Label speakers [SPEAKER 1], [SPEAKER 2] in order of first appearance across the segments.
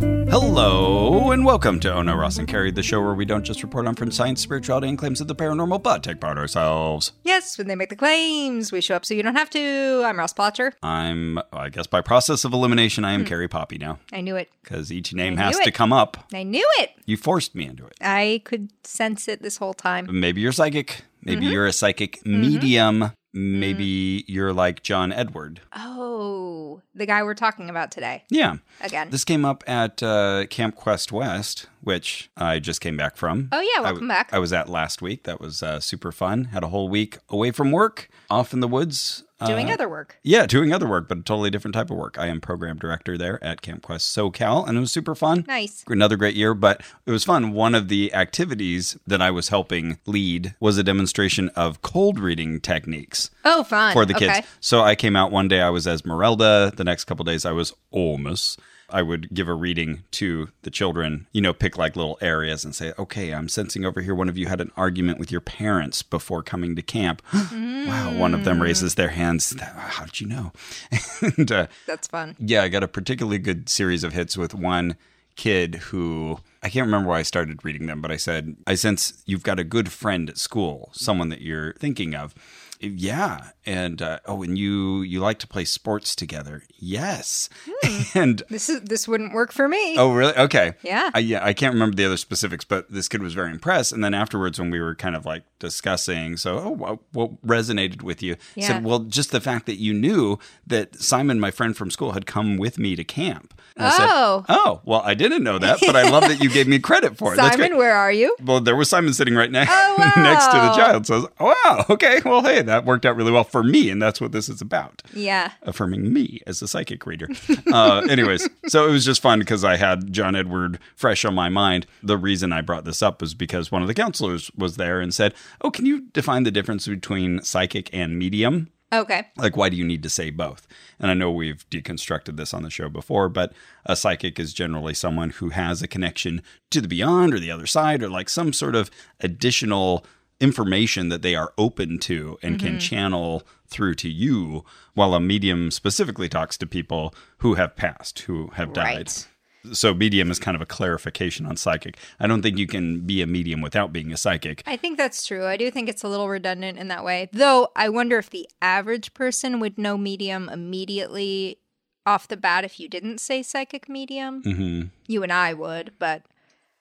[SPEAKER 1] Hello, and welcome to Ono Ross and Carrie, the show where we don't just report on fringe science, spirituality, and claims of the paranormal, but take part ourselves.
[SPEAKER 2] Yes, when they make the claims, we show up so you don't have to. I'm Ross Plotcher.
[SPEAKER 1] I'm, I guess, by process of elimination, I am Carrie Poppy now
[SPEAKER 2] I knew it.
[SPEAKER 1] because each name
[SPEAKER 2] Hmm. I
[SPEAKER 1] has
[SPEAKER 2] knew
[SPEAKER 1] to
[SPEAKER 2] it.
[SPEAKER 1] come up.
[SPEAKER 2] I knew it.
[SPEAKER 1] You forced me into it.
[SPEAKER 2] I could sense it this whole time.
[SPEAKER 1] Maybe you're psychic. Maybe
[SPEAKER 2] Mm-hmm.
[SPEAKER 1] you're a psychic medium. Maybe you're like John Edward.
[SPEAKER 2] Oh, the guy we're talking about today
[SPEAKER 1] Yeah.
[SPEAKER 2] again.
[SPEAKER 1] This came up at uh, Camp Quest West, which I just came back from.
[SPEAKER 2] Oh, yeah,
[SPEAKER 1] I w-
[SPEAKER 2] welcome back.
[SPEAKER 1] I was at last week. That was uh, super fun. Had a whole week away from work, off in the woods.
[SPEAKER 2] Doing
[SPEAKER 1] uh,
[SPEAKER 2] other work.
[SPEAKER 1] Yeah, doing other work, but a totally different type of work. I am program director there at Camp Quest SoCal, and it was super fun.
[SPEAKER 2] Nice.
[SPEAKER 1] Another great year, but it was fun. One of the activities that I was helping lead was a demonstration of cold reading techniques
[SPEAKER 2] Oh, fun.
[SPEAKER 1] for the
[SPEAKER 2] okay.
[SPEAKER 1] kids. So I came out one day, I was Esmeralda. The next couple days, I was Olmus. I would give a reading to the children, you know, pick like little areas and say, okay, I'm sensing over here one of you had an argument with your parents before coming to camp. Wow, one of
[SPEAKER 2] Mm.
[SPEAKER 1] them raises their hands. How did you know? and uh,
[SPEAKER 2] That's fun.
[SPEAKER 1] yeah, I got a particularly good series of hits with one kid who I can't remember why I started reading them, but I said, I sense you've got a good friend at school, someone that you're thinking of. Yeah, and uh, oh, and you you like to play sports together? Yes, and
[SPEAKER 2] This is this wouldn't work for me.
[SPEAKER 1] Oh, really? Okay.
[SPEAKER 2] Yeah.
[SPEAKER 1] I, yeah. I can't remember the other specifics, but this kid was very impressed. And then afterwards, when we were kind of like discussing, so oh, what, what resonated with you? He
[SPEAKER 2] Yeah.
[SPEAKER 1] Said, well, just the fact that you knew that Simon, my friend from school, had come with me to camp. And I said,
[SPEAKER 2] Oh.
[SPEAKER 1] oh, well, I didn't know that, but I love that you gave me credit for it. That's great.
[SPEAKER 2] Simon, where are you?
[SPEAKER 1] Well, there was Simon sitting right next
[SPEAKER 2] Oh,
[SPEAKER 1] next to the
[SPEAKER 2] wow.
[SPEAKER 1] child. So I was, oh, wow, okay. Well, hey, that worked out really well for me, and that's what this is about
[SPEAKER 2] Yeah.
[SPEAKER 1] affirming me as a psychic reader. Uh, anyways, so it was just fun because I had John Edward fresh on my mind. The reason I brought this up was because one of the counselors was there and said, Oh, can you define the difference between psychic and medium?
[SPEAKER 2] Okay.
[SPEAKER 1] Like, why do you need to say both? And I know we've deconstructed this on the show before, but a psychic is generally someone who has a connection to the beyond or the other side or like some sort of additional information that they are open to and can
[SPEAKER 2] Mm-hmm.
[SPEAKER 1] channel through to you, while a medium specifically talks to people who have passed, who have died.
[SPEAKER 2] Right.
[SPEAKER 1] So, medium is kind of a clarification on psychic. I don't think you can be a medium without being a psychic.
[SPEAKER 2] I think that's true. I do think it's a little redundant in that way. Though I wonder if the average person would know medium immediately off the bat if you didn't say psychic medium.
[SPEAKER 1] hmm
[SPEAKER 2] You and I would, but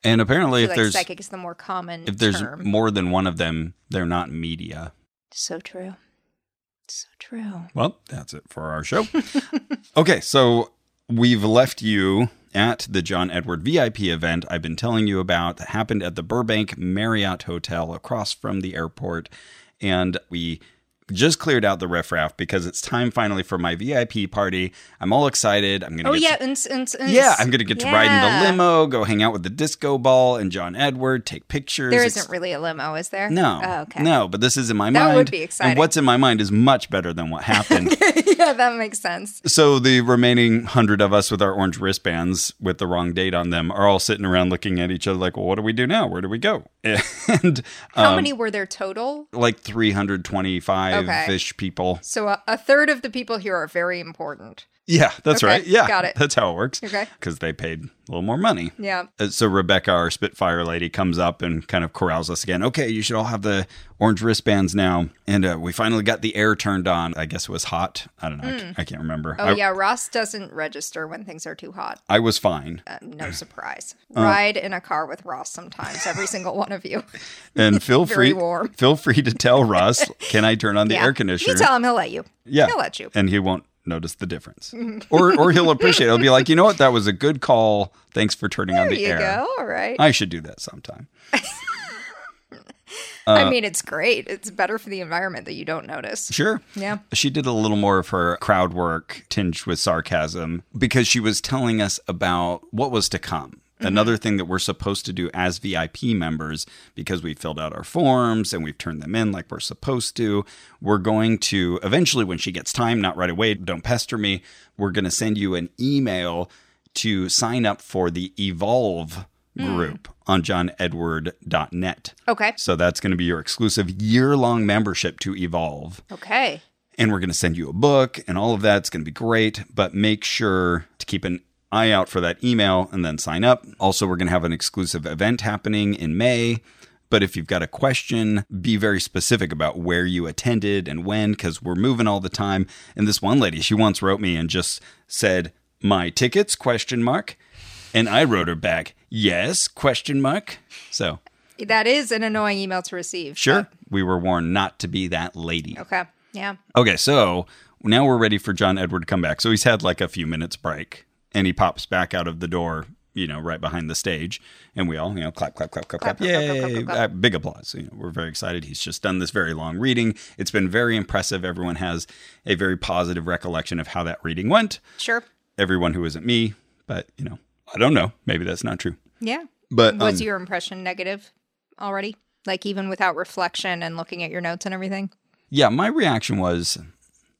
[SPEAKER 1] And
[SPEAKER 2] I
[SPEAKER 1] apparently,
[SPEAKER 2] feel
[SPEAKER 1] if
[SPEAKER 2] like
[SPEAKER 1] there's
[SPEAKER 2] psychic is the more common
[SPEAKER 1] if there's
[SPEAKER 2] term.
[SPEAKER 1] more than one of them, they're not media.
[SPEAKER 2] so true. So true.
[SPEAKER 1] Well, that's it for our show. okay, so we've left you at the John Edward VIP event I've been telling you about that happened at the Burbank Marriott Hotel across from the airport. And we just cleared out the riffraff because it's time finally for my VIP party. I'm all excited. I'm going to
[SPEAKER 2] Oh
[SPEAKER 1] get
[SPEAKER 2] yeah, uns, uns, uns.
[SPEAKER 1] yeah, I'm going to get to ride in the
[SPEAKER 2] Yeah.
[SPEAKER 1] limo, go hang out with the disco ball and John Edward, take pictures.
[SPEAKER 2] There
[SPEAKER 1] It's-
[SPEAKER 2] isn't really a limo, is there?
[SPEAKER 1] No.
[SPEAKER 2] Oh, okay.
[SPEAKER 1] No, but this is in my
[SPEAKER 2] That
[SPEAKER 1] mind.
[SPEAKER 2] would be exciting.
[SPEAKER 1] And what's in my mind is much better than what happened.
[SPEAKER 2] yeah, that makes sense.
[SPEAKER 1] So the remaining hundred of us with our orange wristbands with the wrong date on them are all sitting around looking at each other like, well, what do we do now? Where do we go? And
[SPEAKER 2] How
[SPEAKER 1] um,
[SPEAKER 2] many were there total?
[SPEAKER 1] like 325 ish people.
[SPEAKER 2] So a, a third of the people here are very important.
[SPEAKER 1] Yeah, that's
[SPEAKER 2] Okay,
[SPEAKER 1] right. Yeah.
[SPEAKER 2] got it.
[SPEAKER 1] That's how it works.
[SPEAKER 2] Okay.
[SPEAKER 1] Because they paid a little more money.
[SPEAKER 2] Yeah.
[SPEAKER 1] Uh, So Rebecca, our Spitfire lady, comes up and kind of corrals us again. Okay, you should all have the orange wristbands now. And uh, we finally got the air turned on. I guess it was hot. I don't know. I c- I, can't remember.
[SPEAKER 2] Oh
[SPEAKER 1] I,
[SPEAKER 2] yeah, Ross doesn't register when things are too hot.
[SPEAKER 1] I was fine.
[SPEAKER 2] Uh, no surprise.
[SPEAKER 1] Uh.
[SPEAKER 2] Ride in a car with Ross sometimes. Every single one of you.
[SPEAKER 1] And feel
[SPEAKER 2] Very
[SPEAKER 1] free,
[SPEAKER 2] warm.
[SPEAKER 1] feel free to tell Russ, can I turn on the
[SPEAKER 2] Yeah.
[SPEAKER 1] air conditioner?
[SPEAKER 2] You tell him he'll let you.
[SPEAKER 1] yeah,
[SPEAKER 2] he'll let you.
[SPEAKER 1] and he won't notice the difference, or or he'll appreciate. it. He'll be like, you know what, that was a good call. Thanks for turning on
[SPEAKER 2] There
[SPEAKER 1] the
[SPEAKER 2] you
[SPEAKER 1] air.
[SPEAKER 2] go. All right.
[SPEAKER 1] I should do that sometime. Uh.
[SPEAKER 2] I mean, it's great. It's better for the environment that you don't notice.
[SPEAKER 1] Sure.
[SPEAKER 2] Yeah.
[SPEAKER 1] She did a little more of her crowd work tinged with sarcasm because she was telling us about what was to come. Another thing that we're supposed to do as VIP members, because we filled out our forms and we've turned them in like we're supposed to, we're going to eventually, when she gets time, not right away, don't pester me, we're going to send you an email to sign up for the Evolve group on johnedward.net.
[SPEAKER 2] Okay.
[SPEAKER 1] So that's going to be your exclusive year long membership to Evolve.
[SPEAKER 2] Okay.
[SPEAKER 1] And we're going to send you a book and all of that. It's going to be great, but make sure to keep an eye out for that email and then sign up. Also, we're going to have an exclusive event happening in May. But if you've got a question, be very specific about where you attended and when, because we're moving all the time. And this one lady, she once wrote me and just said, "My tickets?" question mark, and I wrote her back, "Yes?" question mark. So
[SPEAKER 2] That is an annoying email to receive.
[SPEAKER 1] sure, we were warned not to be that lady.
[SPEAKER 2] but- Okay. Yeah.
[SPEAKER 1] Okay, so now we're ready for John Edward to come back. So he's had like a few minutes break, and he pops back out of the door, you know, right behind the stage, and we all, you know, clap, clap, clap, clap, clap,
[SPEAKER 2] Clap, clap, clap, clap, clap,
[SPEAKER 1] yay!
[SPEAKER 2] clap.
[SPEAKER 1] Uh, Big applause. You know, we're very excited. He's just done this very long reading. It's been very impressive. Everyone has a very positive recollection of how that reading went.
[SPEAKER 2] Sure.
[SPEAKER 1] Everyone who isn't me, but you know, I don't know. Maybe that's not true.
[SPEAKER 2] Yeah.
[SPEAKER 1] But um,
[SPEAKER 2] Was your impression negative already? Like even without reflection and looking at your notes and everything?
[SPEAKER 1] Yeah, my reaction was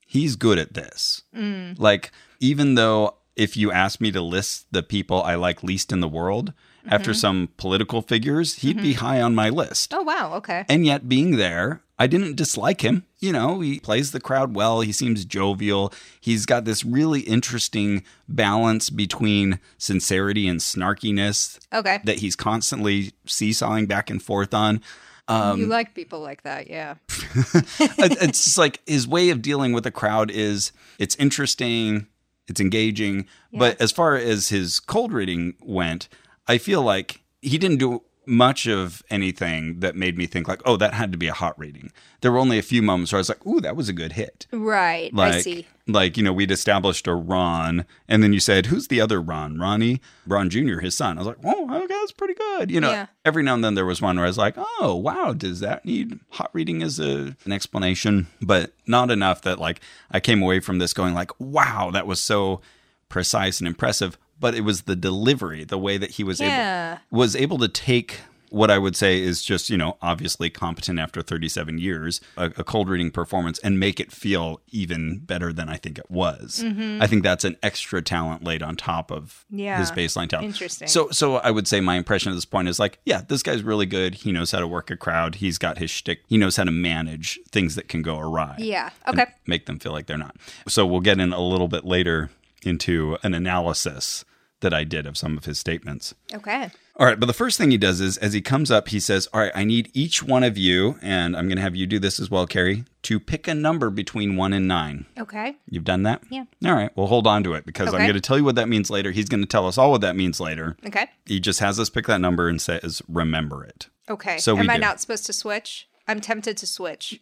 [SPEAKER 1] he's good at this. Like, even though if you asked me to list the people I like least in the world after some political figures, he'd be high on my list.
[SPEAKER 2] Oh wow, okay.
[SPEAKER 1] And yet, being there, I didn't dislike him. You know, he plays the crowd well. He seems jovial. He's got this really interesting balance between sincerity and snarkiness
[SPEAKER 2] Okay.
[SPEAKER 1] that he's constantly seesawing back and forth on. Uh, um,
[SPEAKER 2] you like people like that, yeah.
[SPEAKER 1] It- it's just like his way of dealing with a crowd is it's interesting, it's engaging. But as far as his cold reading went, I feel like he didn't do much of anything that made me think like, oh, that had to be a hot reading. There were only a few moments where I was like, ooh, that was a good hit.
[SPEAKER 2] Right.
[SPEAKER 1] Like,
[SPEAKER 2] I see.
[SPEAKER 1] Like, you know, we'd established a Ron, and then you said, Who's the other Ron? Ronnie? Ron Jr., his son. I was like, Oh, okay, that's pretty good. You know,
[SPEAKER 2] Yeah.
[SPEAKER 1] every now and then there was one where I was like, Oh, wow, does that need hot reading as a, an explanation? But not enough that, like, I came away from this going, like, Wow, that was so precise and impressive. But it was the delivery, the way that he was
[SPEAKER 2] Yeah.
[SPEAKER 1] able was able to take what I would say is just, you know, obviously competent after 37 years, a, a cold reading performance, and make it feel even better than I think it was. I think that's an extra talent laid on top of
[SPEAKER 2] Mm-hmm. Yeah.
[SPEAKER 1] his baseline talent.
[SPEAKER 2] Interesting.
[SPEAKER 1] So, so I would say my impression at this point is like, yeah, this guy's really good. He knows how to work a crowd. He's got his shtick. He knows how to manage things that can go awry
[SPEAKER 2] Yeah.
[SPEAKER 1] and
[SPEAKER 2] Okay.
[SPEAKER 1] make them feel like they're not. So we'll get in a little bit later into an analysis that I did of some of his statements.
[SPEAKER 2] Okay.
[SPEAKER 1] All right, but the first thing he does is as he comes up, he says, All right, I need each one of you, and I'm going to have you do this as well, Carrie, to pick a number between one and nine.
[SPEAKER 2] Okay.
[SPEAKER 1] You've done that?
[SPEAKER 2] Yeah.
[SPEAKER 1] All right, well, hold on to it because I'm
[SPEAKER 2] Okay.
[SPEAKER 1] going to tell you what that means later. He's going to tell us all what that means later.
[SPEAKER 2] Okay.
[SPEAKER 1] He just has us pick that number and says, Remember it.
[SPEAKER 2] Okay.
[SPEAKER 1] So we
[SPEAKER 2] Am I
[SPEAKER 1] do.
[SPEAKER 2] not supposed to switch? I'm tempted to switch.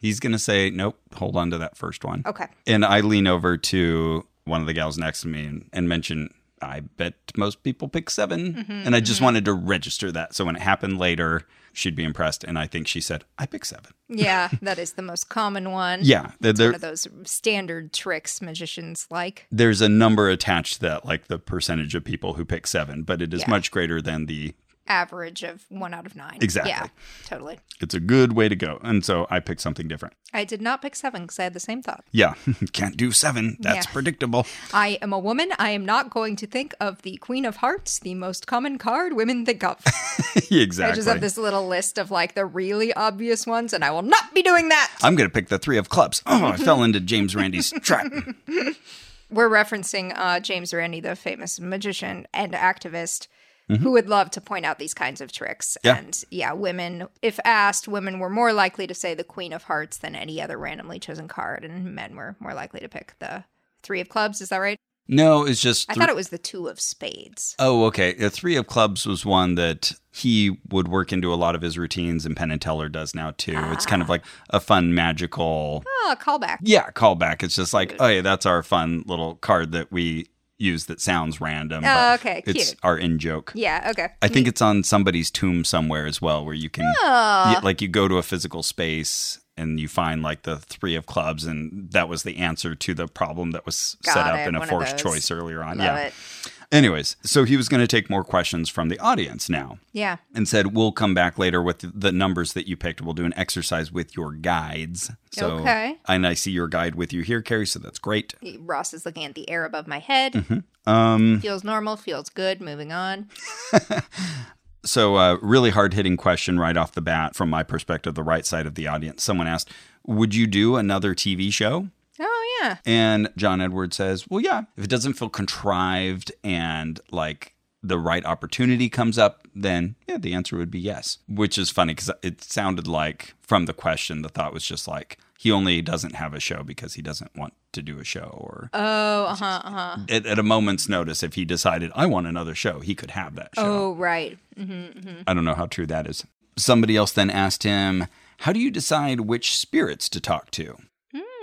[SPEAKER 1] He's going to say, Nope, hold on to that first one.
[SPEAKER 2] Okay.
[SPEAKER 1] And I lean over to one of the gals next to me and, and mention, I bet most people pick 7
[SPEAKER 2] Mm-hmm,
[SPEAKER 1] and I just wanted to register that. So when it happened later, she'd be impressed. And I think she said, I pick seven.
[SPEAKER 2] Yeah, that is the most common one.
[SPEAKER 1] Yeah. There,
[SPEAKER 2] One
[SPEAKER 1] there-
[SPEAKER 2] of those standard tricks magicians like.
[SPEAKER 1] there's a number attached to that, like the percentage of people who pick seven, but it is
[SPEAKER 2] Yeah.
[SPEAKER 1] much greater than the
[SPEAKER 2] Average of one out of nine.
[SPEAKER 1] Exactly.
[SPEAKER 2] Yeah, totally.
[SPEAKER 1] it's a good way to go. And so I picked something different.
[SPEAKER 2] I did not pick seven because I had the same thought.
[SPEAKER 1] Yeah. Can't do seven. That's
[SPEAKER 2] Yeah.
[SPEAKER 1] predictable.
[SPEAKER 2] I am a woman. I am not going to think of the Queen of Hearts, the most common card women think of. I
[SPEAKER 1] exactly.
[SPEAKER 2] just have this little list of like the really obvious ones, and I will not be doing that.
[SPEAKER 1] I'm going to pick the three of clubs. Oh, I fell into James Randy's trap.
[SPEAKER 2] We're referencing uh, James Randi, the famous magician and activist, who would love to point out these kinds of tricks.
[SPEAKER 1] Mm-hmm. Yeah.
[SPEAKER 2] And yeah, women, if asked, women were more likely to say the Queen of Hearts than any other randomly chosen card, and men were more likely to pick the Three of Clubs. Is that right?
[SPEAKER 1] No, it's just.
[SPEAKER 2] I
[SPEAKER 1] three-
[SPEAKER 2] thought it was the Two of Spades.
[SPEAKER 1] Oh, okay. The Three of Clubs was one that he would work into a lot of his routines, and Penn and Teller does now too. It's kind of
[SPEAKER 2] Ah.
[SPEAKER 1] like a fun, magical,
[SPEAKER 2] Oh, callback.
[SPEAKER 1] yeah, callback. It's just like, oh, yeah, that's our fun little card that we use that sounds random.
[SPEAKER 2] Oh,
[SPEAKER 1] but
[SPEAKER 2] okay,
[SPEAKER 1] It's
[SPEAKER 2] cute.
[SPEAKER 1] our in joke.
[SPEAKER 2] Yeah, okay.
[SPEAKER 1] I think it's on somebody's tomb somewhere as well, where you can,
[SPEAKER 2] Ah.
[SPEAKER 1] yeah, like, you go to a physical space and you find like the three of clubs, and that was the answer to the problem that was set
[SPEAKER 2] Got
[SPEAKER 1] up
[SPEAKER 2] it,
[SPEAKER 1] in a
[SPEAKER 2] one of
[SPEAKER 1] forced
[SPEAKER 2] those.
[SPEAKER 1] choice earlier on.
[SPEAKER 2] Love
[SPEAKER 1] yeah.
[SPEAKER 2] it.
[SPEAKER 1] Anyways, so he was going to take more questions from the audience now
[SPEAKER 2] Yeah.
[SPEAKER 1] and said, We'll come back later with the numbers that you picked. We'll do an exercise with your guides. So,
[SPEAKER 2] Okay.
[SPEAKER 1] And I see your guide with you here, Carrie, so that's great.
[SPEAKER 2] Ross is looking at the air above my head.
[SPEAKER 1] Um,
[SPEAKER 2] Feels normal, feels good. Moving on.
[SPEAKER 1] So, uh, really hard hitting question right off the bat from my perspective, the right side of the audience. Someone asked, Would you do another TV show?
[SPEAKER 2] Oh, yeah.
[SPEAKER 1] And John Edwards says, Well, yeah, if it doesn't feel contrived and like the right opportunity comes up, then yeah, the answer would be yes, which is funny because it sounded like from the question, the thought was just like, he only doesn't have a show because he doesn't want to do a show or
[SPEAKER 2] Oh, uh huh, uh huh.
[SPEAKER 1] at, at a moment's notice if he decided i want another show he could have that show
[SPEAKER 2] Oh, right.
[SPEAKER 1] I don't know how true that is. Somebody else then asked him, How do you decide which spirits to talk to?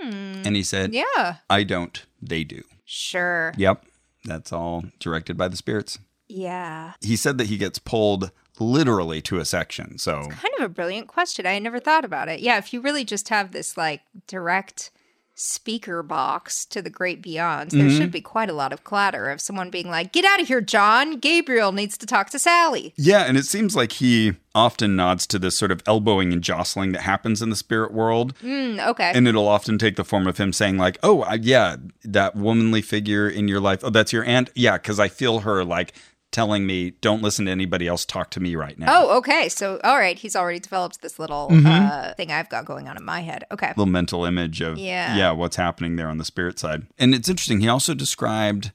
[SPEAKER 1] And he said,
[SPEAKER 2] Hmm. Yeah.
[SPEAKER 1] I don't, they do.
[SPEAKER 2] Sure.
[SPEAKER 1] Yep, that's all directed by the spirits.
[SPEAKER 2] Yeah.
[SPEAKER 1] He said that he gets pulled literally to a section. So,
[SPEAKER 2] Kind of a brilliant question. I had never thought about it. Yeah. If you really just have this like direct speaker box to the great beyond, there
[SPEAKER 1] Mm-hmm.
[SPEAKER 2] should be quite a lot of clatter of someone being like, get out of here, John. Gabriel needs to talk to Sally.
[SPEAKER 1] yeah, and it seems like he often nods to this sort of elbowing and jostling that happens in the spirit world.
[SPEAKER 2] Mm, okay.
[SPEAKER 1] And it'll often take the form of him saying, like, oh, I, yeah, that womanly figure in your life. Oh, that's your aunt. Yeah, because I feel her like telling me, don't listen to anybody else, talk to me right now.
[SPEAKER 2] Oh, okay. So, all right, he's already developed this little
[SPEAKER 1] Mm-hmm.
[SPEAKER 2] uh, thing I've got going on in my head. Okay.
[SPEAKER 1] Little mental image of,
[SPEAKER 2] Yeah.
[SPEAKER 1] yeah, what's happening there on the spirit side. And it's interesting. He also described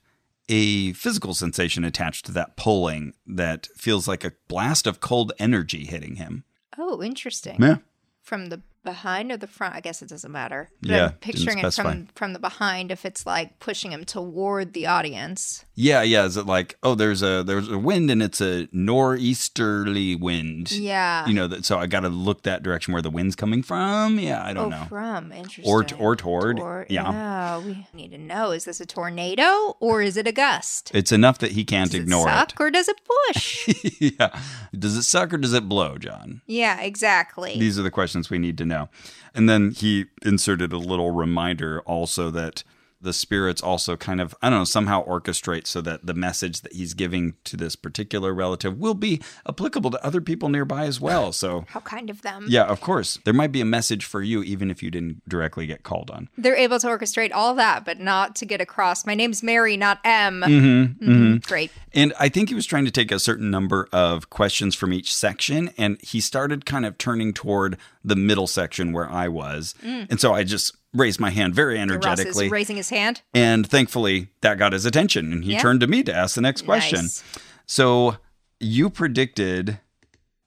[SPEAKER 1] a physical sensation attached to that pulling that feels like a blast of cold energy hitting him.
[SPEAKER 2] Oh, interesting.
[SPEAKER 1] Yeah.
[SPEAKER 2] From the behind or the front? I guess it doesn't matter. But
[SPEAKER 1] Yeah,
[SPEAKER 2] I'm
[SPEAKER 1] didn't
[SPEAKER 2] picturing it
[SPEAKER 1] specify.
[SPEAKER 2] from from the behind if it's like pushing him toward the audience.
[SPEAKER 1] Yeah, yeah. Is it like, oh, there's a there's a wind and it's a nor'easterly wind.
[SPEAKER 2] Yeah.
[SPEAKER 1] you know that so i gotta look that direction where the wind's coming from yeah i
[SPEAKER 2] oh,
[SPEAKER 1] don't know
[SPEAKER 2] from interesting.
[SPEAKER 1] or or toward
[SPEAKER 2] Tor-
[SPEAKER 1] yeah.
[SPEAKER 2] We need to know: is this a tornado or is it a gust?
[SPEAKER 1] it's enough that he can't
[SPEAKER 2] Does it
[SPEAKER 1] ignore
[SPEAKER 2] suck
[SPEAKER 1] it,
[SPEAKER 2] or does it push?
[SPEAKER 1] yeah does it suck or does it blow john
[SPEAKER 2] yeah, exactly.
[SPEAKER 1] these are the questions we need to know and then he inserted a little reminder also that the spirits also kind of i don't know somehow orchestrate so that the message that he's giving to this particular relative will be applicable to other people nearby as well so
[SPEAKER 2] How kind of them.
[SPEAKER 1] yeah of course there might be a message for you even if you didn't directly get called on
[SPEAKER 2] They're able to orchestrate all that, but not to get across. My name's Mary, not M.
[SPEAKER 1] Mm-hmm,
[SPEAKER 2] Mhm. Great.
[SPEAKER 1] And I think he was trying to take a certain number of questions from each section, and he started kind of turning toward the middle section where I was. And so I just raised my hand very
[SPEAKER 2] Ross is
[SPEAKER 1] energetically.
[SPEAKER 2] raising his hand.
[SPEAKER 1] and thankfully, that got his attention, and he
[SPEAKER 2] Yeah.
[SPEAKER 1] turned to me to ask the next question.
[SPEAKER 2] Nice.
[SPEAKER 1] So you predicted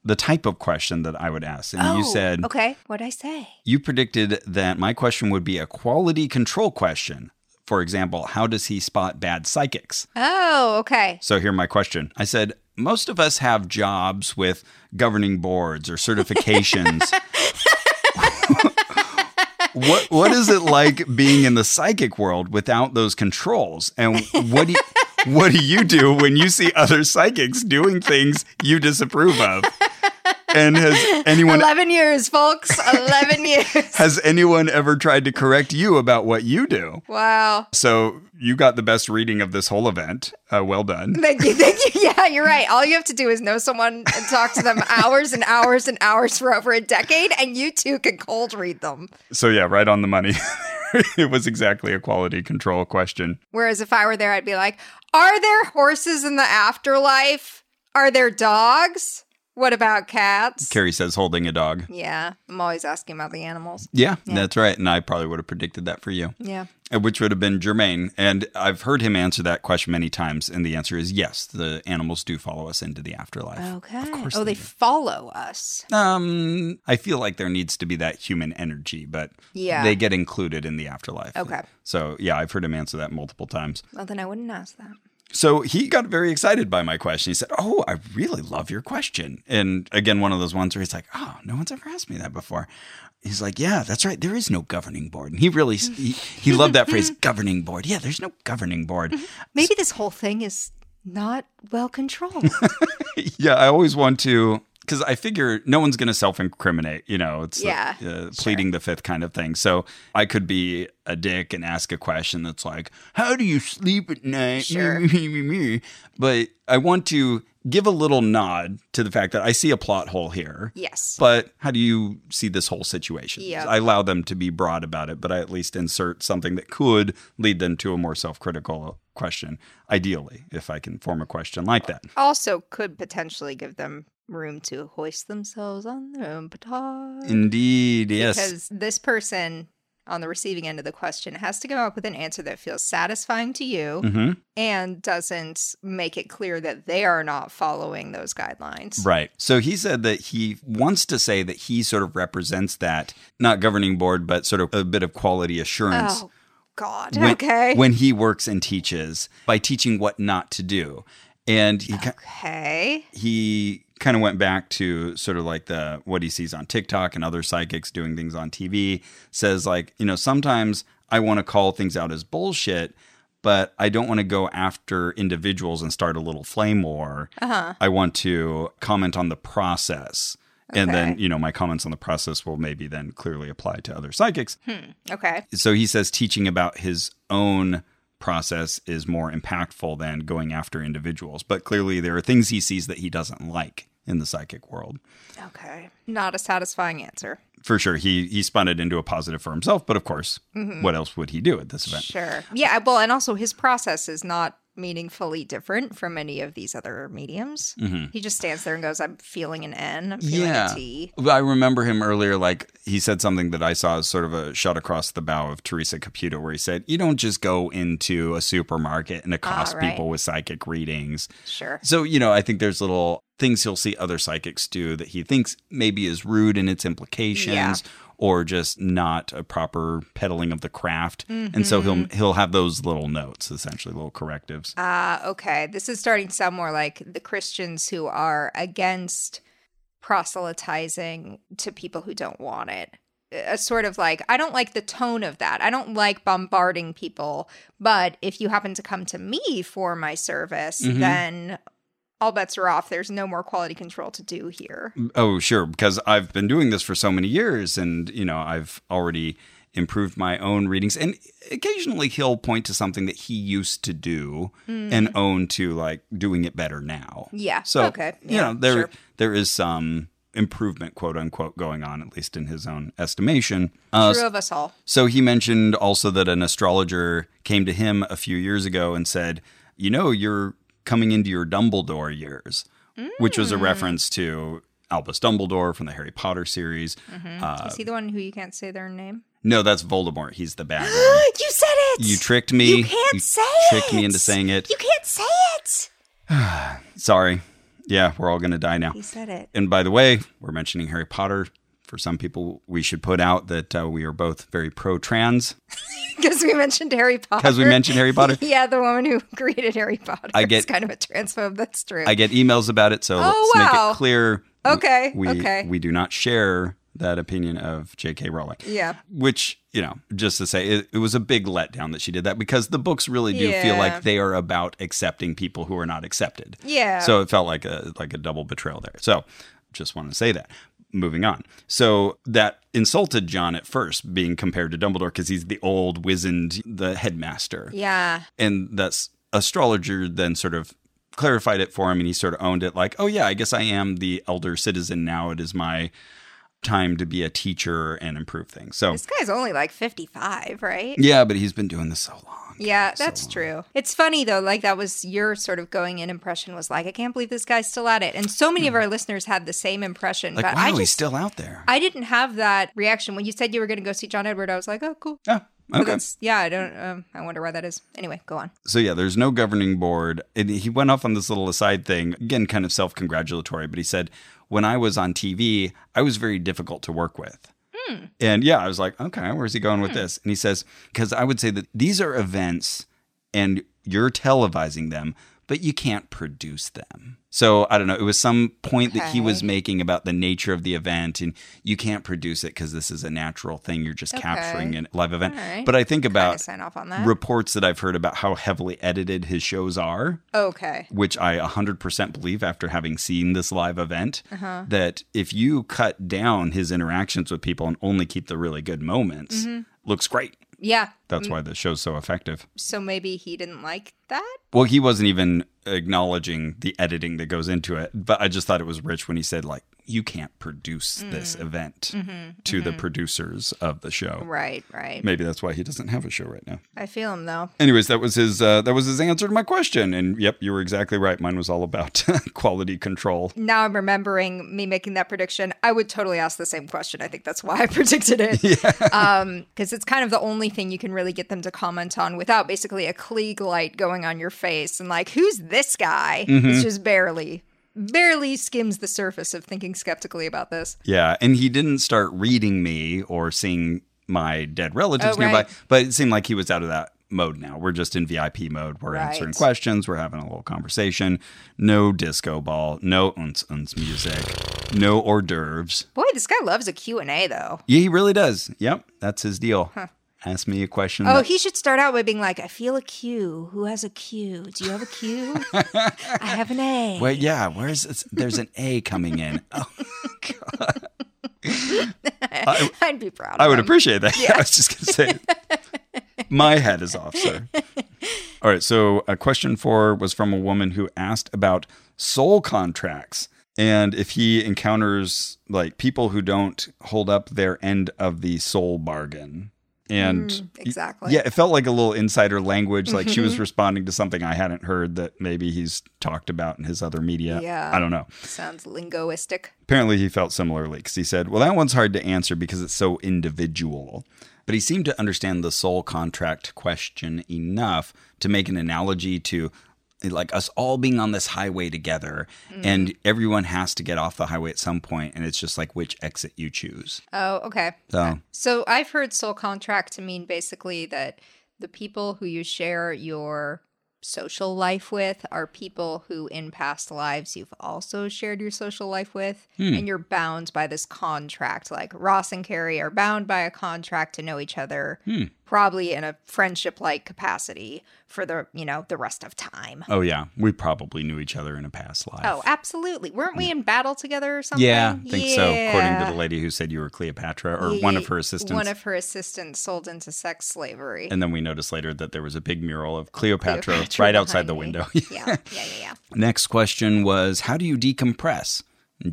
[SPEAKER 1] the type of question that I would ask. And you
[SPEAKER 2] Oh,
[SPEAKER 1] said,
[SPEAKER 2] okay. What'd I say?
[SPEAKER 1] you predicted that my question would be a quality control question. For example, how does he spot bad psychics?
[SPEAKER 2] Oh, okay.
[SPEAKER 1] So here my question. I said most of us have jobs with governing boards or certifications. what what is it like being in the psychic world without those controls? And what do you, what do you do when you see other psychics doing things you disapprove of? And has anyone
[SPEAKER 2] Eleven years, folks. Eleven years.
[SPEAKER 1] has anyone ever tried to correct you about what you do?
[SPEAKER 2] Wow.
[SPEAKER 1] So you got the best reading of this whole event. Uh, well done.
[SPEAKER 2] Thank you. Thank you. Yeah, you're right. All you have to do is know someone and talk to them hours and hours and hours for over a decade, and you too can cold read them.
[SPEAKER 1] So yeah, right on the money. it was exactly a quality control question.
[SPEAKER 2] Whereas if I were there, I'd be like, Are there horses in the afterlife? Are there dogs? What about cats?
[SPEAKER 1] Carrie says holding a dog.
[SPEAKER 2] Yeah, I'm always asking about the animals.
[SPEAKER 1] Yeah, that's right. And I probably would have predicted that for you,
[SPEAKER 2] Yeah.
[SPEAKER 1] uh, which would have been Germaine. And I've heard him answer that question many times. And the answer is yes, the animals do follow us into the afterlife.
[SPEAKER 2] Okay.
[SPEAKER 1] course
[SPEAKER 2] oh,
[SPEAKER 1] they
[SPEAKER 2] they follow us.
[SPEAKER 1] Um, I feel like there needs to be that human energy, but
[SPEAKER 2] Yeah.
[SPEAKER 1] they get included in the afterlife.
[SPEAKER 2] Okay.
[SPEAKER 1] So yeah, I've heard him answer that multiple times.
[SPEAKER 2] Well, then I wouldn't ask that.
[SPEAKER 1] So he got very excited by my question. He said, Oh, I really love your question. And again, one of those ones where he's like, Oh, no one's ever asked me that before. He's like, Yeah, that's right. There is no governing board. And he really, he, he loved that phrase, governing board. Yeah, there's no governing board.
[SPEAKER 2] Maybe this whole thing is not well controlled.
[SPEAKER 1] yeah, I always want to because I figure no one's going to self incriminate. You know, it's
[SPEAKER 2] Yeah,
[SPEAKER 1] the, uh, pleading the fifth kind of thing. So I could be a dick and ask a question that's like, How do you sleep at night?
[SPEAKER 2] Sure.
[SPEAKER 1] but I want to give a little nod to the fact that I see a plot hole here.
[SPEAKER 2] Yes.
[SPEAKER 1] But how do you see this whole situation?
[SPEAKER 2] Yep.
[SPEAKER 1] I allow them to be broad about it, but I at least insert something that could lead them to a more self critical question, ideally, if I can form a question like that.
[SPEAKER 2] also could potentially give them room to hoist themselves on their own petard.
[SPEAKER 1] Indeed, yes.
[SPEAKER 2] Because this person on the receiving end of the question has to come up with an answer that feels satisfying to you
[SPEAKER 1] hmm
[SPEAKER 2] and doesn't make it clear that they are not following those guidelines.
[SPEAKER 1] Right. So he said that he wants to say that he sort of represents that, not governing board, but sort of a bit of quality assurance.
[SPEAKER 2] Oh, God.
[SPEAKER 1] when,
[SPEAKER 2] okay.
[SPEAKER 1] when he works and teaches by teaching what not to do. And he, ki-
[SPEAKER 2] okay.
[SPEAKER 1] he kind of went back to sort of like the what he sees on TikTok and other psychics doing things on TV says like, you know, sometimes I want to call things out as bullshit, but I don't want to go after individuals and start a little flame war.
[SPEAKER 2] Uh-huh.
[SPEAKER 1] I want to comment on the process. And then,
[SPEAKER 2] Okay.
[SPEAKER 1] you know, my comments on the process will maybe then clearly apply to other psychics.
[SPEAKER 2] Okay.
[SPEAKER 1] So he says teaching about his own process is more impactful than going after individuals. But clearly, there are things he sees that he doesn't like in the psychic world.
[SPEAKER 2] Okay. Not a satisfying answer.
[SPEAKER 1] For sure, he he spun it into a positive for himself. But of course, what else would he do at this event?
[SPEAKER 2] Sure. Yeah. Well, and also his process is not meaningfully different from any of these other mediums.
[SPEAKER 1] Mm-hmm.
[SPEAKER 2] He just stands there and goes, I'm feeling an N, I'm feeling a T.
[SPEAKER 1] Well, I remember him earlier. Like he said something that I saw as sort of a shot across the bow of Teresa Caputo, where he said, "You don't just go into a supermarket and accost
[SPEAKER 2] Ah, right.
[SPEAKER 1] people with psychic readings.
[SPEAKER 2] Sure.
[SPEAKER 1] So, you know, I think there's little things he'll see other psychics do that he thinks maybe is rude in its implications
[SPEAKER 2] Yeah.
[SPEAKER 1] or just not a proper peddling of the craft. And so he'll
[SPEAKER 2] Mm-hmm.
[SPEAKER 1] he'll have those little notes, essentially little correctives.
[SPEAKER 2] Ah, okay. This is starting to sound more like the Christians who are against proselytizing to people who don't want it. A sort of like, I don't like the tone of that. I don't like bombarding people. But if you happen to come to me for my service,
[SPEAKER 1] Mhm.
[SPEAKER 2] then all bets are off. There's no more quality control to do here.
[SPEAKER 1] Oh, sure, because I've been doing this for so many years and, you know, I've already improved my own readings and occasionally he'll point to something that he used to do
[SPEAKER 2] Hmm.
[SPEAKER 1] and own to like doing it better now.
[SPEAKER 2] Yeah.
[SPEAKER 1] So
[SPEAKER 2] okay.
[SPEAKER 1] you
[SPEAKER 2] Yeah,
[SPEAKER 1] know there
[SPEAKER 2] sure.
[SPEAKER 1] there is some improvement, quote unquote, going on at least in his own estimation. Uh,
[SPEAKER 2] True of us all.
[SPEAKER 1] so he mentioned also that an astrologer came to him a few years ago and said, "You know, you're coming into your Dumbledore years," which was a
[SPEAKER 2] Mm.
[SPEAKER 1] reference to Albus Dumbledore from the Harry Potter series. Uh,
[SPEAKER 2] Is he the one who you can't say their name?
[SPEAKER 1] no, that's Voldemort. He's the bad one.
[SPEAKER 2] you said it.
[SPEAKER 1] You tricked me.
[SPEAKER 2] You can't say
[SPEAKER 1] Tricked me
[SPEAKER 2] it.
[SPEAKER 1] into saying it.
[SPEAKER 2] You can't say it.
[SPEAKER 1] Sorry. Yeah, we're all gonna die now.
[SPEAKER 2] He said it.
[SPEAKER 1] And by the way, we're mentioning Harry Potter. For some people, we should put out that uh, we are both very pro trans
[SPEAKER 2] Because we mentioned Harry Potter.
[SPEAKER 1] because we mentioned Harry Potter.
[SPEAKER 2] Yeah, the woman who created Harry Potter.
[SPEAKER 1] I get-
[SPEAKER 2] is kind of a transphobe. That's true.
[SPEAKER 1] I get emails about it, so
[SPEAKER 2] Oh,
[SPEAKER 1] let's make
[SPEAKER 2] wow.
[SPEAKER 1] it clear.
[SPEAKER 2] Okay,
[SPEAKER 1] We,
[SPEAKER 2] okay.
[SPEAKER 1] We do not share that opinion of J.K. Rowling.
[SPEAKER 2] yeah.
[SPEAKER 1] Which, you know, just to say, it, it was a big letdown that she did that because the books really do feel
[SPEAKER 2] Yeah.
[SPEAKER 1] like they are about accepting people who are not accepted.
[SPEAKER 2] Yeah.
[SPEAKER 1] So it felt like a like a double betrayal there. So just wanted to say that. Moving on. So that insulted John at first, being compared to Dumbledore because he's the old wizened the headmaster.
[SPEAKER 2] yeah.
[SPEAKER 1] And that's astrologer then sort of clarified it for him and he sort of owned it like, oh yeah, I guess I am the elder citizen now. It is my time to be a teacher and improve things. So
[SPEAKER 2] This guy's only like 55, right?
[SPEAKER 1] yeah, but he's been doing this Mm. so long.
[SPEAKER 2] Yeah, that's true. It's funny though, like that was your sort of going in impression was like, I can't believe this guy's still at it. And so many of our listeners had the same impression.
[SPEAKER 1] Mm. Like,
[SPEAKER 2] but
[SPEAKER 1] wow,
[SPEAKER 2] I
[SPEAKER 1] he's
[SPEAKER 2] just
[SPEAKER 1] still out there.
[SPEAKER 2] I didn't have that reaction. When you said you were gonna go see John Edward, I was like, Oh, cool.
[SPEAKER 1] Yeah.
[SPEAKER 2] But
[SPEAKER 1] okay.
[SPEAKER 2] that's- yeah, I don't um, I wonder why that is. Anyway, go on.
[SPEAKER 1] so yeah, there's no governing board. And he went off on this little aside thing, again, kind of self congratulatory, but he said, When I was on TV, I was very difficult to work with.
[SPEAKER 2] Hmm.
[SPEAKER 1] And yeah, I was like, Okay, where's he going with this? And he says, Because I would say that these are events and you're televising them, but you can't produce them. So I don't know. It was some point that he was
[SPEAKER 2] Okay.
[SPEAKER 1] making about the nature of the event, and you can't produce it because this is a natural thing. You're just capturing
[SPEAKER 2] Okay.
[SPEAKER 1] a live event.
[SPEAKER 2] All right.
[SPEAKER 1] But I think
[SPEAKER 2] Kinda
[SPEAKER 1] about
[SPEAKER 2] sign off on that.
[SPEAKER 1] reports that I've heard about how heavily edited his shows are
[SPEAKER 2] okay.
[SPEAKER 1] which I 100% believe after having seen this live event, that if you cut down his interactions with people and only keep the really good moments, looks great.
[SPEAKER 2] Yeah.
[SPEAKER 1] That's why the show's so effective.
[SPEAKER 2] So maybe he didn't like that.
[SPEAKER 1] Well, he wasn't even acknowledging the editing that goes into it, but I just thought it was rich when he said, like, you can't produce this event to the producers of the show.
[SPEAKER 2] Right. Right.
[SPEAKER 1] Maybe that's why he doesn't have a show right now.
[SPEAKER 2] I feel him though.
[SPEAKER 1] Anyways, that was his uh, that was his answer to my question, and yep, you were exactly right. Mine was all about quality control.
[SPEAKER 2] Now I'm remembering me making that prediction. I would totally ask the same question. I think that's why I predicted it. Yeah. because it's kind of the only thing you can really get them to comment on without basically a Klieg light going on your face and like, who's this guy? It's just barely, barely skims the surface of thinking skeptically about this.
[SPEAKER 1] Yeah, and he didn't start reading me or seeing my dead relatives
[SPEAKER 2] Oh, right.
[SPEAKER 1] nearby, but it seemed like he was out of that mode now. We're just in VIP mode. We're answering
[SPEAKER 2] Right.
[SPEAKER 1] questions. We're having a little conversation. No disco ball. No uns uns music. No hors d'oeuvres.
[SPEAKER 2] Boy, this guy loves a Q&A though.
[SPEAKER 1] Yeah, he really does. Yep, that's his deal. Ask me a question.
[SPEAKER 2] Oh,
[SPEAKER 1] that-
[SPEAKER 2] he should start out by being like, I feel a Q. Who has a Q? Do you have a Q? I have an A.
[SPEAKER 1] Wait, yeah, where's this? there's an A coming in. Oh,
[SPEAKER 2] I'd be proud of
[SPEAKER 1] I would
[SPEAKER 2] him.
[SPEAKER 1] appreciate that. Yeah. I was just gonna say, my head is off, sir. All right. So, a question four was from a woman who asked about soul contracts and if he encounters like people who don't hold up their end of the soul bargain. And
[SPEAKER 2] Hmm, exactly.
[SPEAKER 1] Yeah, it felt like a little insider language. Like she was responding to something I hadn't heard that maybe he's talked about in his other media.
[SPEAKER 2] Yeah.
[SPEAKER 1] I don't know.
[SPEAKER 2] Sounds linguistic.
[SPEAKER 1] Apparently, he felt similarly because he said, Well, that one's hard to answer because it's so individual. But he seemed to understand the soul contract question enough to make an analogy to like us all being on this highway together
[SPEAKER 2] Mm.
[SPEAKER 1] and everyone has to get off the highway at some point and it's just like which exit you choose.
[SPEAKER 2] Oh, okay.
[SPEAKER 1] So,
[SPEAKER 2] So I've heard soul contract to mean basically that the people who you share your social life with are people who in past lives you've also shared your social life with
[SPEAKER 1] Hmm.
[SPEAKER 2] and you're bound by this contract like Ross and Carrie are bound by a contract to know each other
[SPEAKER 1] Hmm.
[SPEAKER 2] probably in a friendship like capacity for the you know the rest of time.
[SPEAKER 1] oh yeah, we probably knew each other in a past life.
[SPEAKER 2] Oh, absolutely. Weren't we in battle together or something?
[SPEAKER 1] yeah, I think so. According to
[SPEAKER 2] Yeah.
[SPEAKER 1] the lady who said you were Cleopatra or one of her assistants.
[SPEAKER 2] One of her assistants sold into sex slavery.
[SPEAKER 1] and then we noticed later that there was a big mural of Cleopatra,
[SPEAKER 2] Cleopatra
[SPEAKER 1] right outside
[SPEAKER 2] behind
[SPEAKER 1] the
[SPEAKER 2] me.
[SPEAKER 1] window.
[SPEAKER 2] yeah, yeah, yeah, yeah.
[SPEAKER 1] Next question was How do you decompress?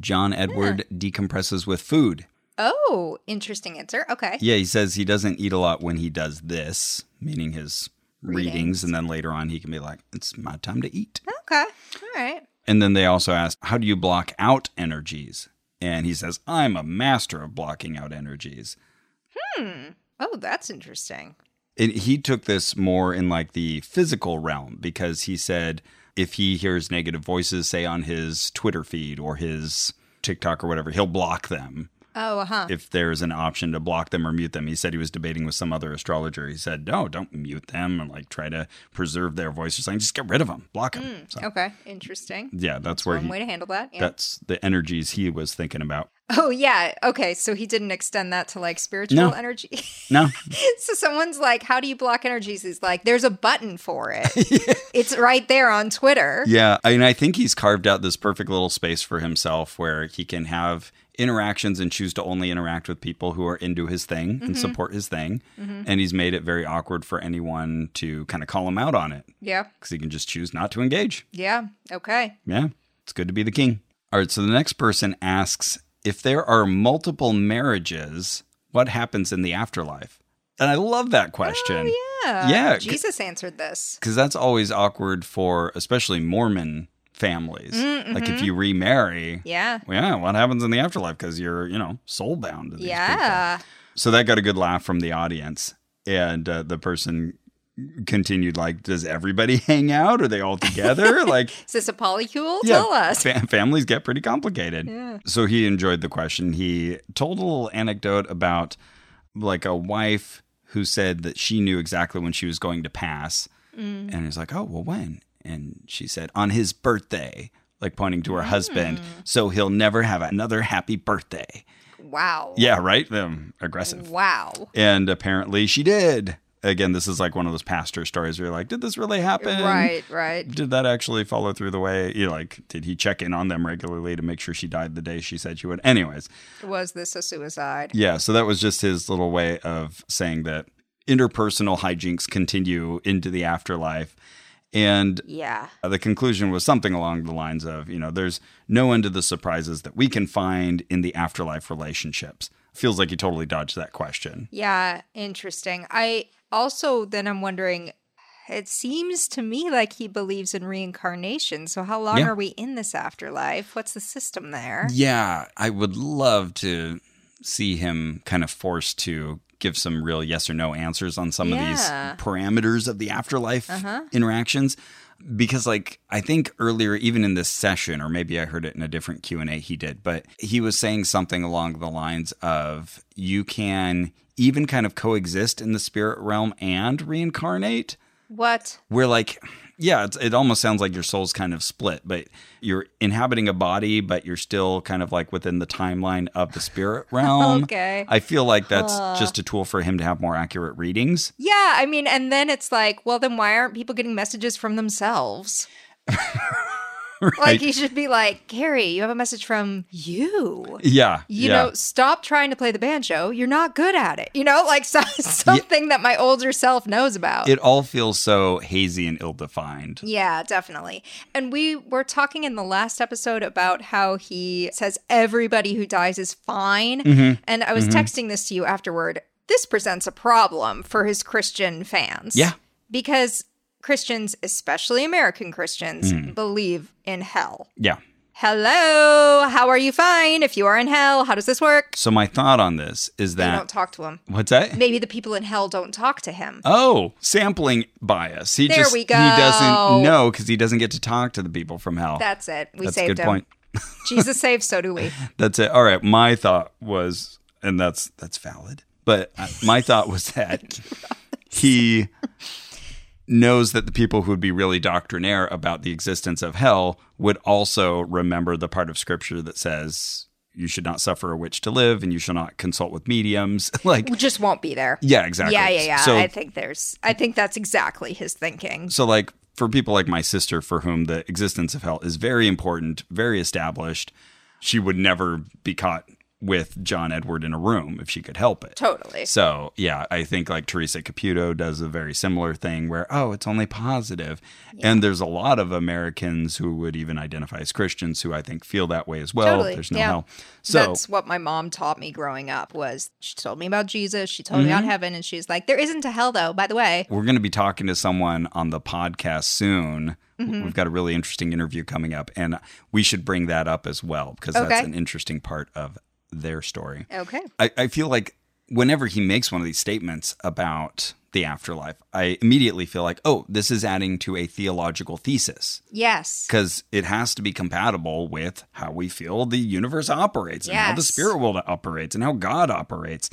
[SPEAKER 1] John Edward decompresses with food.
[SPEAKER 2] Oh, interesting answer. Okay.
[SPEAKER 1] Yeah, he says he doesn't eat a lot when he does this, meaning his readings. And then later on, he can be like, It's my time to eat.
[SPEAKER 2] Okay. All right.
[SPEAKER 1] And then they also asked, How do you block out energies? And he says, I'm a master of blocking out energies.
[SPEAKER 2] Oh, that's interesting.
[SPEAKER 1] And he took this more in like the physical realm because he said if he hears negative voices, say on his Twitter feed or his TikTok or whatever, he'll block them.
[SPEAKER 2] Oh, huh.
[SPEAKER 1] if there's an option to block them or mute them. He said he was debating with some other astrologer. He said, no, don't mute them and like try to preserve their voice or something. Just get rid of them, block them. so,
[SPEAKER 2] Okay. Interesting.
[SPEAKER 1] yeah, that's, where
[SPEAKER 2] One
[SPEAKER 1] he,
[SPEAKER 2] way to handle that. Yeah.
[SPEAKER 1] that's the energies he was thinking about.
[SPEAKER 2] oh, yeah. Okay. So he didn't extend that to like spiritual
[SPEAKER 1] No.
[SPEAKER 2] energy.
[SPEAKER 1] No,
[SPEAKER 2] so someone's like, How do you block energies? He's like, There's a button for it. It's right there on Twitter.
[SPEAKER 1] yeah. I mean, I think he's carved out this perfect little space for himself where he can have interactions and choose to only interact with people who are into his thing and support his thing. And he's made it very awkward for anyone to kind of call him out on it
[SPEAKER 2] Yeah.
[SPEAKER 1] because he can just choose not to engage.
[SPEAKER 2] Yeah. Okay.
[SPEAKER 1] Yeah, it's good to be the king. All right, so the next person asks if there are multiple marriages, what happens in the afterlife? And I love that question.
[SPEAKER 2] Oh, Yeah.
[SPEAKER 1] Yeah, c-
[SPEAKER 2] Jesus answered this.
[SPEAKER 1] Because that's always awkward for especially Mormon families.
[SPEAKER 2] Mm,
[SPEAKER 1] Like if you remarry,
[SPEAKER 2] Mm-hmm. Yeah.
[SPEAKER 1] well, yeah, what happens in the afterlife? Because you're, you know, soul bound to these people.
[SPEAKER 2] Yeah.
[SPEAKER 1] So that got a good laugh from the audience. And uh, the person continued, like, does everybody hang out? Are they all together? like,
[SPEAKER 2] Is this a polycule? Tell us.
[SPEAKER 1] Fam- families get pretty complicated. So he enjoyed the question. He told a little anecdote about like a wife who said that she knew exactly when she was going to pass. And he's like, oh, well, when? And she said, on his birthday, like pointing to her husband. So he'll never have another happy birthday.
[SPEAKER 2] Wow.
[SPEAKER 1] Yeah, right? Um, aggressive.
[SPEAKER 2] Wow.
[SPEAKER 1] And apparently she did. Again, this is like one of those pastor stories where you're like, did this really happen?
[SPEAKER 2] Right, right.
[SPEAKER 1] Did that actually follow through the way? You know, like, did he check in on them regularly to make sure she died the day she said she would? Anyways,
[SPEAKER 2] Was this a suicide?
[SPEAKER 1] yeah, so that was just his little way of saying that interpersonal hijinks continue into the afterlife. And
[SPEAKER 2] Yeah.
[SPEAKER 1] uh, the conclusion was something along the lines of, you know, there's no end to the surprises that we can find in the afterlife relationships. Feels like you totally dodged that question.
[SPEAKER 2] Yeah, interesting. I also then I'm wondering it seems to me like he believes in reincarnation. So how long
[SPEAKER 1] Yeah.
[SPEAKER 2] are we in this afterlife? What's the system there?
[SPEAKER 1] Yeah, I would love to see him kind of forced to give some real yes or no answers on some
[SPEAKER 2] Yeah. Uh-huh.
[SPEAKER 1] of these parameters of the afterlife interactions because like I think earlier even in this session or maybe I heard it in a different Q&A he did, but he was saying something along the lines of you can even kind of coexist in the spirit realm and reincarnate
[SPEAKER 2] What?
[SPEAKER 1] we're like yeah it's, it almost sounds like your soul's kind of split but you're inhabiting a body but you're still kind of like within the timeline of the spirit realm
[SPEAKER 2] Okay.
[SPEAKER 1] Um, i feel like that's just a tool for him to have more accurate readings
[SPEAKER 2] Yeah, I mean, and then it's like, well, then why aren't people getting messages from themselves? Like,
[SPEAKER 1] Right.
[SPEAKER 2] he should be like, Carrie, you have a message from you.
[SPEAKER 1] yeah
[SPEAKER 2] You
[SPEAKER 1] yeah.
[SPEAKER 2] know, stop trying to play the banjo. You're not good at it. You know, like so- something that my older self knows about.
[SPEAKER 1] it all feels so hazy and ill-defined
[SPEAKER 2] Yeah, definitely. And we were talking in the last episode about how he says everybody who dies is fine.
[SPEAKER 1] Mm-hmm.
[SPEAKER 2] And I was texting this to you afterward. This presents a problem for his Christian fans.
[SPEAKER 1] Yeah.
[SPEAKER 2] Because Christians, especially American Christians,
[SPEAKER 1] Hmm.
[SPEAKER 2] believe in hell.
[SPEAKER 1] yeah
[SPEAKER 2] Hello, how are you fine if you are in hell? How does this work?
[SPEAKER 1] so my thought on this is
[SPEAKER 2] They don't
[SPEAKER 1] that
[SPEAKER 2] talk to him.
[SPEAKER 1] what's that
[SPEAKER 2] Maybe the people in hell don't talk to him.
[SPEAKER 1] Oh, sampling bias. He
[SPEAKER 2] There
[SPEAKER 1] just
[SPEAKER 2] we
[SPEAKER 1] he doesn't
[SPEAKER 2] go.
[SPEAKER 1] know because he doesn't get to talk to the people from hell.
[SPEAKER 2] That's it. We
[SPEAKER 1] That's a
[SPEAKER 2] saved
[SPEAKER 1] good
[SPEAKER 2] him.
[SPEAKER 1] point.
[SPEAKER 2] Jesus saves, so do we.
[SPEAKER 1] That's it. All right. My thought was, and that's that's valid. But uh, my thought was that he knows that the people who would be really doctrinaire about the existence of hell would also remember the part of scripture that says you should not suffer a witch to live and you shall not consult with mediums. like,
[SPEAKER 2] Just won't be there.
[SPEAKER 1] yeah, exactly.
[SPEAKER 2] Yeah, yeah, yeah.
[SPEAKER 1] So
[SPEAKER 2] I think there's. I think that's exactly his thinking.
[SPEAKER 1] so like for people like my sister for whom the existence of hell is very important very established she would never be caught with john edward in a room if she could help it
[SPEAKER 2] Totally.
[SPEAKER 1] so yeah i think like teresa caputo does a very similar thing where oh it's only positive and there's a lot of americans who would even identify as christians who i think feel that way as well
[SPEAKER 2] Totally,
[SPEAKER 1] there's no
[SPEAKER 2] yeah.
[SPEAKER 1] hell so
[SPEAKER 2] that's what my mom taught me growing up. Was she told me about Jesus? She told me
[SPEAKER 1] Mm-hmm.
[SPEAKER 2] about heaven, and she's like, "There isn't a hell, though." By the way,
[SPEAKER 1] we're going to be talking to someone on the podcast soon.
[SPEAKER 2] Mm-hmm.
[SPEAKER 1] We've got a really interesting interview coming up, and we should bring that up as well because
[SPEAKER 2] Okay.
[SPEAKER 1] that's an interesting part of their story.
[SPEAKER 2] okay,
[SPEAKER 1] I, I feel like whenever he makes one of these statements about the afterlife, I immediately feel like, oh, this is adding to a theological thesis
[SPEAKER 2] yes,
[SPEAKER 1] because it has to be compatible with how we feel the universe operates and how the
[SPEAKER 2] Yes.
[SPEAKER 1] spirit world operates and how God operates.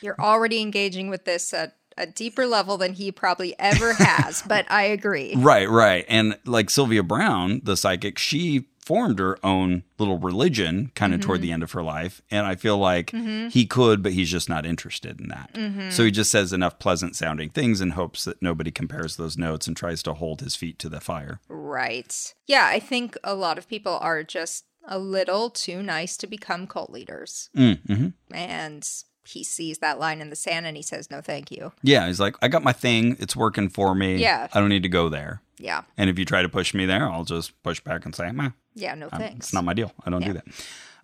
[SPEAKER 2] you're already engaging with this at a deeper level than he probably ever has. but I agree.
[SPEAKER 1] Right, right. And like Sylvia Brown, the psychic, she formed her own little religion kind of toward the end of her life. And I feel like he could, but he's just not interested in that. So he just says enough pleasant sounding things and hopes that nobody compares those notes and tries to hold his feet to the fire.
[SPEAKER 2] Right. Yeah, I think a lot of people are just a little too nice to become cult leaders,
[SPEAKER 1] Mm-hmm.
[SPEAKER 2] and he sees that line in the sand and he says, "No, thank you."
[SPEAKER 1] Yeah, he's like, I got my thing. It's working for me.
[SPEAKER 2] Yeah.
[SPEAKER 1] I don't need to go there.
[SPEAKER 2] Yeah.
[SPEAKER 1] And if you try to push me there, I'll just push back and say, "Meh,
[SPEAKER 2] Yeah, no
[SPEAKER 1] I'm-
[SPEAKER 2] thanks.
[SPEAKER 1] Um, it's not my deal. I don't do that.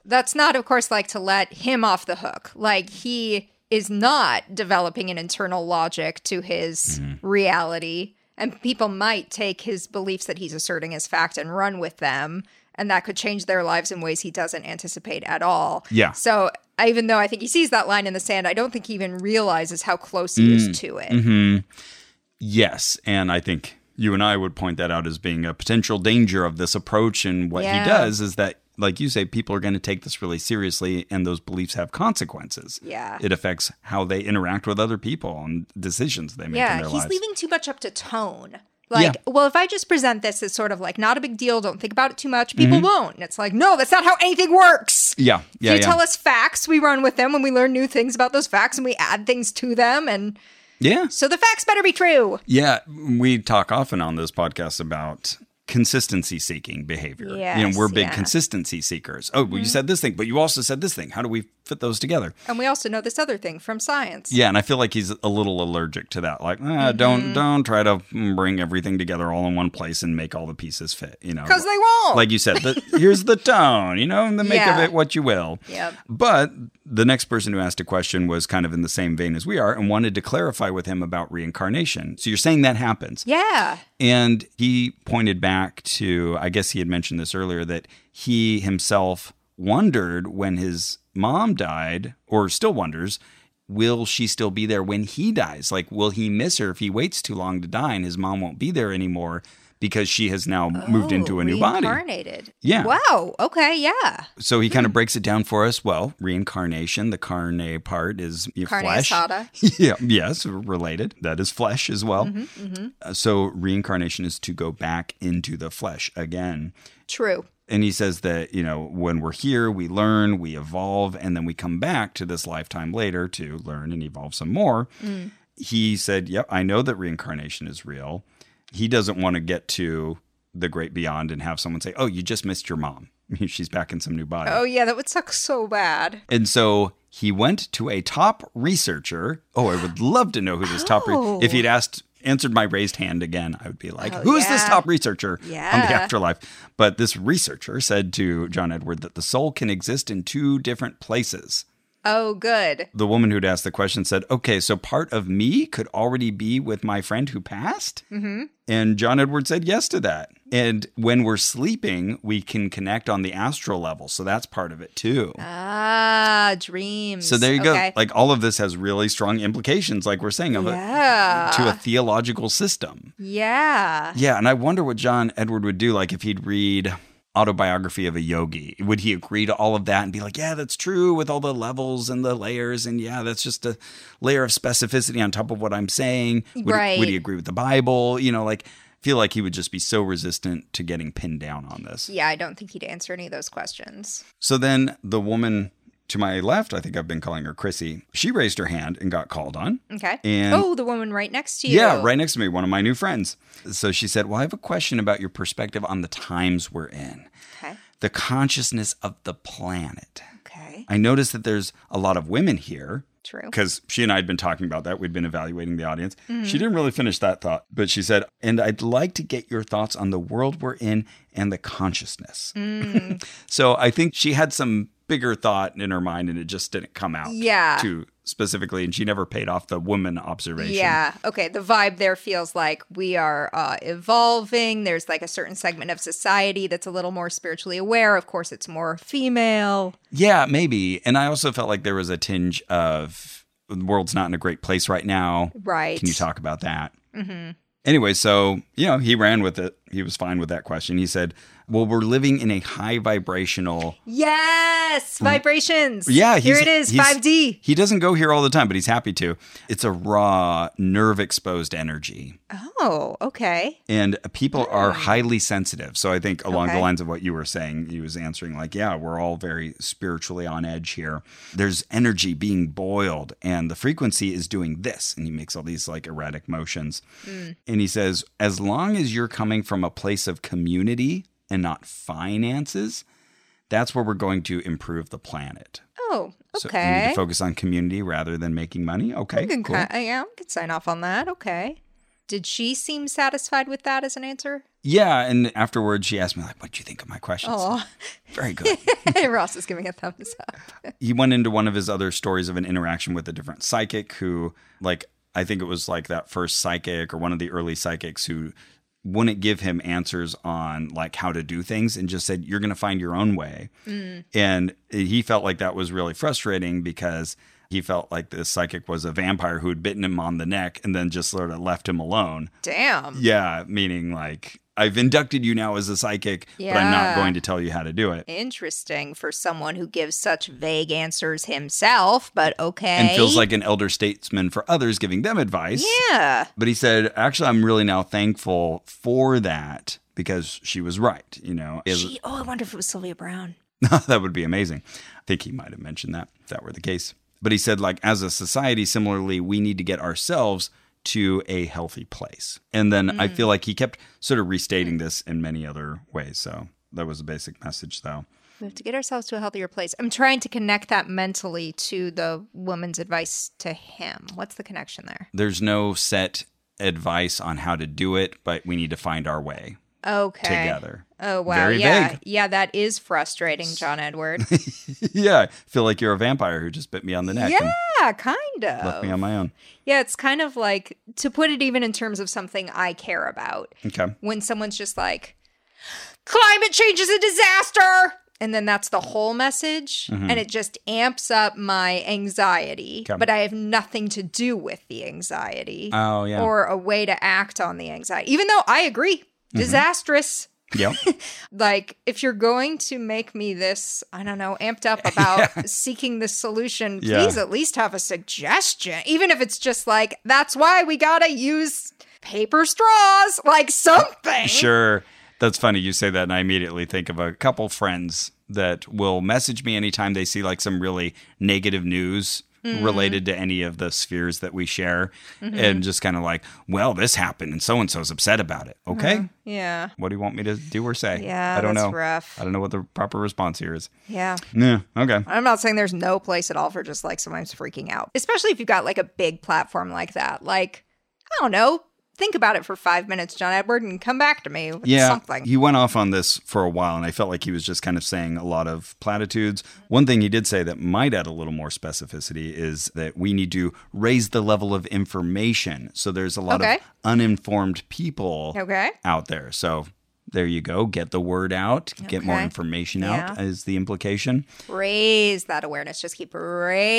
[SPEAKER 2] That's not, of course, like to let him off the hook. Like he is not developing an internal logic to his
[SPEAKER 1] Mm-hmm.
[SPEAKER 2] reality. And people might take his beliefs that he's asserting as fact and run with them. And that could change their lives in ways he doesn't anticipate at all.
[SPEAKER 1] Yeah.
[SPEAKER 2] So I- even though I think he sees that line in the sand, I don't think he even realizes how close he
[SPEAKER 1] Mm.
[SPEAKER 2] is to it.
[SPEAKER 1] Mm-hmm. Yes, and I think you and I would point that out as being a potential danger of this approach. And what
[SPEAKER 2] Yeah.
[SPEAKER 1] he does is that, like you say, people are going to take this really seriously, and those beliefs have consequences.
[SPEAKER 2] Yeah.
[SPEAKER 1] it affects how they interact with other people and decisions they make in
[SPEAKER 2] Yeah,
[SPEAKER 1] their
[SPEAKER 2] he's
[SPEAKER 1] lives.
[SPEAKER 2] leaving too much up to tone. Like, well, if I just present this as sort of like not a big deal, don't think about it too much, people
[SPEAKER 1] Mm-hmm.
[SPEAKER 2] won't. And it's like, no, that's not how anything works.
[SPEAKER 1] Yeah. Yeah.
[SPEAKER 2] if you
[SPEAKER 1] yeah.
[SPEAKER 2] tell us facts, we run with them and we learn new things about those facts and we add things to them. And
[SPEAKER 1] yeah.
[SPEAKER 2] so the facts better be true.
[SPEAKER 1] Yeah, we talk often on this podcast about consistency seeking behavior. you
[SPEAKER 2] Yes,
[SPEAKER 1] know, we're big
[SPEAKER 2] yeah. Mm-hmm.
[SPEAKER 1] consistency seekers. Oh, well, you said this thing, but you also said this thing. How do we fit those together?
[SPEAKER 2] And we also know this other thing from science.
[SPEAKER 1] Yeah, and I feel like he's a little allergic to that. Like, ah,
[SPEAKER 2] Mm-hmm.
[SPEAKER 1] don't don't try to bring everything together all in one place and make all the pieces fit. You know,
[SPEAKER 2] Because they won't.
[SPEAKER 1] like you said, the, here's the tone, you know, and the make
[SPEAKER 2] Yeah.
[SPEAKER 1] of it what you will.
[SPEAKER 2] Yep.
[SPEAKER 1] But the next person who asked a question was kind of in the same vein as we are and wanted to clarify with him about reincarnation. So you're saying that happens.
[SPEAKER 2] yeah.
[SPEAKER 1] And he pointed back to, I guess he had mentioned this earlier, that he himself wondered when his mom died, or still wonders, will she still be there when he dies? Like, will he miss her if he waits too long to die and his mom won't be there anymore because she has now moved into
[SPEAKER 2] Oh,
[SPEAKER 1] a new body?
[SPEAKER 2] Reincarnated.
[SPEAKER 1] Yeah.
[SPEAKER 2] Wow. Okay. Yeah.
[SPEAKER 1] So he kind
[SPEAKER 2] Hmm.
[SPEAKER 1] of breaks it down for us. Well, reincarnation, the carne part is you know,
[SPEAKER 2] Carne
[SPEAKER 1] flesh.
[SPEAKER 2] asada.
[SPEAKER 1] yeah, yes, related. That is flesh as well. Uh, so reincarnation is to go back into the flesh again.
[SPEAKER 2] True.
[SPEAKER 1] And he says that, you know, when we're here, we learn, we evolve, and then we come back to this lifetime later to learn and evolve some more. He said, Yep, I know that reincarnation is real. He doesn't want to get to the great beyond and have someone say, Oh, you just missed your mom. She's back in some new body.
[SPEAKER 2] Oh, yeah. That would suck so bad.
[SPEAKER 1] And so he went to a top researcher. Oh, I would love to know who this top.
[SPEAKER 2] Oh.
[SPEAKER 1] Re- if he'd asked, answered my raised hand again, I would be like,
[SPEAKER 2] Oh,
[SPEAKER 1] "Who's this
[SPEAKER 2] yeah.
[SPEAKER 1] top researcher on the
[SPEAKER 2] Yeah.
[SPEAKER 1] afterlife?" But this researcher said to John Edward that the soul can exist in two different places.
[SPEAKER 2] Oh, good.
[SPEAKER 1] The woman who'd asked the question said, "Okay, so part of me could already be with my friend who passed." Mm-hmm. And John Edward said yes to that. And when we're sleeping, we can connect on the astral level, so that's part of it too.
[SPEAKER 2] Ah, dreams.
[SPEAKER 1] So there you
[SPEAKER 2] Okay.
[SPEAKER 1] go. Like all of this has really strong implications, like we're saying, of a,
[SPEAKER 2] yeah.
[SPEAKER 1] to a theological system.
[SPEAKER 2] yeah.
[SPEAKER 1] Yeah, and I wonder what John Edward would do, like if he'd read autobiography of a yogi would he agree to all of that and be like yeah that's true with all the levels and the layers and yeah that's just a layer of specificity on top of what i'm saying would, he-
[SPEAKER 2] Right.
[SPEAKER 1] would he agree with the bible you know like I feel like he would just be so resistant to getting pinned down on this
[SPEAKER 2] Yeah. I don't think he'd answer any of those questions.
[SPEAKER 1] so then the woman to my left i think i've been calling her chrissy she raised her hand and got called on
[SPEAKER 2] Okay.
[SPEAKER 1] And-
[SPEAKER 2] oh, the woman right next to you.
[SPEAKER 1] Yeah, right next to me, one of my new friends. So she said, Well, I have a question about your perspective on the times we're in,
[SPEAKER 2] Okay.
[SPEAKER 1] the consciousness of the planet.
[SPEAKER 2] Okay.
[SPEAKER 1] I noticed that there's a lot of women here
[SPEAKER 2] True.
[SPEAKER 1] because she and I had been talking about that. We'd been evaluating the audience.
[SPEAKER 2] Mm-hmm.
[SPEAKER 1] She didn't really finish that thought, but she said, And I'd like to get your thoughts on the world we're in and the consciousness.
[SPEAKER 2] Mm.
[SPEAKER 1] so I think she had some bigger thought in her mind and it just didn't come out
[SPEAKER 2] Yeah.
[SPEAKER 1] to specifically. And she never paid off the woman observation.
[SPEAKER 2] Yeah. Okay. The vibe there feels like we are uh, evolving. There's like a certain segment of society that's a little more spiritually aware. Of course, it's more female.
[SPEAKER 1] Yeah, maybe. And I also felt like there was a tinge of the world's not in a great place right now.
[SPEAKER 2] Right.
[SPEAKER 1] Can you talk about that? Mm-hmm. Anyway, so, you know, he ran with it. He was fine with that question. He said, Well, we're living in a high vibrational.
[SPEAKER 2] Yes. Vibrations.
[SPEAKER 1] Mm. Yeah,
[SPEAKER 2] Here
[SPEAKER 1] he's-
[SPEAKER 2] it is.
[SPEAKER 1] he's-
[SPEAKER 2] 5D.
[SPEAKER 1] He doesn't go here all the time, but he's happy to. It's a raw, nerve exposed energy.
[SPEAKER 2] Oh, okay.
[SPEAKER 1] And people are highly sensitive. So I think along
[SPEAKER 2] Mm. Okay.
[SPEAKER 1] the lines of what you were saying, he was answering, like, yeah, we're all very spiritually on edge here. There's energy being boiled, and the frequency is doing this. And he makes all these like erratic motions.
[SPEAKER 2] Mm.
[SPEAKER 1] And he says, as long as you're coming from a place of community and not finances, that's where we're going to improve the planet.
[SPEAKER 2] Oh,
[SPEAKER 1] So we need
[SPEAKER 2] okay.
[SPEAKER 1] to focus on community rather than making money. Okay.
[SPEAKER 2] I can,
[SPEAKER 1] Cool.
[SPEAKER 2] ki- I, yeah, I can sign off on that. Okay. Did she seem satisfied with that as an answer?
[SPEAKER 1] Yeah. And afterwards, she asked me, like, what do you think of my questions?
[SPEAKER 2] Oh,
[SPEAKER 1] Very good.
[SPEAKER 2] Ross is giving a thumbs up.
[SPEAKER 1] he went into one of his other stories of an interaction with a different psychic who like i think it was like that first psychic or one of the early psychics who wouldn't give him answers on like how to do things and just said you're going to find your own way and he felt like that was really frustrating because he felt like this psychic was a vampire who had bitten him on the neck and then just sort of left him alone
[SPEAKER 2] Damn.
[SPEAKER 1] yeah meaning like I've inducted you now as a psychic, but I'm not
[SPEAKER 2] Yeah.
[SPEAKER 1] going to tell you how to do it.
[SPEAKER 2] Interesting for someone who gives such vague answers himself, but okay.
[SPEAKER 1] And feels like an elder statesman for others giving them advice.
[SPEAKER 2] Yeah.
[SPEAKER 1] But he said, actually, I'm really now thankful for that because she was right. You know, Is-
[SPEAKER 2] She, oh, I wonder if it was Sylvia Brown.
[SPEAKER 1] that would be amazing. I think he might have mentioned that if that were the case. But he said, like, as a society, similarly, we need to get ourselves to a healthy place. And then I feel like he kept sort of restating this in many other ways. So that was the basic message, though.
[SPEAKER 2] We have to get ourselves to a healthier place. I'm trying to connect that mentally to the woman's advice to him. What's the connection there?
[SPEAKER 1] There's no set advice on how to do it, but we need to find our way
[SPEAKER 2] Okay.
[SPEAKER 1] together.
[SPEAKER 2] Oh wow.
[SPEAKER 1] Very
[SPEAKER 2] yeah.
[SPEAKER 1] vague.
[SPEAKER 2] Yeah, that is frustrating, John Edward.
[SPEAKER 1] yeah, I feel like you're a vampire who just bit me on the neck and
[SPEAKER 2] yeah, kind
[SPEAKER 1] left me
[SPEAKER 2] of.
[SPEAKER 1] on my own.
[SPEAKER 2] Yeah, it's kind of like to put it even in terms of something I care about.
[SPEAKER 1] Okay.
[SPEAKER 2] When someone's just like climate change is a disaster and then that's the whole message and it just amps up my anxiety,
[SPEAKER 1] Mm-hmm. Okay.
[SPEAKER 2] but I have nothing to do with the anxiety.
[SPEAKER 1] Oh, yeah.
[SPEAKER 2] or a way to act on the anxiety. Even though I agree,
[SPEAKER 1] Mm-hmm.
[SPEAKER 2] disastrous.
[SPEAKER 1] yep.
[SPEAKER 2] Like, if you're going to make me this, I don't know, amped up about seeking the solution,
[SPEAKER 1] Yeah.
[SPEAKER 2] please at least have a suggestion. Even if it's just like, that's why we gotta use paper straws, like something.
[SPEAKER 1] Uh, Sure. That's funny you say that, and I immediately think of a couple friends that will message me anytime they see like some really negative news
[SPEAKER 2] Mm-hmm.
[SPEAKER 1] related to any of the spheres that we share, and just kind of like, well, this happened, and so and so's upset about it. Okay,
[SPEAKER 2] Yeah.
[SPEAKER 1] what do you want me to do or say?
[SPEAKER 2] Uh-huh. Yeah,
[SPEAKER 1] I don't
[SPEAKER 2] that's
[SPEAKER 1] know.
[SPEAKER 2] rough.
[SPEAKER 1] I don't know what the proper response here is.
[SPEAKER 2] Yeah.
[SPEAKER 1] Yeah, okay.
[SPEAKER 2] I'm not saying there's no place at all for just like sometimes freaking out, especially if you've got like a big platform like that. Like, I don't know. Think about it for five minutes, John Edward, and come back to me with
[SPEAKER 1] yeah,
[SPEAKER 2] something.
[SPEAKER 1] He went off on this for a while, and I felt like he was just kind of saying a lot of platitudes. One thing he did say that might add a little more specificity is that we need to raise the level of information. So there's a lot
[SPEAKER 2] Okay.
[SPEAKER 1] of uninformed people
[SPEAKER 2] Okay.
[SPEAKER 1] out there. So there you go. Get the word out, get more
[SPEAKER 2] Okay.
[SPEAKER 1] information out,
[SPEAKER 2] Yeah.
[SPEAKER 1] is the implication.
[SPEAKER 2] Raise that awareness. Just keep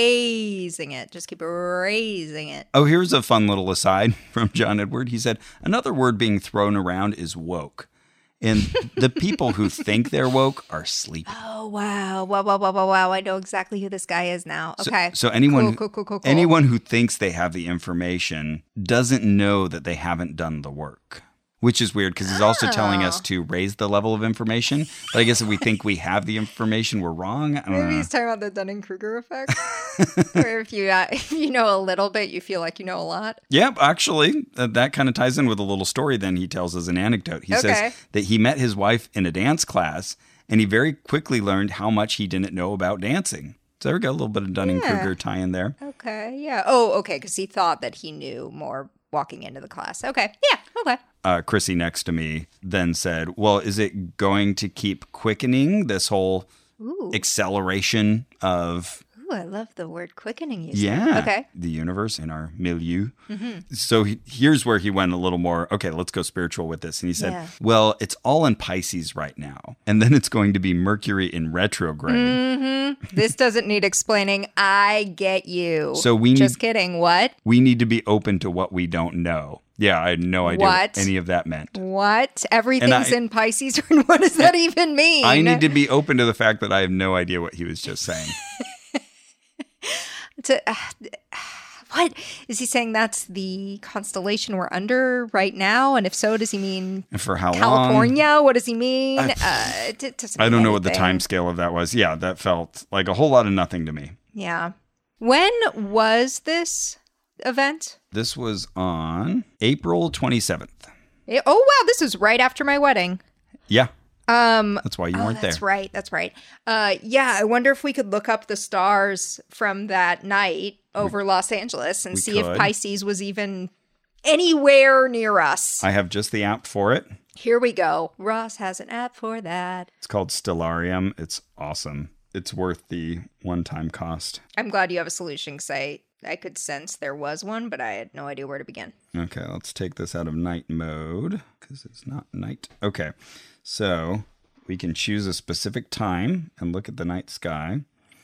[SPEAKER 2] raising it. Just keep raising it.
[SPEAKER 1] Oh, here's a fun little aside from John Edward. He said, Another word being thrown around is woke. And the people who think they're woke are sleeping.
[SPEAKER 2] Oh wow. Wow, wow, wow, wow, wow. I know exactly who this guy is now.
[SPEAKER 1] So-
[SPEAKER 2] Okay.
[SPEAKER 1] So, anyone,
[SPEAKER 2] Cool,
[SPEAKER 1] who-
[SPEAKER 2] cool, cool, cool, cool.
[SPEAKER 1] anyone who thinks they have the information doesn't know that they haven't done the work, which is weird because he's also telling us
[SPEAKER 2] Oh.
[SPEAKER 1] to raise the level of information. But I guess if we think we have the information, we're wrong. I don't
[SPEAKER 2] Maybe
[SPEAKER 1] know.
[SPEAKER 2] he's talking about the Dunning Kruger effect. Where if you uh, if you know a little bit, you feel like you know a lot.
[SPEAKER 1] Yeah, actually, uh, that kind of ties in with a little story. Then he tells as an anecdote. He
[SPEAKER 2] Okay.
[SPEAKER 1] says that he met his wife in a dance class, and he very quickly learned how much he didn't know about dancing. So there we go, a little bit of Dunning Kruger tie in there.
[SPEAKER 2] Okay. Yeah. Oh, okay. Because he thought that he knew more walking into the class. Okay. Yeah. Okay.
[SPEAKER 1] uh, Chrissy next to me then said, Well, is it going to keep quickening this whole
[SPEAKER 2] Ooh.
[SPEAKER 1] acceleration of,
[SPEAKER 2] Ooh, I love the word quickening you said.
[SPEAKER 1] yeah,
[SPEAKER 2] Okay. Mm-hmm.
[SPEAKER 1] the universe in our milieu? So he, here's where he went a little more, okay, let's go spiritual with this. And he said,
[SPEAKER 2] Yeah.
[SPEAKER 1] Well, it's all in Pisces right now. And then it's going to be Mercury in retrograde.
[SPEAKER 2] Mm. This doesn't need explaining. I get you.
[SPEAKER 1] So we need-
[SPEAKER 2] just kidding. What?
[SPEAKER 1] We need to be open to what we don't know. Yeah, I had no idea
[SPEAKER 2] What?
[SPEAKER 1] any of that meant.
[SPEAKER 2] What? Everything's
[SPEAKER 1] I-
[SPEAKER 2] in Pisces. what does that even mean?
[SPEAKER 1] I need to be open to the fact that I have no idea what he was just saying.
[SPEAKER 2] to- ah, what is he saying? That's the constellation we're under right now. And if so, does he mean
[SPEAKER 1] And for how long?
[SPEAKER 2] California? What does he mean? uh, it, it doesn't.
[SPEAKER 1] Um, I
[SPEAKER 2] mean
[SPEAKER 1] don't know what the
[SPEAKER 2] anything.
[SPEAKER 1] time scale of that was. Yeah, that felt like a whole lot of nothing to me.
[SPEAKER 2] Yeah. When was this event?
[SPEAKER 1] This was on April 27th.
[SPEAKER 2] Eh, oh wow, this is right after my wedding.
[SPEAKER 1] Yeah,
[SPEAKER 2] Um
[SPEAKER 1] that's why you
[SPEAKER 2] oh,
[SPEAKER 1] weren't there.
[SPEAKER 2] that's right. That's right. Uh yeah, I wonder if we could look up the stars from that night over Los Angeles and
[SPEAKER 1] we
[SPEAKER 2] see
[SPEAKER 1] could.
[SPEAKER 2] if Pisces was even anywhere near us.
[SPEAKER 1] I have just the app for it.
[SPEAKER 2] Here we go. Ross has an app for that.
[SPEAKER 1] It's called Stellarium. It's awesome. It's worth the one time cost.
[SPEAKER 2] I'm glad you have a solution because I, I could sense there was one, but I had no idea where to begin.
[SPEAKER 1] Okay, let's take this out of night mode because it's not night. Okay, so we can choose a specific time and look at the night sky.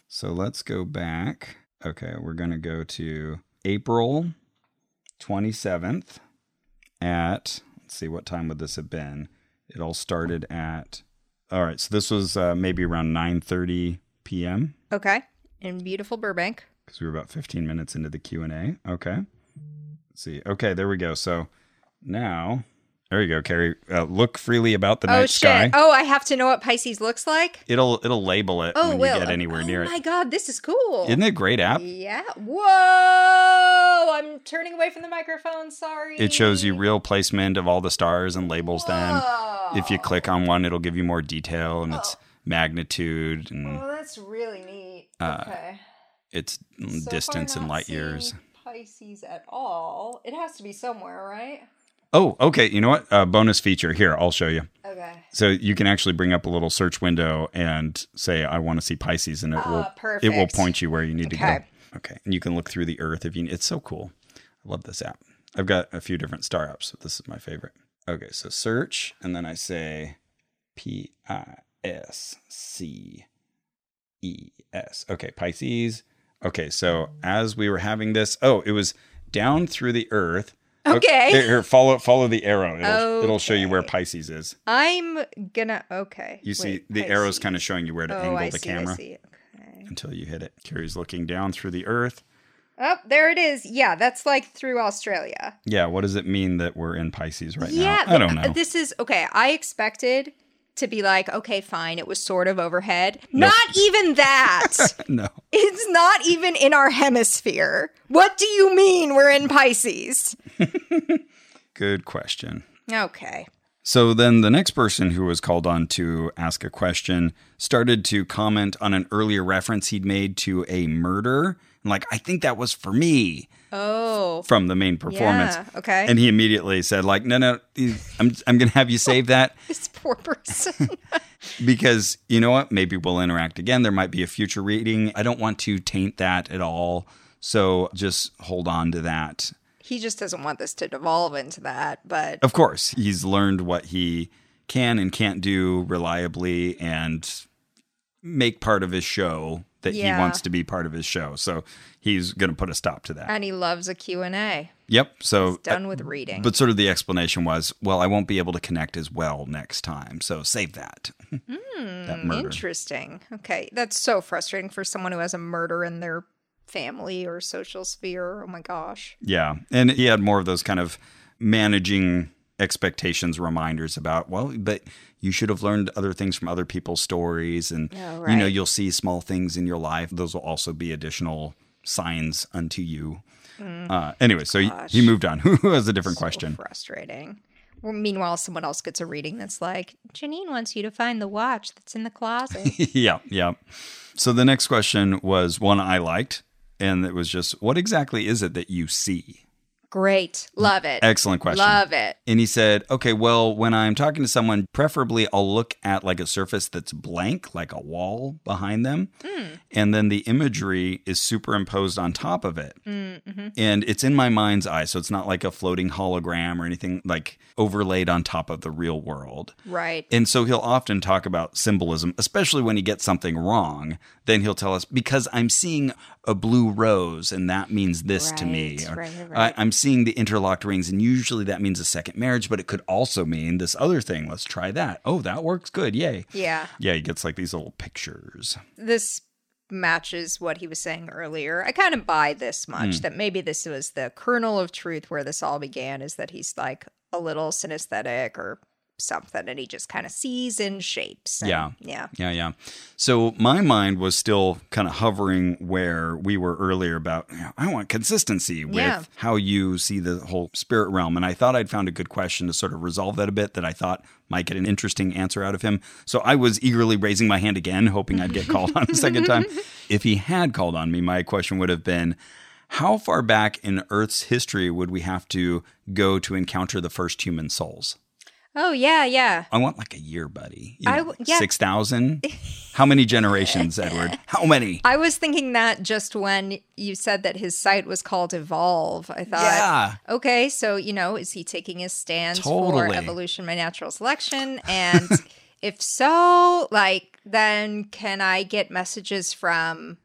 [SPEAKER 1] So let's go back. Okay, we're going to go to April 27th at, let's see, what time would this have been? It all started at all right. So this was uh, maybe around nine thirty p.m.
[SPEAKER 2] Okay. In beautiful Burbank.
[SPEAKER 1] because we were about fifteen minutes into the Q and A. Okay. Let's see. Okay, there we go. So now there you go, Carrie. Uh, look freely about the
[SPEAKER 2] oh
[SPEAKER 1] night
[SPEAKER 2] shit.
[SPEAKER 1] sky.
[SPEAKER 2] Oh, I have to know what Pisces looks like.
[SPEAKER 1] It'll it'll label it
[SPEAKER 2] Oh,
[SPEAKER 1] when
[SPEAKER 2] will
[SPEAKER 1] you get anywhere
[SPEAKER 2] oh,
[SPEAKER 1] near
[SPEAKER 2] Oh
[SPEAKER 1] it.
[SPEAKER 2] my god, this is cool.
[SPEAKER 1] Isn't it a great app?
[SPEAKER 2] yeah. Whoa! I'm turning away from the microphone. Sorry.
[SPEAKER 1] It shows you real placement of all the stars and labels them. If you click on one, it'll give you more detail and its magnitude and
[SPEAKER 2] Oh, that's really neat. okay.
[SPEAKER 1] its
[SPEAKER 2] So far
[SPEAKER 1] Uh, mm, distance in
[SPEAKER 2] not
[SPEAKER 1] light
[SPEAKER 2] seeing
[SPEAKER 1] years.
[SPEAKER 2] Pisces at all. It has to be somewhere, right?
[SPEAKER 1] Oh, okay. You know what? Uh, bonus feature here. I'll show you.
[SPEAKER 2] Okay.
[SPEAKER 1] So you can actually bring up a little search window and say, "I want to see Pisces," and it will it will
[SPEAKER 2] Uh, perfect.
[SPEAKER 1] point you where you need to
[SPEAKER 2] Okay.
[SPEAKER 1] go. Okay, and you can look through the Earth if you. It's so cool. I love this app. I've got a few different star apps, but this is my favorite. Okay, so search, and then I say P I S C E S. Okay, Pisces. Okay, so as we were having this, oh, it was down through the Earth.
[SPEAKER 2] Okay.
[SPEAKER 1] Here, here, follow follow the arrow. It'll, it'll show you where
[SPEAKER 2] Okay.
[SPEAKER 1] Pisces is.
[SPEAKER 2] I'm gonna. Okay.
[SPEAKER 1] You see, the arrow's kind of showing you where to angle
[SPEAKER 2] Oh, I
[SPEAKER 1] the
[SPEAKER 2] see, I
[SPEAKER 1] camera
[SPEAKER 2] see. Okay.
[SPEAKER 1] until you hit it. Carrie's looking down through the earth.
[SPEAKER 2] Oh, there it is. Yeah, that's like through Australia.
[SPEAKER 1] Yeah, what does it mean that we're in Pisces right
[SPEAKER 2] yeah, uh,
[SPEAKER 1] now? I don't
[SPEAKER 2] th-
[SPEAKER 1] know.
[SPEAKER 2] This is okay. I expected to be like, okay, fine. It was sort of overhead.
[SPEAKER 1] Nope.
[SPEAKER 2] Not even that.
[SPEAKER 1] no.
[SPEAKER 2] It's not even in our hemisphere. What do you mean we're in Pisces?
[SPEAKER 1] Good question.
[SPEAKER 2] Okay.
[SPEAKER 1] So then the next person who was called on to ask a question started to comment on an earlier reference he'd made to a murder. And like, I think that was for me
[SPEAKER 2] Oh.
[SPEAKER 1] from the main performance.
[SPEAKER 2] Yeah, okay.
[SPEAKER 1] And he immediately said, like, no, no, I'm, I'm going to have you save that.
[SPEAKER 2] This poor person.
[SPEAKER 1] because you know what maybe we'll interact again there might be a future reading i don't want to taint that at all so just hold on to that
[SPEAKER 2] he just doesn't want this to devolve into that, but
[SPEAKER 1] of course he's learned what he can and can't do reliably and make part of his show that
[SPEAKER 2] Yeah.
[SPEAKER 1] he wants to be part of his show so he's going to put a stop to that
[SPEAKER 2] and he loves a Q&A.
[SPEAKER 1] yep so
[SPEAKER 2] Done with reading.
[SPEAKER 1] but sort of the explanation was well i won't be able to connect as well next time so save that
[SPEAKER 2] Hmm,
[SPEAKER 1] that murder
[SPEAKER 2] Interesting. Okay. That's so frustrating for someone who has a murder in their family or social sphere. Oh my gosh.
[SPEAKER 1] Yeah. And he had more of those kind of managing expectations reminders about, well, but you should have learned other things from other people's stories. And,
[SPEAKER 2] Oh,
[SPEAKER 1] you know,
[SPEAKER 2] right.
[SPEAKER 1] you'll see small things in your life. Those will also be additional signs unto you.
[SPEAKER 2] Mm.
[SPEAKER 1] Uh, anyway, so he, he moved on. Who has a different question?
[SPEAKER 2] Frustrating. Well, meanwhile, someone else gets a reading that's like, Janine wants you to find the watch that's in the closet.
[SPEAKER 1] yeah. Yeah. So the next question was one I liked. And it was just, what exactly is it that you see?
[SPEAKER 2] Great. Love it.
[SPEAKER 1] Excellent question.
[SPEAKER 2] Love it.
[SPEAKER 1] And he said, okay, well, when I'm talking to someone, preferably I'll look at like a surface that's blank, like a wall behind them. And then the imagery is superimposed on top of it. And it's in my mind's eye. So it's not like a floating hologram or anything like overlaid on top of the real world.
[SPEAKER 2] Right.
[SPEAKER 1] And so he'll often talk about symbolism, especially when he gets something wrong. Then he'll tell us, because I'm seeing a blue rose and that means this to me.
[SPEAKER 2] Right,
[SPEAKER 1] Or,
[SPEAKER 2] right, right,
[SPEAKER 1] "I- I'm seeing the interlocked rings and usually that means a second marriage, but it could also mean this other thing. Let's try that. Oh, that works good. Yay.
[SPEAKER 2] yeah.
[SPEAKER 1] Yeah, he gets like these little pictures.
[SPEAKER 2] This matches what he was saying earlier. I kind of buy this
[SPEAKER 1] Hmm.
[SPEAKER 2] much that maybe this was the kernel of truth where this all began is that he's like a little synesthetic or something and he just kind of sees in shapes. and-
[SPEAKER 1] Yeah.
[SPEAKER 2] Yeah.
[SPEAKER 1] Yeah, yeah. So my mind was still kind of hovering where we were earlier about you know, I want consistency with
[SPEAKER 2] Yeah.
[SPEAKER 1] how you see the whole spirit realm. And I thought I'd found a good question to sort of resolve that a bit that I thought might get an interesting answer out of him. So I was eagerly raising my hand again, hoping I'd get called on a second time. If he had called on me, my question would have been how far back in Earth's history would we have to go to encounter the first human souls?
[SPEAKER 2] Oh, yeah, yeah.
[SPEAKER 1] I want like a year, buddy.
[SPEAKER 2] I w- yeah.
[SPEAKER 1] Six thousand. How many generations, Edward? How many?
[SPEAKER 2] I was thinking that just when you said that his site was called Evolve. I thought,
[SPEAKER 1] Yeah.
[SPEAKER 2] okay, so, you know, is he taking his stance for
[SPEAKER 1] Totally.
[SPEAKER 2] evolution by natural selection? And if so, like, then can I get messages from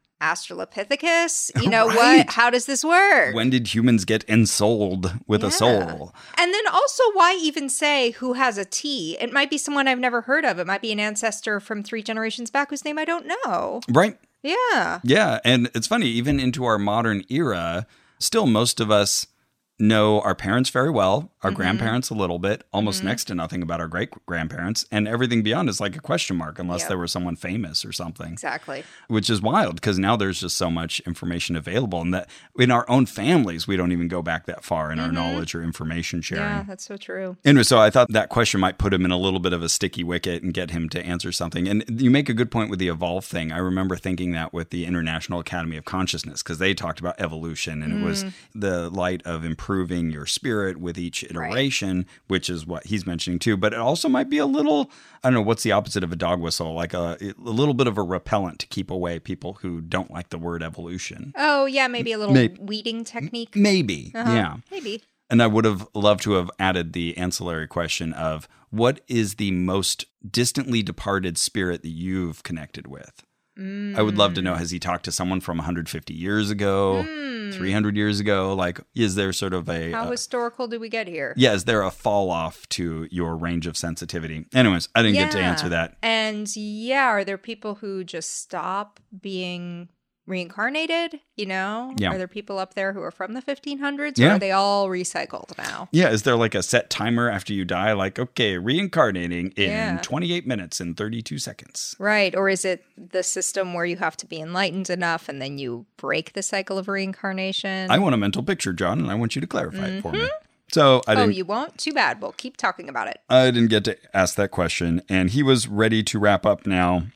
[SPEAKER 2] Australopithecus? You know what? How does this work?
[SPEAKER 1] When did humans get ensouled with a
[SPEAKER 2] Yeah.
[SPEAKER 1] soul?
[SPEAKER 2] And then also, why even say who has a T? It might be someone I've never heard of. It might be an ancestor from three generations back whose name I don't know.
[SPEAKER 1] Right?
[SPEAKER 2] Yeah.
[SPEAKER 1] Yeah. And it's funny, even into our modern era, still most of us know our parents very well,
[SPEAKER 2] Mm-hmm.
[SPEAKER 1] our grandparents a little bit, almost next to nothing about our great grandparents. And everything beyond is like a question mark, unless
[SPEAKER 2] Yep.
[SPEAKER 1] there was someone famous or something.
[SPEAKER 2] Exactly.
[SPEAKER 1] which is wild because now there's just so much information available and that in our own families we don't even go back that far in our knowledge or information sharing
[SPEAKER 2] Yeah, that's so true.
[SPEAKER 1] anyway so i thought that question might put him in a little bit of a sticky wicket and get him to answer something and you make a good point with the evolve thing i remember thinking that with the international academy of consciousness because they talked about evolution and it was the light of improving your spirit with each iteration which is what he's mentioning too but it also might be a little i don't know what's the opposite of a dog whistle like a, a little bit of a repellent to keep away people who don't like the word evolution
[SPEAKER 2] Oh, yeah, maybe a little
[SPEAKER 1] Maybe.
[SPEAKER 2] weeding technique.
[SPEAKER 1] maybe
[SPEAKER 2] Uh-huh.
[SPEAKER 1] yeah
[SPEAKER 2] Maybe.
[SPEAKER 1] and I would have loved to have added the ancillary question of what is the most distantly departed spirit that you've connected with?
[SPEAKER 2] Mm.
[SPEAKER 1] I would love to
[SPEAKER 2] Hmm.
[SPEAKER 1] know has he talked to someone from 150 years ago, 300 years ago? Like, is there sort of a.
[SPEAKER 2] How
[SPEAKER 1] uh,
[SPEAKER 2] historical do we get here?
[SPEAKER 1] yeah, is there a fall off to your range of sensitivity? Anyways, I didn't get to
[SPEAKER 2] Yeah.
[SPEAKER 1] answer that.
[SPEAKER 2] And yeah, are there people who just stop being reincarnated? You know?
[SPEAKER 1] Yeah.
[SPEAKER 2] Are there people up there who are from the 1500s? Or
[SPEAKER 1] Yeah.
[SPEAKER 2] are they all recycled now?
[SPEAKER 1] Yeah, is there like a set timer after you die? Like, okay, reincarnating in
[SPEAKER 2] Yeah.
[SPEAKER 1] 28 minutes and 32 seconds.
[SPEAKER 2] Right. Or is it the system where you have to be enlightened enough and then you break the cycle of reincarnation?
[SPEAKER 1] I want a mental picture, John, and I want you to clarify it
[SPEAKER 2] Mm-hmm.
[SPEAKER 1] for me. So I
[SPEAKER 2] oh,
[SPEAKER 1] didn't
[SPEAKER 2] you won't? Too bad. We'll keep talking about it.
[SPEAKER 1] I didn't get to ask that question, and he was ready to wrap up now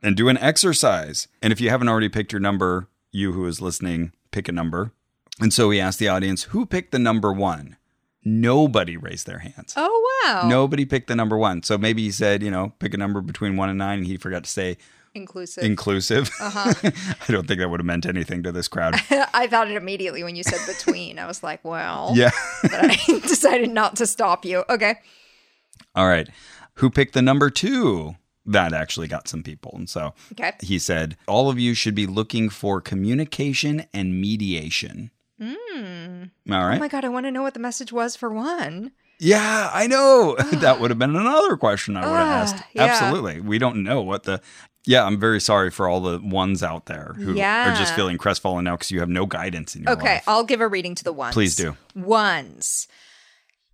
[SPEAKER 1] and do an exercise. And if you haven't already picked your number, you who is listening, pick a number. And so he asked the audience, who picked the number one? Nobody raised their hands.
[SPEAKER 2] Oh, wow.
[SPEAKER 1] Nobody picked the number one. So maybe he said, you know, pick a number between one and nine, and he forgot to say
[SPEAKER 2] Inclusive.
[SPEAKER 1] inclusive. I don't think that would have meant anything to this crowd.
[SPEAKER 2] I thought it immediately when you said between. I was like, well,
[SPEAKER 1] yeah.
[SPEAKER 2] but I decided not to stop you. Okay.
[SPEAKER 1] All right. Who picked the number two? That actually got some people. And so
[SPEAKER 2] Okay.
[SPEAKER 1] he said, all of you should be looking for communication and mediation. All
[SPEAKER 2] Oh
[SPEAKER 1] right.
[SPEAKER 2] my God, I want to know what the message was for one.
[SPEAKER 1] yeah, I know. that would have been another question I would have
[SPEAKER 2] Ah,
[SPEAKER 1] asked.
[SPEAKER 2] yeah.
[SPEAKER 1] Absolutely. We don't know what the. Yeah, I'm very sorry for all the ones out there who are just
[SPEAKER 2] Yeah.
[SPEAKER 1] feeling crestfallen now because you have no guidance in your
[SPEAKER 2] Okay,
[SPEAKER 1] life.
[SPEAKER 2] I'll give a reading to the ones.
[SPEAKER 1] Please do.
[SPEAKER 2] Ones.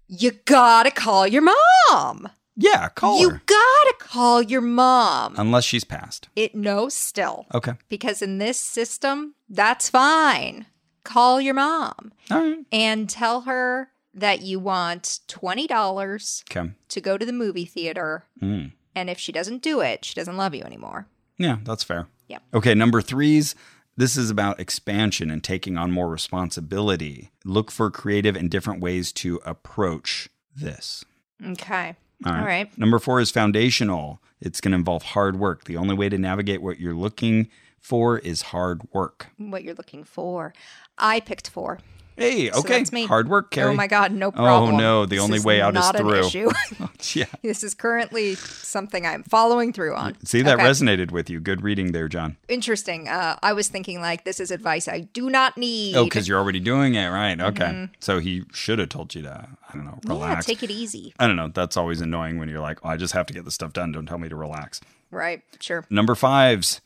[SPEAKER 2] You gotta call your mom.
[SPEAKER 1] Yeah, call
[SPEAKER 2] You
[SPEAKER 1] her. Um,
[SPEAKER 2] gotta call your mom.
[SPEAKER 1] Unless she's passed.
[SPEAKER 2] It knows still.
[SPEAKER 1] Okay.
[SPEAKER 2] Because in this system, that's fine. Call your mom
[SPEAKER 1] All right.
[SPEAKER 2] and tell her that you want $20
[SPEAKER 1] Okay.
[SPEAKER 2] to go to the movie theater.
[SPEAKER 1] Mm.
[SPEAKER 2] And if she doesn't do it, she doesn't love you anymore.
[SPEAKER 1] Yeah, that's fair.
[SPEAKER 2] Yep.
[SPEAKER 1] Okay, number threes. This is about expansion and taking on more responsibility. Look for creative and different ways to approach this.
[SPEAKER 2] Okay.
[SPEAKER 1] All right.
[SPEAKER 2] All right.
[SPEAKER 1] Number four is foundational. It's going to involve hard work. The only way to navigate what you're looking for is hard work.
[SPEAKER 2] What you're looking for. I picked four.
[SPEAKER 1] Hey, okay.
[SPEAKER 2] that's me.
[SPEAKER 1] Hard work, Carrie.
[SPEAKER 2] Oh my God, no problem.
[SPEAKER 1] no, the
[SPEAKER 2] This
[SPEAKER 1] only way out is
[SPEAKER 2] not an
[SPEAKER 1] through.
[SPEAKER 2] issue.
[SPEAKER 1] yeah.
[SPEAKER 2] this is currently something I'm following through on.
[SPEAKER 1] See, that
[SPEAKER 2] Okay.
[SPEAKER 1] resonated with you. Good reading there, John.
[SPEAKER 2] Interesting. Uh, I was thinking like this is advice I do not need.
[SPEAKER 1] Oh, because you're already doing it. Right. Okay. So he should have told you to, I don't know,
[SPEAKER 2] Mm-hmm. yeah,
[SPEAKER 1] relax.
[SPEAKER 2] take it easy.
[SPEAKER 1] I don't know. That's always annoying when you're like, oh, I just have to get this stuff done. Don't tell me to relax.
[SPEAKER 2] Right. Sure.
[SPEAKER 1] Number five's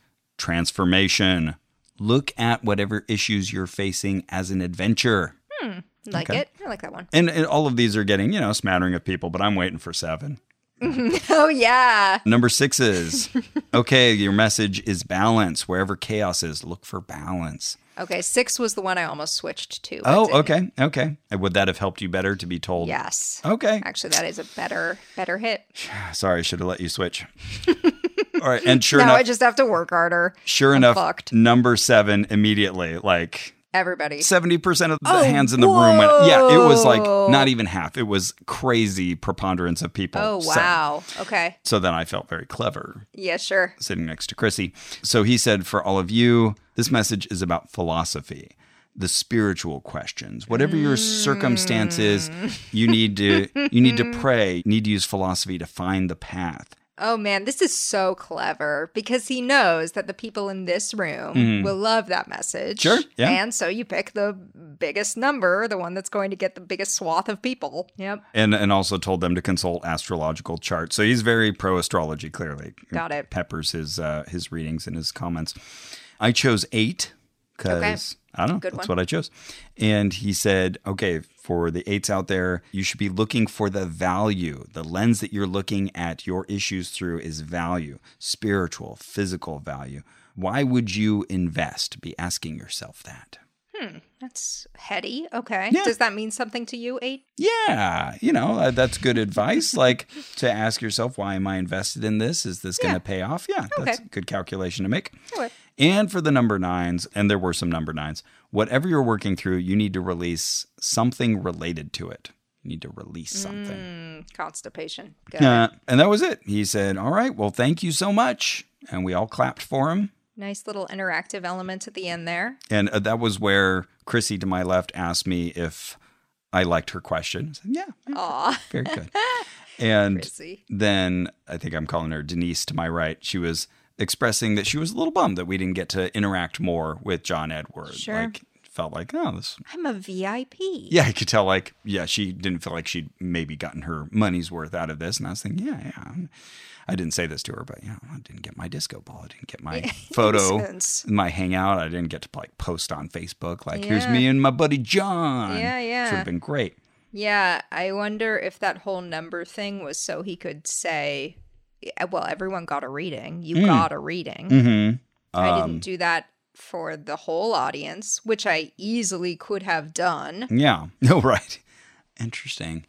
[SPEAKER 1] transformation. Look at whatever issues you're facing as an adventure.
[SPEAKER 2] Like
[SPEAKER 1] Okay.
[SPEAKER 2] it. I like that one.
[SPEAKER 1] And, and all of these are getting, you know, a smattering of people, but I'm waiting for seven.
[SPEAKER 2] Oh yeah.
[SPEAKER 1] Number six is okay, your message is balance. Wherever chaos is, look for balance.
[SPEAKER 2] Okay. Six was the one I almost switched to. I
[SPEAKER 1] Oh,
[SPEAKER 2] didn't.
[SPEAKER 1] okay. Oh. Okay. And Would that have helped you better to be told?
[SPEAKER 2] Yes.
[SPEAKER 1] Okay.
[SPEAKER 2] Actually, that is a better better hit.
[SPEAKER 1] Sorry, I should have let you switch. all right. And sure
[SPEAKER 2] now
[SPEAKER 1] enough,
[SPEAKER 2] I just have to work harder.
[SPEAKER 1] sure enough,
[SPEAKER 2] fucked.
[SPEAKER 1] number seven immediately, like
[SPEAKER 2] Everybody.
[SPEAKER 1] seventy percent of the
[SPEAKER 2] Oh,
[SPEAKER 1] hands in the room went. Yeah, it was like not even half. It was crazy preponderance of people.
[SPEAKER 2] Oh
[SPEAKER 1] So-
[SPEAKER 2] wow. Okay.
[SPEAKER 1] So, then I felt very clever
[SPEAKER 2] Yeah. Sure.
[SPEAKER 1] sitting next to Chrissy. So he said, for all of you, this message is about philosophy. The spiritual questions, whatever your
[SPEAKER 2] Mm.
[SPEAKER 1] circumstances, you need to you need to pray. You need to use philosophy to find the path.
[SPEAKER 2] Oh man, this is so clever because he knows that the people in this room will love that message.
[SPEAKER 1] Mm-hmm. Sure, yeah.
[SPEAKER 2] And so you pick the biggest number, the one that's going to get the biggest swath of people. Yep.
[SPEAKER 1] and and also told them to consult astrological charts. So he's very pro astrology. Clearly,
[SPEAKER 2] Got it.
[SPEAKER 1] Peppers his uh, his readings and his comments. I chose eight because I don't know
[SPEAKER 2] Good
[SPEAKER 1] that's
[SPEAKER 2] one.
[SPEAKER 1] what I chose. And he said, okay, for the eights out there, you should be looking for the value. The lens that you're looking at your issues through is value, spiritual, physical value. Why would you invest? Be asking yourself that.
[SPEAKER 2] That's heady. Okay.
[SPEAKER 1] Yeah.
[SPEAKER 2] Does that mean something to you, eight?
[SPEAKER 1] Yeah, you know, uh, that's good advice. Like to ask yourself, why am I invested in this? Is this going to pay off? Yeah, that's a good calculation to make.
[SPEAKER 2] Okay.
[SPEAKER 1] And for the number nines, and there were some number nines, whatever you're working through, you need to release something related to it. You need to release something.
[SPEAKER 2] Mm, Constipation. Go.
[SPEAKER 1] Uh, and that was it. He said, All right, well, thank you so much. And we all clapped for him.
[SPEAKER 2] Nice little interactive element at the end there.
[SPEAKER 1] And uh, that was where Chrissy to my left asked me if I liked her question. I said, yeah, yeah,
[SPEAKER 2] Aw.
[SPEAKER 1] very good. And
[SPEAKER 2] Chrissy.
[SPEAKER 1] then I think I'm calling her Denise to my right. She was expressing that she was a little bummed that we didn't get to interact more with John Edward.
[SPEAKER 2] Sure.
[SPEAKER 1] Like, felt like, oh, this.
[SPEAKER 2] I'm a VIP.
[SPEAKER 1] Yeah, I could tell, like, yeah, she didn't feel like she'd maybe gotten her money's worth out of this. And I was thinking, yeah, yeah. I didn't say this to her, but, you know, I didn't get my disco ball. I didn't get my photo,
[SPEAKER 2] Sense.
[SPEAKER 1] my hangout. I didn't get to, like, post on Facebook, like, here's
[SPEAKER 2] Yeah.
[SPEAKER 1] me and my buddy John.
[SPEAKER 2] Yeah, yeah.
[SPEAKER 1] Which would have been great.
[SPEAKER 2] Yeah, I wonder if that whole number thing was so he could say, yeah, well, everyone got a reading. You got a reading.
[SPEAKER 1] Mm
[SPEAKER 2] I didn't do that for the whole audience, which I easily could have done.
[SPEAKER 1] hmm. Yeah. No, right. Interesting.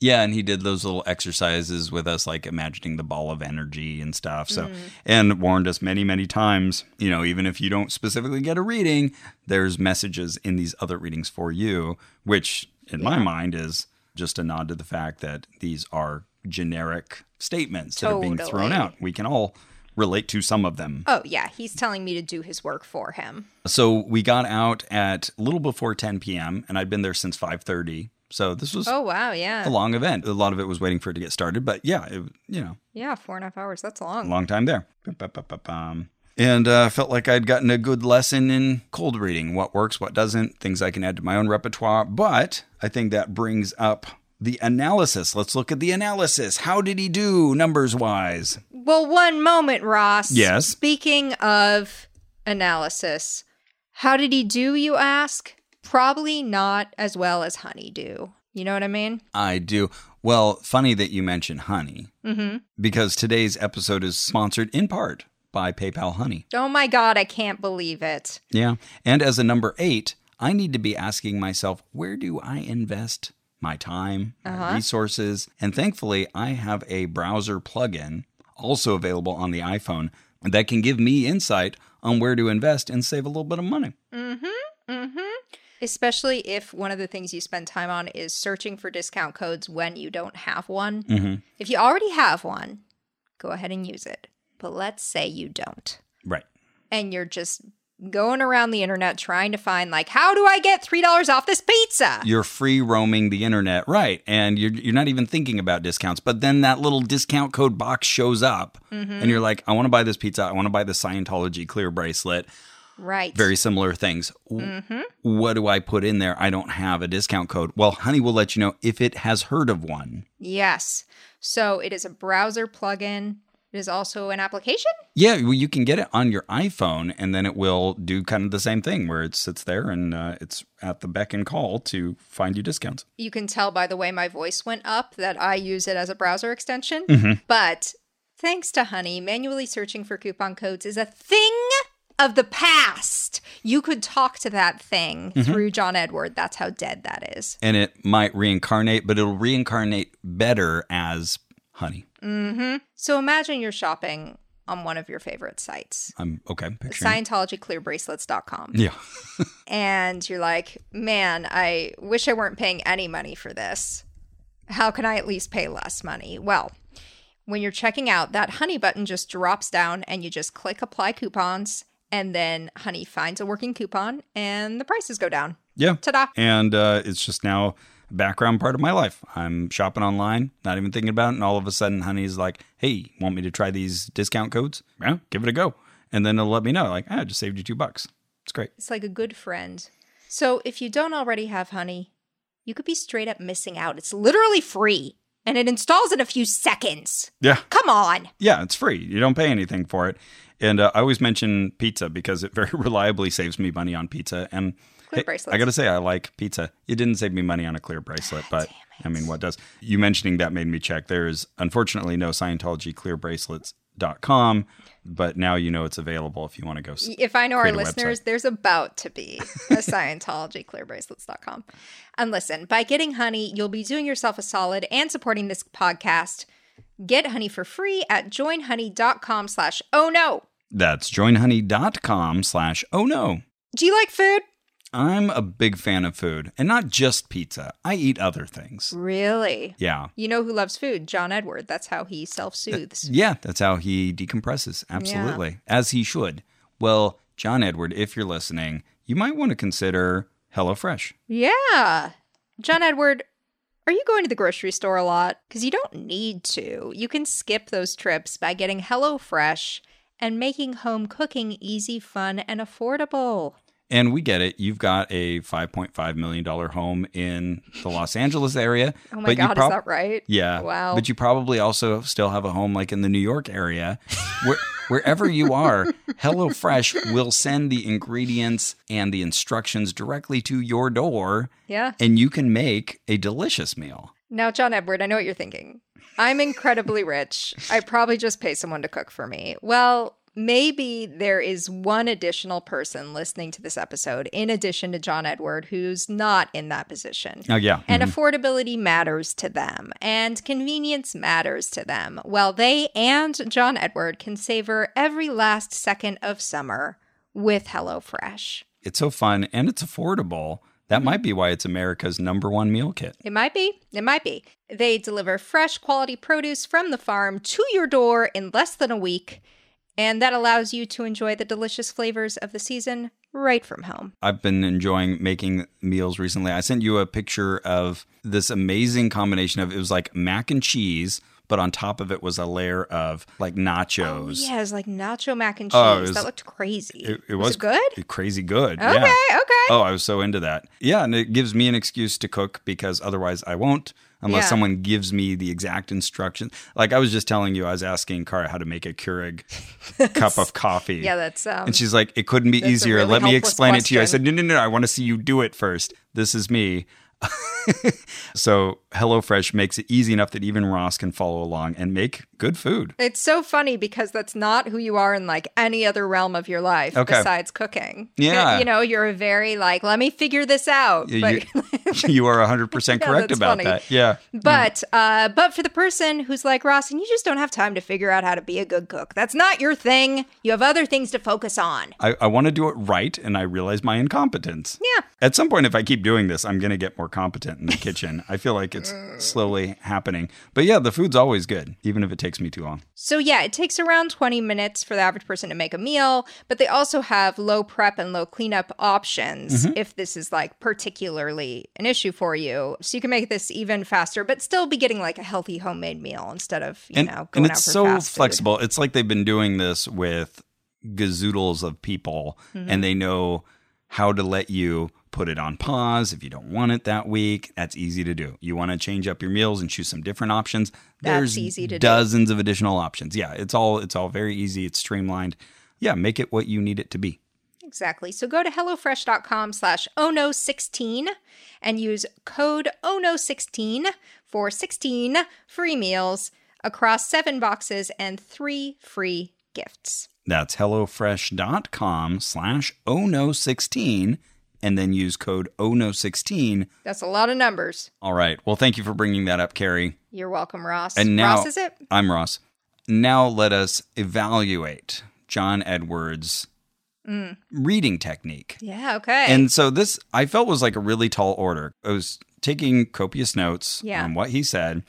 [SPEAKER 1] Yeah, and he did those little exercises with us, like imagining the ball of energy and stuff. So, and warned us many, many times, you know, even if you don't specifically get a reading, there's messages in these other readings for you, which in my mind is just a nod to the fact that these are generic statements that are being thrown
[SPEAKER 2] Totally.
[SPEAKER 1] out. We can all relate to some of them.
[SPEAKER 2] Oh, yeah, he's telling me to do his work for him.
[SPEAKER 1] So we got out at a little before 10 p.m. and I'd been there since 5:30. So this was
[SPEAKER 2] Oh, wow,
[SPEAKER 1] a
[SPEAKER 2] yeah.
[SPEAKER 1] long event. A lot of it was waiting for it to get started, but yeah, it, you know,
[SPEAKER 2] Yeah, four and a half hours. That's
[SPEAKER 1] a
[SPEAKER 2] long.
[SPEAKER 1] long time there. Ba-ba-ba-ba-bum. And uh, I felt like I'd gotten a good lesson in cold reading, what works, what doesn't, things I can add to my own repertoire. But I think that brings up the analysis. Let's look at the analysis. How did he do numbers wise?
[SPEAKER 2] Well, one moment, Ross.
[SPEAKER 1] Yes?
[SPEAKER 2] Speaking of analysis, how did he do, you ask? Probably not as well as Honeydew. You know what I mean?
[SPEAKER 1] I do. Well, funny that you mention honey, because today's episode is sponsored in part by PayPal Honey.
[SPEAKER 2] Oh my God, I can't believe it.
[SPEAKER 1] Yeah. And as a number eight, I need to be asking myself, where do I invest my time, my resources? And thankfully, I have a browser plugin also available on the iPhone that can give me insight on where to invest and save a little bit of money.
[SPEAKER 2] Especially if one of the things you spend time on is searching for discount codes when you don't have one. If you already have one, go ahead and use it. But let's say you don't,
[SPEAKER 1] Right.
[SPEAKER 2] and you're just going around the internet trying to find, like, how do I get $3 off this pizza?
[SPEAKER 1] You're free roaming the internet, right? And you're you're not even thinking about discounts. But then that little discount code box shows up, and you're like, I want to buy this pizza. I want to buy the Scientology clear bracelet.
[SPEAKER 2] Right.
[SPEAKER 1] very similar things. W- What do I put in there? I don't have a discount code. Well, Honey will let you know if it has heard of one.
[SPEAKER 2] yes. So it is a browser plugin, it is also an application.
[SPEAKER 1] Yeah, well, you can get it on your iPhone, and then it will do kind of the same thing where it sits there and uh, it's at the beck and call to find you discounts.
[SPEAKER 2] you can tell by the way my voice went up that I use it as a browser extension. But thanks to Honey, manually searching for coupon codes is a thing of the past. You could talk to that thing through John Edward. That's how dead that is.
[SPEAKER 1] And it might reincarnate, but it'll reincarnate better as Honey.
[SPEAKER 2] So imagine you're shopping on one of your favorite sites.
[SPEAKER 1] I'm okay. I'm Picturing.
[SPEAKER 2] ScientologyClearBracelets.com.
[SPEAKER 1] yeah.
[SPEAKER 2] And you're like, man, I wish I weren't paying any money for this. How can I at least pay less money? Well, when you're checking out, that honey button just drops down and you just click apply coupons. And then honey finds a working coupon and the prices go down.
[SPEAKER 1] Yeah.
[SPEAKER 2] Ta da!
[SPEAKER 1] And uh, it's just now background part of my life. I'm shopping online, not even thinking about it, and all of a sudden, honey's like, "Hey, want me to try these discount codes? Yeah, give it a go." And then it'll let me know, like, "Ah, I just saved you two bucks. It's great."
[SPEAKER 2] It's like a good friend. So if you don't already have honey, you could be straight up missing out. It's literally free and it installs in a few seconds.
[SPEAKER 1] Yeah,
[SPEAKER 2] Come on.
[SPEAKER 1] yeah, it's free. You don't pay anything for it. And uh, I always mention pizza because it very reliably saves me money on pizza. And
[SPEAKER 2] Clear
[SPEAKER 1] hey,
[SPEAKER 2] bracelets.
[SPEAKER 1] I got to say, I like pizza. It didn't save me money on a clear bracelet, but I mean, what does? You mentioning that made me check. There is unfortunately no Scientology clear bracelets. Dot com, but now you know it's available if you want to go. s-
[SPEAKER 2] If I know our
[SPEAKER 1] Create a
[SPEAKER 2] listeners, there's about to be a Scientology clearbracelets.com. And listen, by getting honey, you'll be doing yourself a solid and supporting this podcast. Get honey for free at joinhoney.com slash oh no.
[SPEAKER 1] That's joinhoney.com slash oh no.
[SPEAKER 2] Do you like food?
[SPEAKER 1] I'm a big fan of food and not just pizza. I eat other things.
[SPEAKER 2] Really?
[SPEAKER 1] Yeah.
[SPEAKER 2] You know who loves food? John Edward. That's how he self soothes.
[SPEAKER 1] Yeah, that's how he decompresses. Absolutely. As he should. Well, John Edward, if you're listening, you might want to consider HelloFresh.
[SPEAKER 2] Yeah. John Edward, are you going to the grocery store a lot? Because you don't need to. You can skip those trips by getting HelloFresh and making home cooking easy, fun, and affordable.
[SPEAKER 1] And we get it. You've got a $5.5 million home in the Los Angeles area.
[SPEAKER 2] Oh my
[SPEAKER 1] but you
[SPEAKER 2] God,
[SPEAKER 1] prob-
[SPEAKER 2] is that right?
[SPEAKER 1] Yeah.
[SPEAKER 2] Wow.
[SPEAKER 1] But you probably also still have a home like in the New York area. Where, wherever you are, HelloFresh will send the ingredients and the instructions directly to your door,
[SPEAKER 2] Yeah.
[SPEAKER 1] and you can make a delicious meal.
[SPEAKER 2] Now, John Edward, I know what you're thinking. I'm incredibly rich. I probably just pay someone to cook for me. Well, maybe there is one additional person listening to this episode, in addition to John Edward, who's not in that position.
[SPEAKER 1] Oh, yeah.
[SPEAKER 2] And affordability matters to them, and convenience matters to them. Well, they and John Edward can savor every last second of summer with HelloFresh.
[SPEAKER 1] it's so fun and it's affordable. That might be why it's America's number one meal kit.
[SPEAKER 2] It might be. It might be. They deliver fresh, quality produce from the farm to your door in less than a week, and that allows you to enjoy the delicious flavors of the season right from home.
[SPEAKER 1] I've been enjoying making meals recently. I sent you a picture of this amazing combination of it was like mac and cheese, but on top of it was a layer of like nachos.
[SPEAKER 2] Oh, Yeah, it was like nacho mac and cheese.
[SPEAKER 1] Oh, it was-
[SPEAKER 2] that looked crazy.
[SPEAKER 1] It, it was,
[SPEAKER 2] good.
[SPEAKER 1] Crazy good.
[SPEAKER 2] Okay,
[SPEAKER 1] Yeah.
[SPEAKER 2] okay.
[SPEAKER 1] Oh, I was so into that. Yeah, and it gives me an excuse to cook because otherwise I won't unless
[SPEAKER 2] Yeah.
[SPEAKER 1] someone gives me the exact instructions. Like I was just telling you, I was asking Cara how to make a Keurig cup of coffee.
[SPEAKER 2] Yeah, that's um
[SPEAKER 1] And she's like, it couldn't be
[SPEAKER 2] a
[SPEAKER 1] easier.
[SPEAKER 2] really
[SPEAKER 1] Let me
[SPEAKER 2] helpful
[SPEAKER 1] explain it to you. I
[SPEAKER 2] question.
[SPEAKER 1] said, no, no, no. I want to see you do it first. This is me. so HelloFresh makes it easy enough that even Ross can follow along and make good food.
[SPEAKER 2] It's so funny because that's not who you are in like any other realm of your life
[SPEAKER 1] Okay.
[SPEAKER 2] besides cooking.
[SPEAKER 1] Yeah.
[SPEAKER 2] You know, you're a very like, let me figure this out.
[SPEAKER 1] You-
[SPEAKER 2] But
[SPEAKER 1] you are 100%
[SPEAKER 2] Yeah,
[SPEAKER 1] correct
[SPEAKER 2] that's
[SPEAKER 1] about
[SPEAKER 2] funny.
[SPEAKER 1] that. Yeah. Mm.
[SPEAKER 2] but uh but for the person who's like Ross and you just don't have time to figure out how to be a good cook. That's not your thing. You have other things to focus on.
[SPEAKER 1] I, I want to do it right, and I realize my incompetence.
[SPEAKER 2] Yeah.
[SPEAKER 1] At some point, if I keep doing this, I'm going to get more competent in the kitchen. I feel like it's
[SPEAKER 2] Uh.
[SPEAKER 1] slowly happening. But yeah, the food's always good, even if it takes me too long.
[SPEAKER 2] So yeah, it takes around 20 minutes for the average person to make a meal, but they also have low prep and low cleanup options
[SPEAKER 1] Mm-hmm.
[SPEAKER 2] if this is like particularly an issue for you. So you can make this even faster, but still be getting like a healthy homemade meal instead of, you know, going out
[SPEAKER 1] it's
[SPEAKER 2] for
[SPEAKER 1] so
[SPEAKER 2] fast food.
[SPEAKER 1] flexible. It's like they've been doing this with gazoodles of people,
[SPEAKER 2] Mm-hmm.
[SPEAKER 1] and they know how to let you put it on pause if you don't want it that week. That's easy to do. You want to change up your meals and choose some different options. There's
[SPEAKER 2] That's easy to do.
[SPEAKER 1] dozens of additional options. Yeah, it's all it's all very easy. It's streamlined. Yeah, make it what you need it to be.
[SPEAKER 2] Exactly. So go to HelloFresh.com slash ONO16 and use code ONO16 for 16 free meals across seven boxes and three free gifts.
[SPEAKER 1] That's HelloFresh.com slash ONO16 and then use code ONO16.
[SPEAKER 2] That's a lot of numbers.
[SPEAKER 1] All right. Well, thank you for bringing that up, Carrie.
[SPEAKER 2] You're welcome, Ross.
[SPEAKER 1] And now
[SPEAKER 2] Ross is it?
[SPEAKER 1] I'm Ross. Now let us evaluate John Edwards'
[SPEAKER 2] Mm.
[SPEAKER 1] reading technique.
[SPEAKER 2] Yeah, okay.
[SPEAKER 1] And so this I felt was like a really tall order. I was taking copious notes
[SPEAKER 2] Yeah.
[SPEAKER 1] on what he said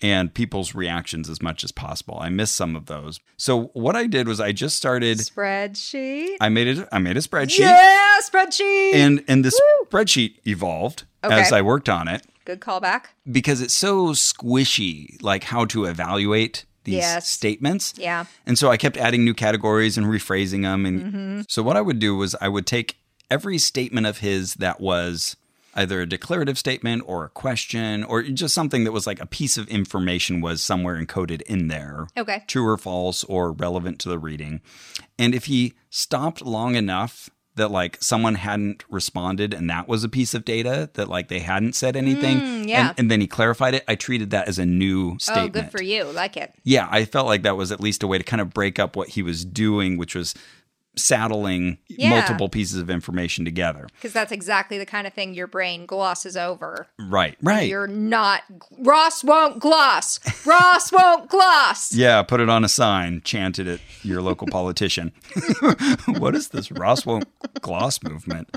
[SPEAKER 1] and people's reactions as much as possible. I missed some of those. So what I did was I just started
[SPEAKER 2] spreadsheet.
[SPEAKER 1] I made it I made a spreadsheet
[SPEAKER 2] Yeah, spreadsheet.
[SPEAKER 1] and and this spreadsheet evolved
[SPEAKER 2] Okay.
[SPEAKER 1] as I worked on it.
[SPEAKER 2] Good callback.
[SPEAKER 1] because it's so squishy, like how to evaluate these
[SPEAKER 2] Yes.
[SPEAKER 1] statements.
[SPEAKER 2] Yeah.
[SPEAKER 1] And so I kept adding new categories and rephrasing them. And
[SPEAKER 2] Mm-hmm.
[SPEAKER 1] so what I would do was I would take every statement of his that was either a declarative statement or a question or just something that was like a piece of information was somewhere encoded in there
[SPEAKER 2] Okay.
[SPEAKER 1] true or false or relevant to the reading. And if he stopped long enough that like someone hadn't responded and that was a piece of data that like they hadn't said anything
[SPEAKER 2] Mm, yeah.
[SPEAKER 1] and, and then he clarified it, I treated that as a new
[SPEAKER 2] Oh,
[SPEAKER 1] statement.
[SPEAKER 2] good for you. Like it.
[SPEAKER 1] Yeah, I felt like that was at least a way to kind of break up what he was doing, which was saddling
[SPEAKER 2] Yeah.
[SPEAKER 1] multiple pieces of information together.
[SPEAKER 2] Because that's exactly the kind of thing your brain glosses over.
[SPEAKER 1] Right. Right.
[SPEAKER 2] You're not. Ross won't gloss. Ross won't gloss.
[SPEAKER 1] Yeah, put it on a sign, chanted at your local politician. what is this Ross won't gloss movement?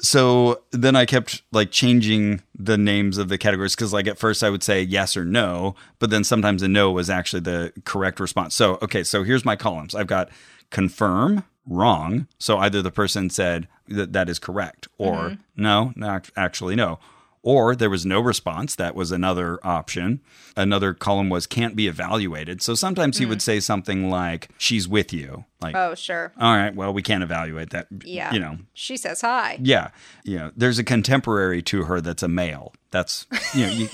[SPEAKER 1] So then I kept like changing the names of the categories because like at first I would say yes or no, but then sometimes a no was actually the correct response. So okay, so here's my columns. I've got confirm, wrong. So either the person said that that is correct, or no, not actually no. Or there was no response. That was another option. Another column was can't be evaluated. So sometimes he would say something like, she's with you. Like,
[SPEAKER 2] Oh, sure.
[SPEAKER 1] all right, well, we can't evaluate that.
[SPEAKER 2] Yeah.
[SPEAKER 1] You know,
[SPEAKER 2] She says hi.
[SPEAKER 1] yeah. You know, there's a contemporary to her that's a male. That's, you know, you,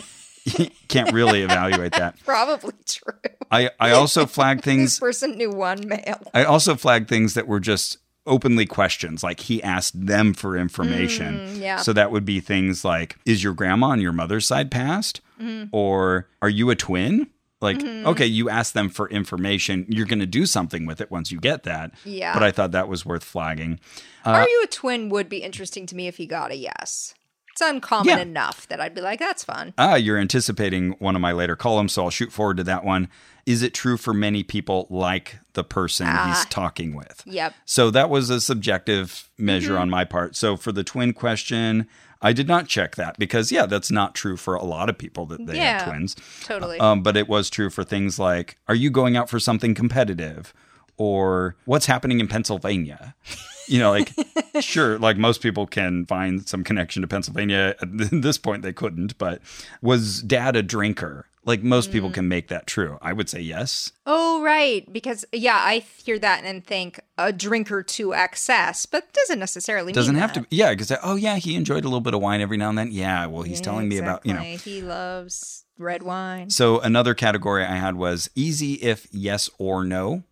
[SPEAKER 1] you can't really evaluate that.
[SPEAKER 2] Probably true.
[SPEAKER 1] I, I also flag
[SPEAKER 2] This
[SPEAKER 1] things.
[SPEAKER 2] person knew one male.
[SPEAKER 1] I also flag things that were just openly questions. Like he asked them for information.
[SPEAKER 2] Mm, yeah.
[SPEAKER 1] So that would be things like, is your grandma on your mother's side passed?
[SPEAKER 2] Mm-hmm.
[SPEAKER 1] Or are you a twin? Like, okay, you asked them for information. You're going to do something with it once you get that.
[SPEAKER 2] Yeah.
[SPEAKER 1] But I thought that was worth flagging.
[SPEAKER 2] Are you a twin would be interesting to me if he got a yes. It's uncommon
[SPEAKER 1] Yeah.
[SPEAKER 2] enough that I'd be like, that's fun.
[SPEAKER 1] ah, you're anticipating one of my later columns, so I'll shoot forward to that one. Is it true for many people like the person he's talking with?
[SPEAKER 2] Yep.
[SPEAKER 1] So that was a subjective measure on my part. So for the twin question, I did not check that because, yeah, that's not true for a lot of people that they
[SPEAKER 2] Yeah.
[SPEAKER 1] have twins.
[SPEAKER 2] Totally.
[SPEAKER 1] Um, but it was true for things like, are you going out for something competitive? Or what's happening in Pennsylvania? You know, like, sure, like most people can find some connection to Pennsylvania. At this point, they couldn't, but was dad a drinker? Like, most people can make that true. I would say yes.
[SPEAKER 2] oh, right. Because, yeah, I hear that and think a drinker to excess, but doesn't necessarily
[SPEAKER 1] Doesn't
[SPEAKER 2] mean
[SPEAKER 1] have to. Yeah. Because, oh, yeah, he enjoyed a little bit of wine every now and then. Yeah. Well, he's telling me about, you know,
[SPEAKER 2] He loves red wine.
[SPEAKER 1] So another category I had was easy if yes or no.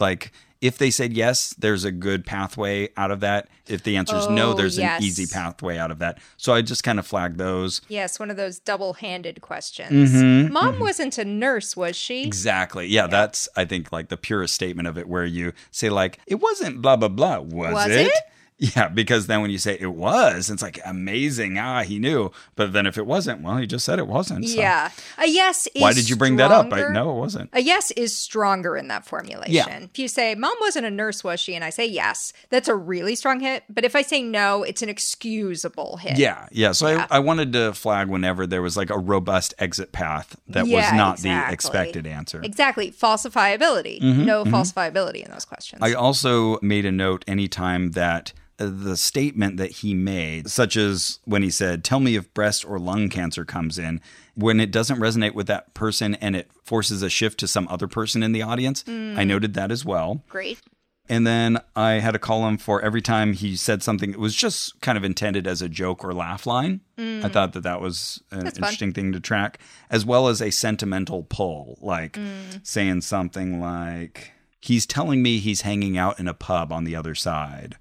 [SPEAKER 1] Like if they said yes, there's a good pathway out of that. If the answer is no,
[SPEAKER 2] Oh,
[SPEAKER 1] there's
[SPEAKER 2] yes.
[SPEAKER 1] an easy pathway out of that. So I just kind of flagged those.
[SPEAKER 2] Yes, one of those double handed questions.
[SPEAKER 1] Mm-hmm.
[SPEAKER 2] Mom wasn't a nurse, was she?
[SPEAKER 1] Exactly. Yeah, that's I think like the purest statement of it where you say like it wasn't blah blah blah, was,
[SPEAKER 2] Was
[SPEAKER 1] it?
[SPEAKER 2] it?
[SPEAKER 1] Yeah, because then when you say it was, it's like amazing. Ah, he knew. But then if it wasn't, well, he just said it wasn't. so
[SPEAKER 2] Yeah. A yes is
[SPEAKER 1] Why did you bring that up? I,
[SPEAKER 2] stronger-
[SPEAKER 1] no, it wasn't.
[SPEAKER 2] A yes is stronger in that formulation.
[SPEAKER 1] Yeah.
[SPEAKER 2] If you say, Mom wasn't a nurse, was she? And I say yes, that's a really strong hit. But if I say no, it's an excusable hit.
[SPEAKER 1] Yeah, yeah. So I, I wanted to flag whenever there was like a robust exit path that was
[SPEAKER 2] Yeah,
[SPEAKER 1] not the
[SPEAKER 2] exactly.
[SPEAKER 1] expected answer.
[SPEAKER 2] Exactly. Falsifiability. no falsifiability in those questions.
[SPEAKER 1] Mm-hmm. I also made a note anytime that uh, the statement that he made, such as when he said, Tell me if breast or lung cancer comes in, when it doesn't resonate with that person and it forces a shift to some other person in the audience, I noted that as well.
[SPEAKER 2] Great.
[SPEAKER 1] And then I had a column for every time he said something that was just kind of intended as a joke or laugh line. I thought that that was an
[SPEAKER 2] Mm. fun.
[SPEAKER 1] interesting thing to track, as well as a sentimental pull, like
[SPEAKER 2] Mm.
[SPEAKER 1] saying something like, he's telling me he's hanging out in a pub on the other side,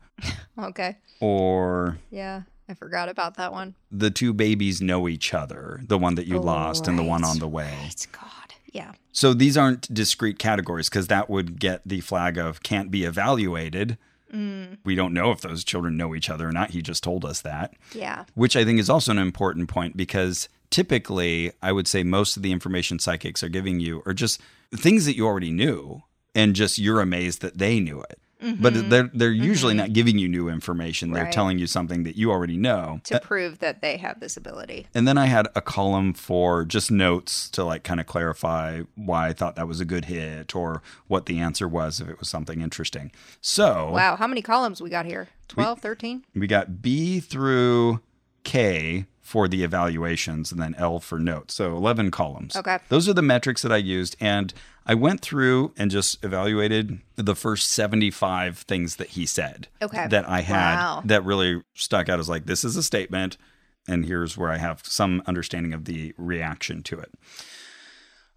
[SPEAKER 2] Okay.
[SPEAKER 1] or
[SPEAKER 2] Yeah. I forgot about that one.
[SPEAKER 1] the two babies know each other, the one that you lost and the one
[SPEAKER 2] right,
[SPEAKER 1] on the way.
[SPEAKER 2] It's God. Yeah.
[SPEAKER 1] So these aren't discrete categories because that would get the flag of can't be evaluated. We don't know if those children know each other or not. He just told us that,
[SPEAKER 2] Yeah.
[SPEAKER 1] which I think is also an important point because typically I would say most of the information psychics are giving you are just things that you already knew and just you're amazed that they knew it. But they're they're usually not giving you new information. They're
[SPEAKER 2] Right.
[SPEAKER 1] telling you something that you already know.
[SPEAKER 2] To prove that they have this ability.
[SPEAKER 1] And then I had a column for just notes to like kind of clarify why I thought that was a good hit or what the answer was if it was something interesting. So
[SPEAKER 2] Wow. How many columns we got here? 12, 13?
[SPEAKER 1] we got B through K for the evaluations and then L for notes. So 11 columns.
[SPEAKER 2] Okay.
[SPEAKER 1] Those are the metrics that I used. And I went through and just evaluated the first 75 things that he said
[SPEAKER 2] Okay.
[SPEAKER 1] that I had
[SPEAKER 2] Wow.
[SPEAKER 1] that really stuck out as like, this is a statement. And here's where I have some understanding of the reaction to it.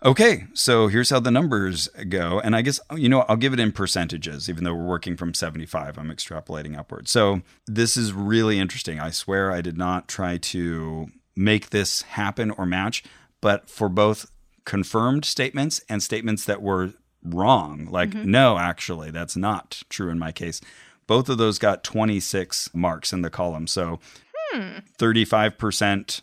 [SPEAKER 1] Okay, so here's how the numbers go. And I guess, you know, I'll give it in percentages, even though we're working from 75, I'm extrapolating upward. So this is really interesting. I swear I did not try to make this happen or match, but for both confirmed statements and statements that were wrong, like, no, actually, that's not true in my case, both of those got 26 marks in the column. So 35%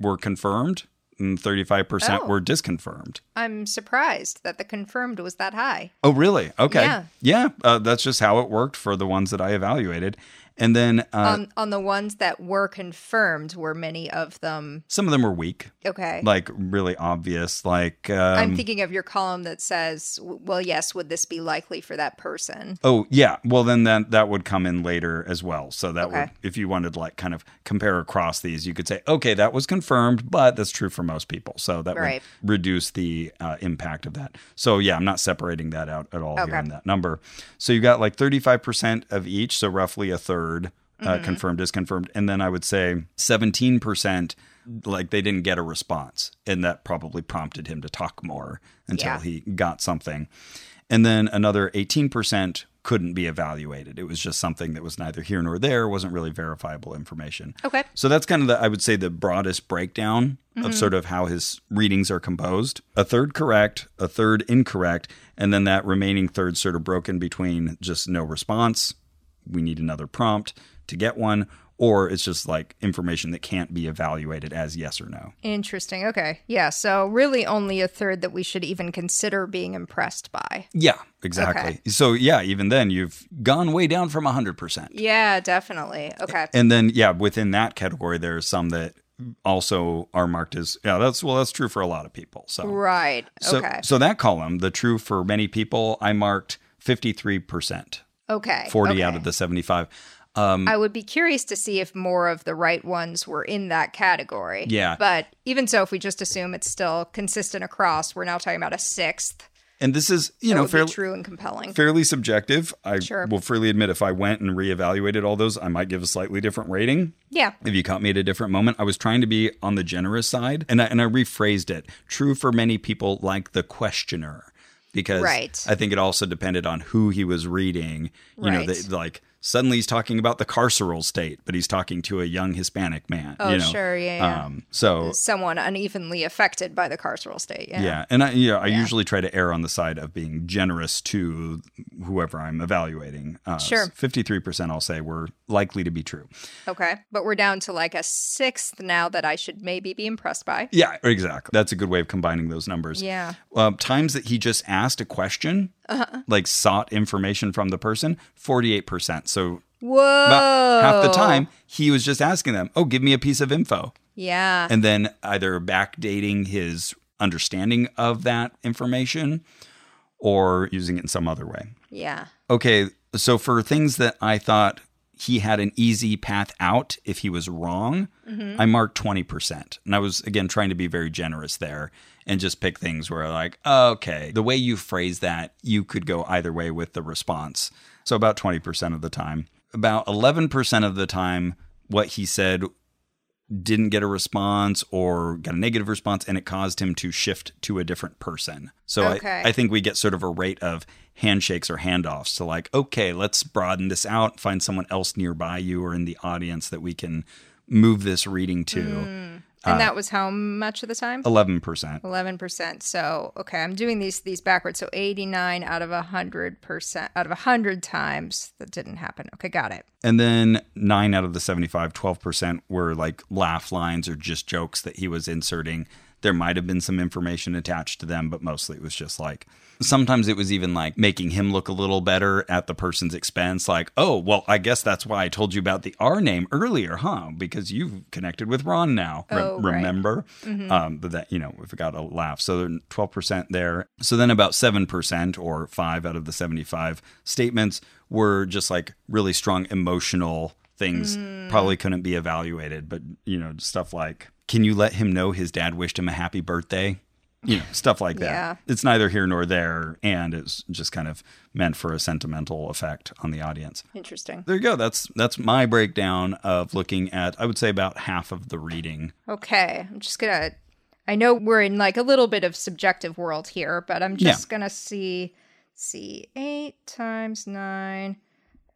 [SPEAKER 1] were confirmed and 35%
[SPEAKER 2] Oh.
[SPEAKER 1] were disconfirmed.
[SPEAKER 2] I'm surprised that the confirmed was that high.
[SPEAKER 1] Oh, really? Okay.
[SPEAKER 2] Yeah.
[SPEAKER 1] Yeah. uh, that's just how it worked for the ones that I evaluated. And then uh,
[SPEAKER 2] on on the ones that were confirmed, were many of them
[SPEAKER 1] some of them were weak,
[SPEAKER 2] okay?
[SPEAKER 1] like really obvious. Like, um,
[SPEAKER 2] I'm thinking of your column that says, w- "Well, yes, would this be likely for that person?"
[SPEAKER 1] oh, yeah. Well, then that, that would come in later as well. So that
[SPEAKER 2] Okay.
[SPEAKER 1] would, if you wanted to like kind of compare across these, you could say, okay, that was confirmed, but that's true for most people. So that
[SPEAKER 2] Right.
[SPEAKER 1] would reduce the uh, impact of that. So yeah, I'm not separating that out at all here
[SPEAKER 2] Okay.
[SPEAKER 1] in that number. So you got like 35% of each, so roughly a 3rd
[SPEAKER 2] Mm-hmm.
[SPEAKER 1] uh, confirmed, disconfirmed, and then I would say 17% like they didn't get a response, and that probably prompted him to talk more until
[SPEAKER 2] Yeah.
[SPEAKER 1] he got something, and then another 18% couldn't be evaluated. It was just something that was neither here nor there, wasn't really verifiable information.
[SPEAKER 2] Okay.
[SPEAKER 1] So that's kind of the, I would say, the broadest breakdown of sort of how his readings are composed. A third correct, a third incorrect, and then that remaining third sort of broken between just no response, we need another prompt to get one, or it's just like information that can't be evaluated as yes or no.
[SPEAKER 2] Interesting. Okay. Yeah. So really, only a third that we should even consider being impressed by.
[SPEAKER 1] Yeah, exactly. So yeah, even then you've gone way down from 100%.
[SPEAKER 2] Yeah, definitely. Okay.
[SPEAKER 1] And then, yeah, within that category, there are some that also are marked as, yeah, that's, well, that's true for a lot of people. So,
[SPEAKER 2] Right.
[SPEAKER 1] so,
[SPEAKER 2] okay.
[SPEAKER 1] so that column, the true for many people, I marked 53%,
[SPEAKER 2] okay.
[SPEAKER 1] 40
[SPEAKER 2] okay.
[SPEAKER 1] out of the 75. Um,
[SPEAKER 2] I would be curious to see if more of the right ones were in that category.
[SPEAKER 1] Yeah.
[SPEAKER 2] But even so, if we just assume it's still consistent across, we're now talking about a sixth.
[SPEAKER 1] and this is, you
[SPEAKER 2] That
[SPEAKER 1] know,
[SPEAKER 2] would
[SPEAKER 1] fairly,
[SPEAKER 2] be true and compelling.
[SPEAKER 1] fairly subjective. I
[SPEAKER 2] Sure.
[SPEAKER 1] will freely admit if I went and reevaluated all those, I might give a slightly different rating.
[SPEAKER 2] yeah.
[SPEAKER 1] If you caught me at a different moment, I was trying to be on the generous side and I, and I rephrased it. True for many people like the questioner because
[SPEAKER 2] Right.
[SPEAKER 1] I think it also depended on who he was reading. You know,
[SPEAKER 2] Right.
[SPEAKER 1] the, like suddenly he's talking about the carceral state, but he's talking to a young Hispanic man.
[SPEAKER 2] Oh,
[SPEAKER 1] you know?
[SPEAKER 2] sure. Yeah. yeah.
[SPEAKER 1] Um, so
[SPEAKER 2] Someone unevenly affected by the carceral state. Yeah.
[SPEAKER 1] yeah, and I you know, I usually try to err on the side of being generous to whoever I'm evaluating. Uh,
[SPEAKER 2] Sure.
[SPEAKER 1] fifty-three percent I'll say were likely to be true.
[SPEAKER 2] Okay. But we're down to like a sixth now that I should maybe be impressed by.
[SPEAKER 1] Yeah, exactly. That's a good way of combining those numbers.
[SPEAKER 2] Yeah.
[SPEAKER 1] Uh, times that he just asked a question, like sought information from the person, 48%. So
[SPEAKER 2] Whoa.
[SPEAKER 1] about half the time, he was just asking them, oh, give me a piece of info.
[SPEAKER 2] Yeah.
[SPEAKER 1] And then either backdating his understanding of that information or using it in some other way.
[SPEAKER 2] yeah.
[SPEAKER 1] Okay, so for things that I thought he had an easy path out if he was wrong, I marked 20%. And I was, again, trying to be very generous there and just pick things where, like, okay, the way you phrase that, you could go either way with the response. So about 20% of the time. About 11% of the time, what he said didn't get a response or got a negative response and it caused him to shift to a different person. So
[SPEAKER 2] Okay.
[SPEAKER 1] I, I think we get sort of a rate of handshakes or handoffs to like, okay, let's broaden this out, find someone else nearby you or in the audience that we can move this reading to. uh,
[SPEAKER 2] And that was how much of the time?
[SPEAKER 1] 11%.
[SPEAKER 2] Eleven percent. So okay, I'm doing these these backwards. So eighty nine out of hundred percent out of hundred times that didn't happen. Okay, got it.
[SPEAKER 1] And then nine out of the 75, 12% were like laugh lines or just jokes that he was inserting. There might have been some information attached to them, but mostly it was just like sometimes it was even like making him look a little better at the person's expense. Like, oh, well, I guess that's why I told you about the R name earlier, huh? Because you've connected with Ron now. Re-
[SPEAKER 2] Oh, right.
[SPEAKER 1] remember? Um, but that, you know, we've got a laugh. So 12% there. So then about 7% or five out of the 75 statements were just like really strong emotional things probably couldn't be evaluated. But, you know, stuff like, can you let him know his dad wished him a happy birthday? You know, stuff like that.
[SPEAKER 2] Yeah.
[SPEAKER 1] It's neither here nor there. And it's just kind of meant for a sentimental effect on the audience.
[SPEAKER 2] Interesting.
[SPEAKER 1] There you go. That's that's my breakdown of looking at I would say about half of the reading.
[SPEAKER 2] Okay. I'm just going to. I know we're in like a little bit of subjective world here, but I'm just going to see. See, 8 times 9,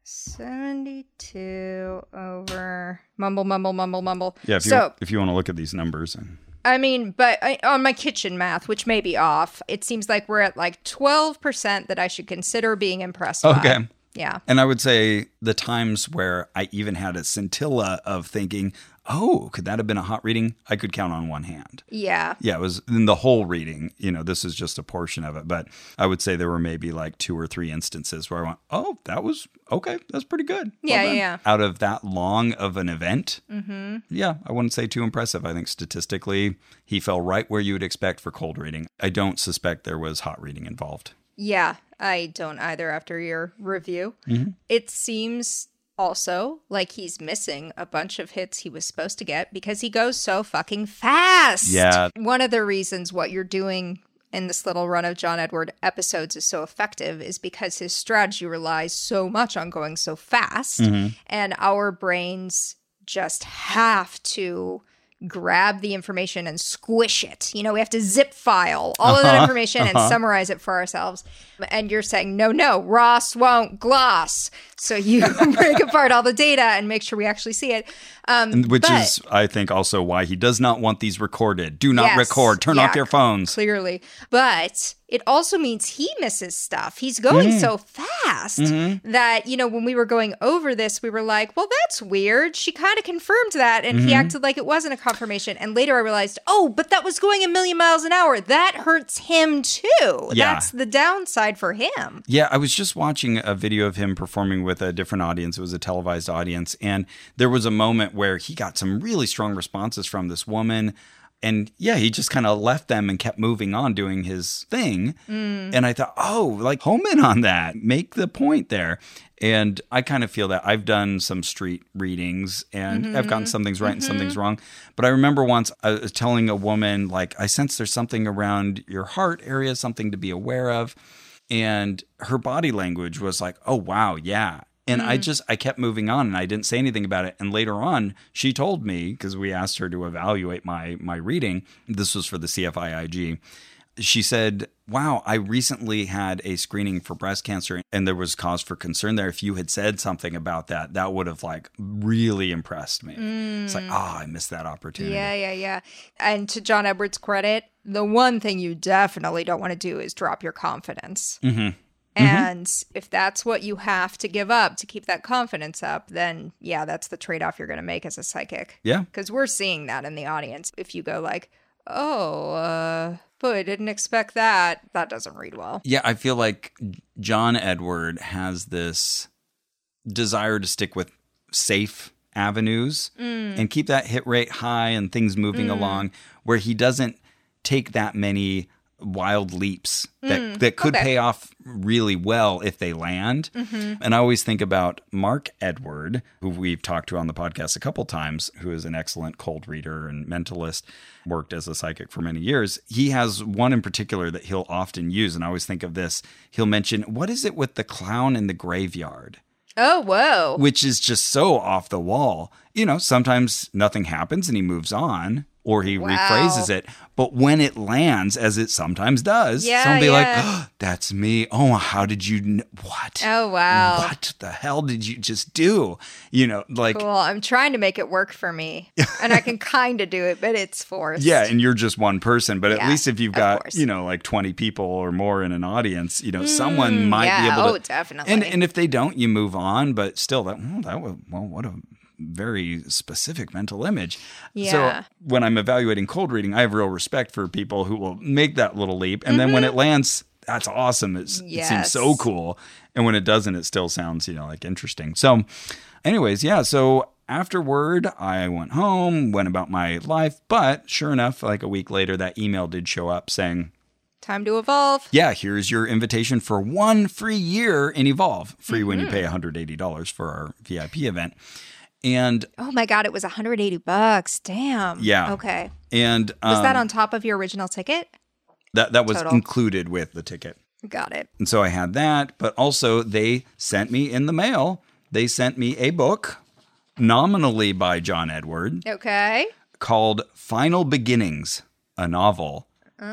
[SPEAKER 2] 72 over. Mumble, mumble, mumble, mumble.
[SPEAKER 1] Yeah, if you
[SPEAKER 2] so,
[SPEAKER 1] if you want to look at these numbers and
[SPEAKER 2] I mean, but I, on my kitchen math, which may be off, it seems like we're at like 12% that I should consider being impressed by.
[SPEAKER 1] Okay.
[SPEAKER 2] Yeah.
[SPEAKER 1] And I would say the times where I even had a scintilla of thinking, oh, could that have been a hot reading? I could count on one hand.
[SPEAKER 2] Yeah.
[SPEAKER 1] Yeah, it was in the whole reading. You know, this is just a portion of it, but I would say there were maybe like two or three instances where I went, oh, that was okay. That's pretty good.
[SPEAKER 2] Yeah,
[SPEAKER 1] done."
[SPEAKER 2] yeah. Mm-hmm.
[SPEAKER 1] Out of that long of an event, yeah, I wouldn't say too impressive. I think statistically, he fell right where you would expect for cold reading. I don't suspect there was hot reading involved.
[SPEAKER 2] Yeah. I don't either after your review.
[SPEAKER 1] Mm-hmm.
[SPEAKER 2] It seems also like he's missing a bunch of hits he was supposed to get because he goes so fucking fast.
[SPEAKER 1] Yeah.
[SPEAKER 2] One of the reasons what you're doing in this little run of John Edward episodes is so effective is because his strategy relies so much on going so fast. And our brains just have to grab the information and squish it. You know, we have to zip file all of that information and summarize it for ourselves. And you're saying, no, no, Ross won't gloss. So you break apart all the data and make sure we actually see it. Um,
[SPEAKER 1] Which
[SPEAKER 2] but-
[SPEAKER 1] is, I think, also why he does not want these recorded. Do not
[SPEAKER 2] Yes.
[SPEAKER 1] record. Turn off
[SPEAKER 2] Yeah.
[SPEAKER 1] your phones.
[SPEAKER 2] clearly. But it also means he misses stuff. He's going so fast that, you know, when we were going over this, we were like, well, that's weird. She kind of confirmed that. And he acted like it wasn't a confirmation. And later I realized, oh, but that was going a million miles an hour. That hurts him too.
[SPEAKER 1] Yeah.
[SPEAKER 2] That's the downside for him.
[SPEAKER 1] Yeah, I was just watching a video of him performing with a different audience. It was a televised audience. And there was a moment where he got some really strong responses from this woman. And yeah, he just kind of left them and kept moving on doing his thing. And I thought, oh, like home in on that, make the point there. And I kind of feel that I've done some street readings and I've gotten some things right and some things wrong. But I remember once I was telling a woman, like, I sense there's something around your heart area, something to be aware of and her body language was like, "Oh wow, yeah." And I just I kept moving on and I didn't say anything about it. And later on, she told me because we asked her to evaluate my my reading. This was for the CFIIG. She said, "Wow, I recently had a screening for breast cancer and there was cause for concern there. If you had said something about that, that would have like really impressed me." It's like, "Ah, I missed that opportunity."
[SPEAKER 2] Yeah, yeah, yeah. And to John Edwards' credit, the one thing you definitely don't want to do is drop your confidence.
[SPEAKER 1] Mm-hmm.
[SPEAKER 2] And if that's what you have to give up to keep that confidence up, then yeah, that's the trade off you're going to make as a psychic.
[SPEAKER 1] Yeah.
[SPEAKER 2] Because we're seeing that in the audience. If you go like, oh, uh, boy, I didn't expect that, that doesn't read well.
[SPEAKER 1] Yeah, I feel like John Edward has this desire to stick with safe avenues and keep that hit rate high and things moving along where he doesn't take that many wild leaps that, that could
[SPEAKER 2] okay.
[SPEAKER 1] pay off really well if they land. And I always think about Mark Edward, who we've talked to on the podcast a couple times, who is an excellent cold reader and mentalist, worked as a psychic for many years. He has one in particular that he'll often use. And I always think of this. He'll mention, What is it with the clown in the graveyard?
[SPEAKER 2] Oh, whoa.
[SPEAKER 1] which is just so off the wall. You know, sometimes nothing happens and he moves on or he
[SPEAKER 2] Wow.
[SPEAKER 1] rephrases it. But when it lands, as it sometimes does,
[SPEAKER 2] Yeah,
[SPEAKER 1] somebody like,
[SPEAKER 2] yeah.
[SPEAKER 1] "Oh, that's me. Oh, how did you? Kn- what?
[SPEAKER 2] Oh, wow.
[SPEAKER 1] What the hell did you just do? You know, like,
[SPEAKER 2] Cool. I'm trying to make it work for me. and I can kind of do it, but it's forced.
[SPEAKER 1] yeah, and you're just one person. But at
[SPEAKER 2] Yeah,
[SPEAKER 1] least if you've
[SPEAKER 2] of
[SPEAKER 1] got,
[SPEAKER 2] course.
[SPEAKER 1] you know, like 20 people or more in an audience, you know, someone might
[SPEAKER 2] yeah.
[SPEAKER 1] be able to.
[SPEAKER 2] Oh, definitely.
[SPEAKER 1] And and if they don't, you move on. But still, that well, that was well, what a very specific mental image.
[SPEAKER 2] Yeah.
[SPEAKER 1] So when I'm evaluating cold reading, I have real respect for people who will make that little leap, and then when
[SPEAKER 2] Mm-hmm.
[SPEAKER 1] it lands, that's awesome. It's, It seems
[SPEAKER 2] Yes.
[SPEAKER 1] so cool, and when it doesn't, it still sounds you know like interesting. So, anyways, yeah. So. Afterward, I went home, went about my life, but sure enough, like a week later, that email did show up saying,
[SPEAKER 2] Time to evolve.
[SPEAKER 1] yeah, here's your invitation for
[SPEAKER 2] Mm-hmm.
[SPEAKER 1] one free year in Evolve, free when you pay $180 for our VIP event. And
[SPEAKER 2] Oh my god, it was 180 bucks. Damn.
[SPEAKER 1] Yeah.
[SPEAKER 2] Okay.
[SPEAKER 1] and um,
[SPEAKER 2] Was that on top of your original ticket?
[SPEAKER 1] that that was
[SPEAKER 2] total?
[SPEAKER 1] included with the ticket.
[SPEAKER 2] Got it.
[SPEAKER 1] And so I had that, but also they sent me in the mail, they sent me a book nominally by John Edward
[SPEAKER 2] Okay.
[SPEAKER 1] called Final Beginnings, a novel.
[SPEAKER 2] Oh,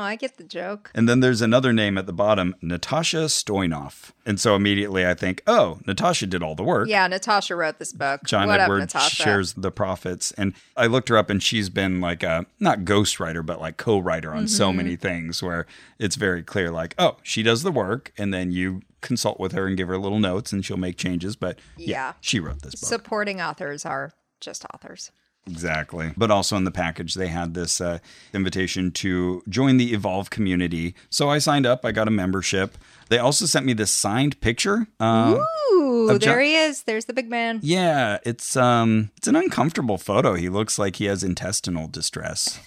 [SPEAKER 2] I get the joke.
[SPEAKER 1] And then there's another name at the bottom, Natasha Stoynoff. And so immediately I think, oh, Natasha did all the work.
[SPEAKER 2] Yeah, Natasha wrote this book.
[SPEAKER 1] John
[SPEAKER 2] what up,
[SPEAKER 1] Edward
[SPEAKER 2] Natasha?
[SPEAKER 1] shares the profits. And I looked her up and she's been like a not ghostwriter, but like co writer on
[SPEAKER 2] Mm-hmm.
[SPEAKER 1] so many things where it's very clear, like, oh, she does the work and then you consult with her and give her little notes and she'll make changes. But yeah,
[SPEAKER 2] Yeah.
[SPEAKER 1] she wrote this book.
[SPEAKER 2] Supporting authors are just authors.
[SPEAKER 1] Exactly. But also in the package, they had this uh, invitation to join the Evolve community. So I signed up, I got a membership. They also sent me this signed picture. Um,
[SPEAKER 2] Ooh,
[SPEAKER 1] Of John-
[SPEAKER 2] there he is. There's the big man.
[SPEAKER 1] yeah, it's um, it's an uncomfortable photo. He looks like he has intestinal distress.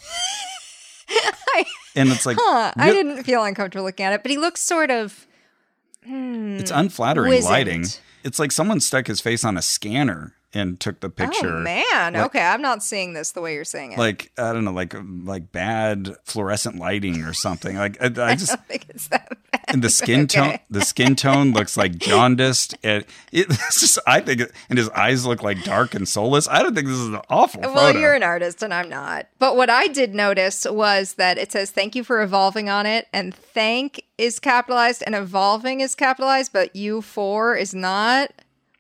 [SPEAKER 1] and it's like,
[SPEAKER 2] Huh, I
[SPEAKER 1] real-
[SPEAKER 2] didn't feel uncomfortable looking at it, but he looks sort of
[SPEAKER 1] it's unflattering
[SPEAKER 2] wizened.
[SPEAKER 1] lighting. It's like someone stuck his face on a scanner and took the picture.
[SPEAKER 2] Oh man.
[SPEAKER 1] Like-
[SPEAKER 2] okay, I'm not seeing this the way you're saying it.
[SPEAKER 1] Like I don't know, like like bad fluorescent lighting or something. Like I, I just
[SPEAKER 2] I think it's that bad.
[SPEAKER 1] And the skin tone,
[SPEAKER 2] Okay.
[SPEAKER 1] the skin tone looks like jaundiced, and it, it's just I think, it- and his eyes look like dark and soulless. I don't think this is an awful
[SPEAKER 2] Well,
[SPEAKER 1] photo.
[SPEAKER 2] you're an artist and I'm not. But what I did notice was that it says thank you for evolving on it, and thank is capitalized and evolving is capitalized, but you for is not.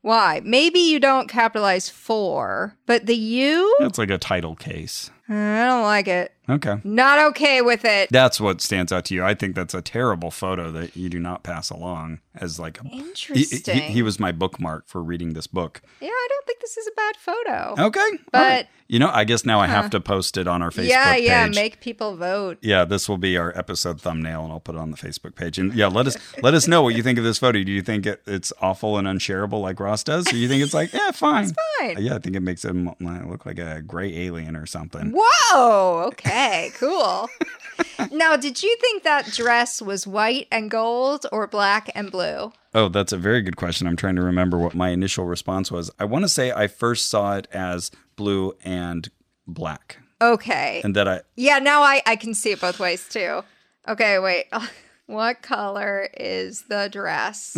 [SPEAKER 2] Why? Maybe you don't capitalize for, but the you?
[SPEAKER 1] That's like a title case.
[SPEAKER 2] I don't like it.
[SPEAKER 1] Okay,
[SPEAKER 2] Not okay with it.
[SPEAKER 1] that's what stands out to you. I think that's a terrible photo that you do not pass along as like. A, he, he-
[SPEAKER 2] Interesting.
[SPEAKER 1] he, he was my bookmark for reading this book.
[SPEAKER 2] yeah, I don't think this is a bad photo.
[SPEAKER 1] Okay, all
[SPEAKER 2] But-
[SPEAKER 1] right. you know, I guess now I have to post it on our Facebook
[SPEAKER 2] yeah,
[SPEAKER 1] page.
[SPEAKER 2] yeah, make people vote.
[SPEAKER 1] yeah, this will be our episode thumbnail, and I'll put it on the Facebook page. And yeah, let us let us know what you think of this photo. Do you think it, it's awful and unshareable like Ross does, or you think it's like, yeah, fine,
[SPEAKER 2] fine.
[SPEAKER 1] Yeah, I think it makes him look like a gray alien or something.
[SPEAKER 2] Whoa. Okay. Cool. now, did you think that dress was white and gold or black and blue?
[SPEAKER 1] Oh, that's a very good question. I'm trying to remember what my initial response was. I want to say I first saw it as blue and black,
[SPEAKER 2] Okay.
[SPEAKER 1] and that I
[SPEAKER 2] yeah. Now I I can see it both ways too. Okay. Wait. what color is the dress?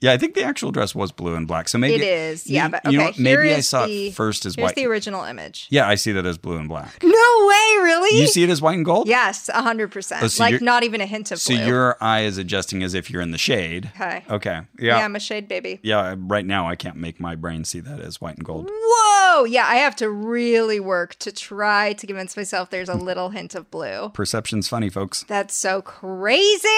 [SPEAKER 1] yeah, I think the actual dress was blue and black. So maybe
[SPEAKER 2] It is.
[SPEAKER 1] you-
[SPEAKER 2] Yeah. But okay.
[SPEAKER 1] you know what?
[SPEAKER 2] here
[SPEAKER 1] maybe I
[SPEAKER 2] is
[SPEAKER 1] saw
[SPEAKER 2] the,
[SPEAKER 1] it first as
[SPEAKER 2] Here's
[SPEAKER 1] white.
[SPEAKER 2] the original image.
[SPEAKER 1] yeah, I see that as blue and black.
[SPEAKER 2] No way. Really?
[SPEAKER 1] You see it as white and gold.
[SPEAKER 2] Yes. A hundred percent.
[SPEAKER 1] Oh, so
[SPEAKER 2] Like
[SPEAKER 1] you're-
[SPEAKER 2] not even a hint of
[SPEAKER 1] So
[SPEAKER 2] blue.
[SPEAKER 1] your eye is adjusting as if you're in the shade.
[SPEAKER 2] Okay.
[SPEAKER 1] Okay.
[SPEAKER 2] yeah.
[SPEAKER 1] Yeah.
[SPEAKER 2] I'm a shade baby.
[SPEAKER 1] yeah. Right now, I can't make my brain see that as white and gold.
[SPEAKER 2] Mm. Whoa! Yeah, I have to really work to try to convince myself there's a little hint of blue.
[SPEAKER 1] Perception's funny, folks.
[SPEAKER 2] That's so crazy.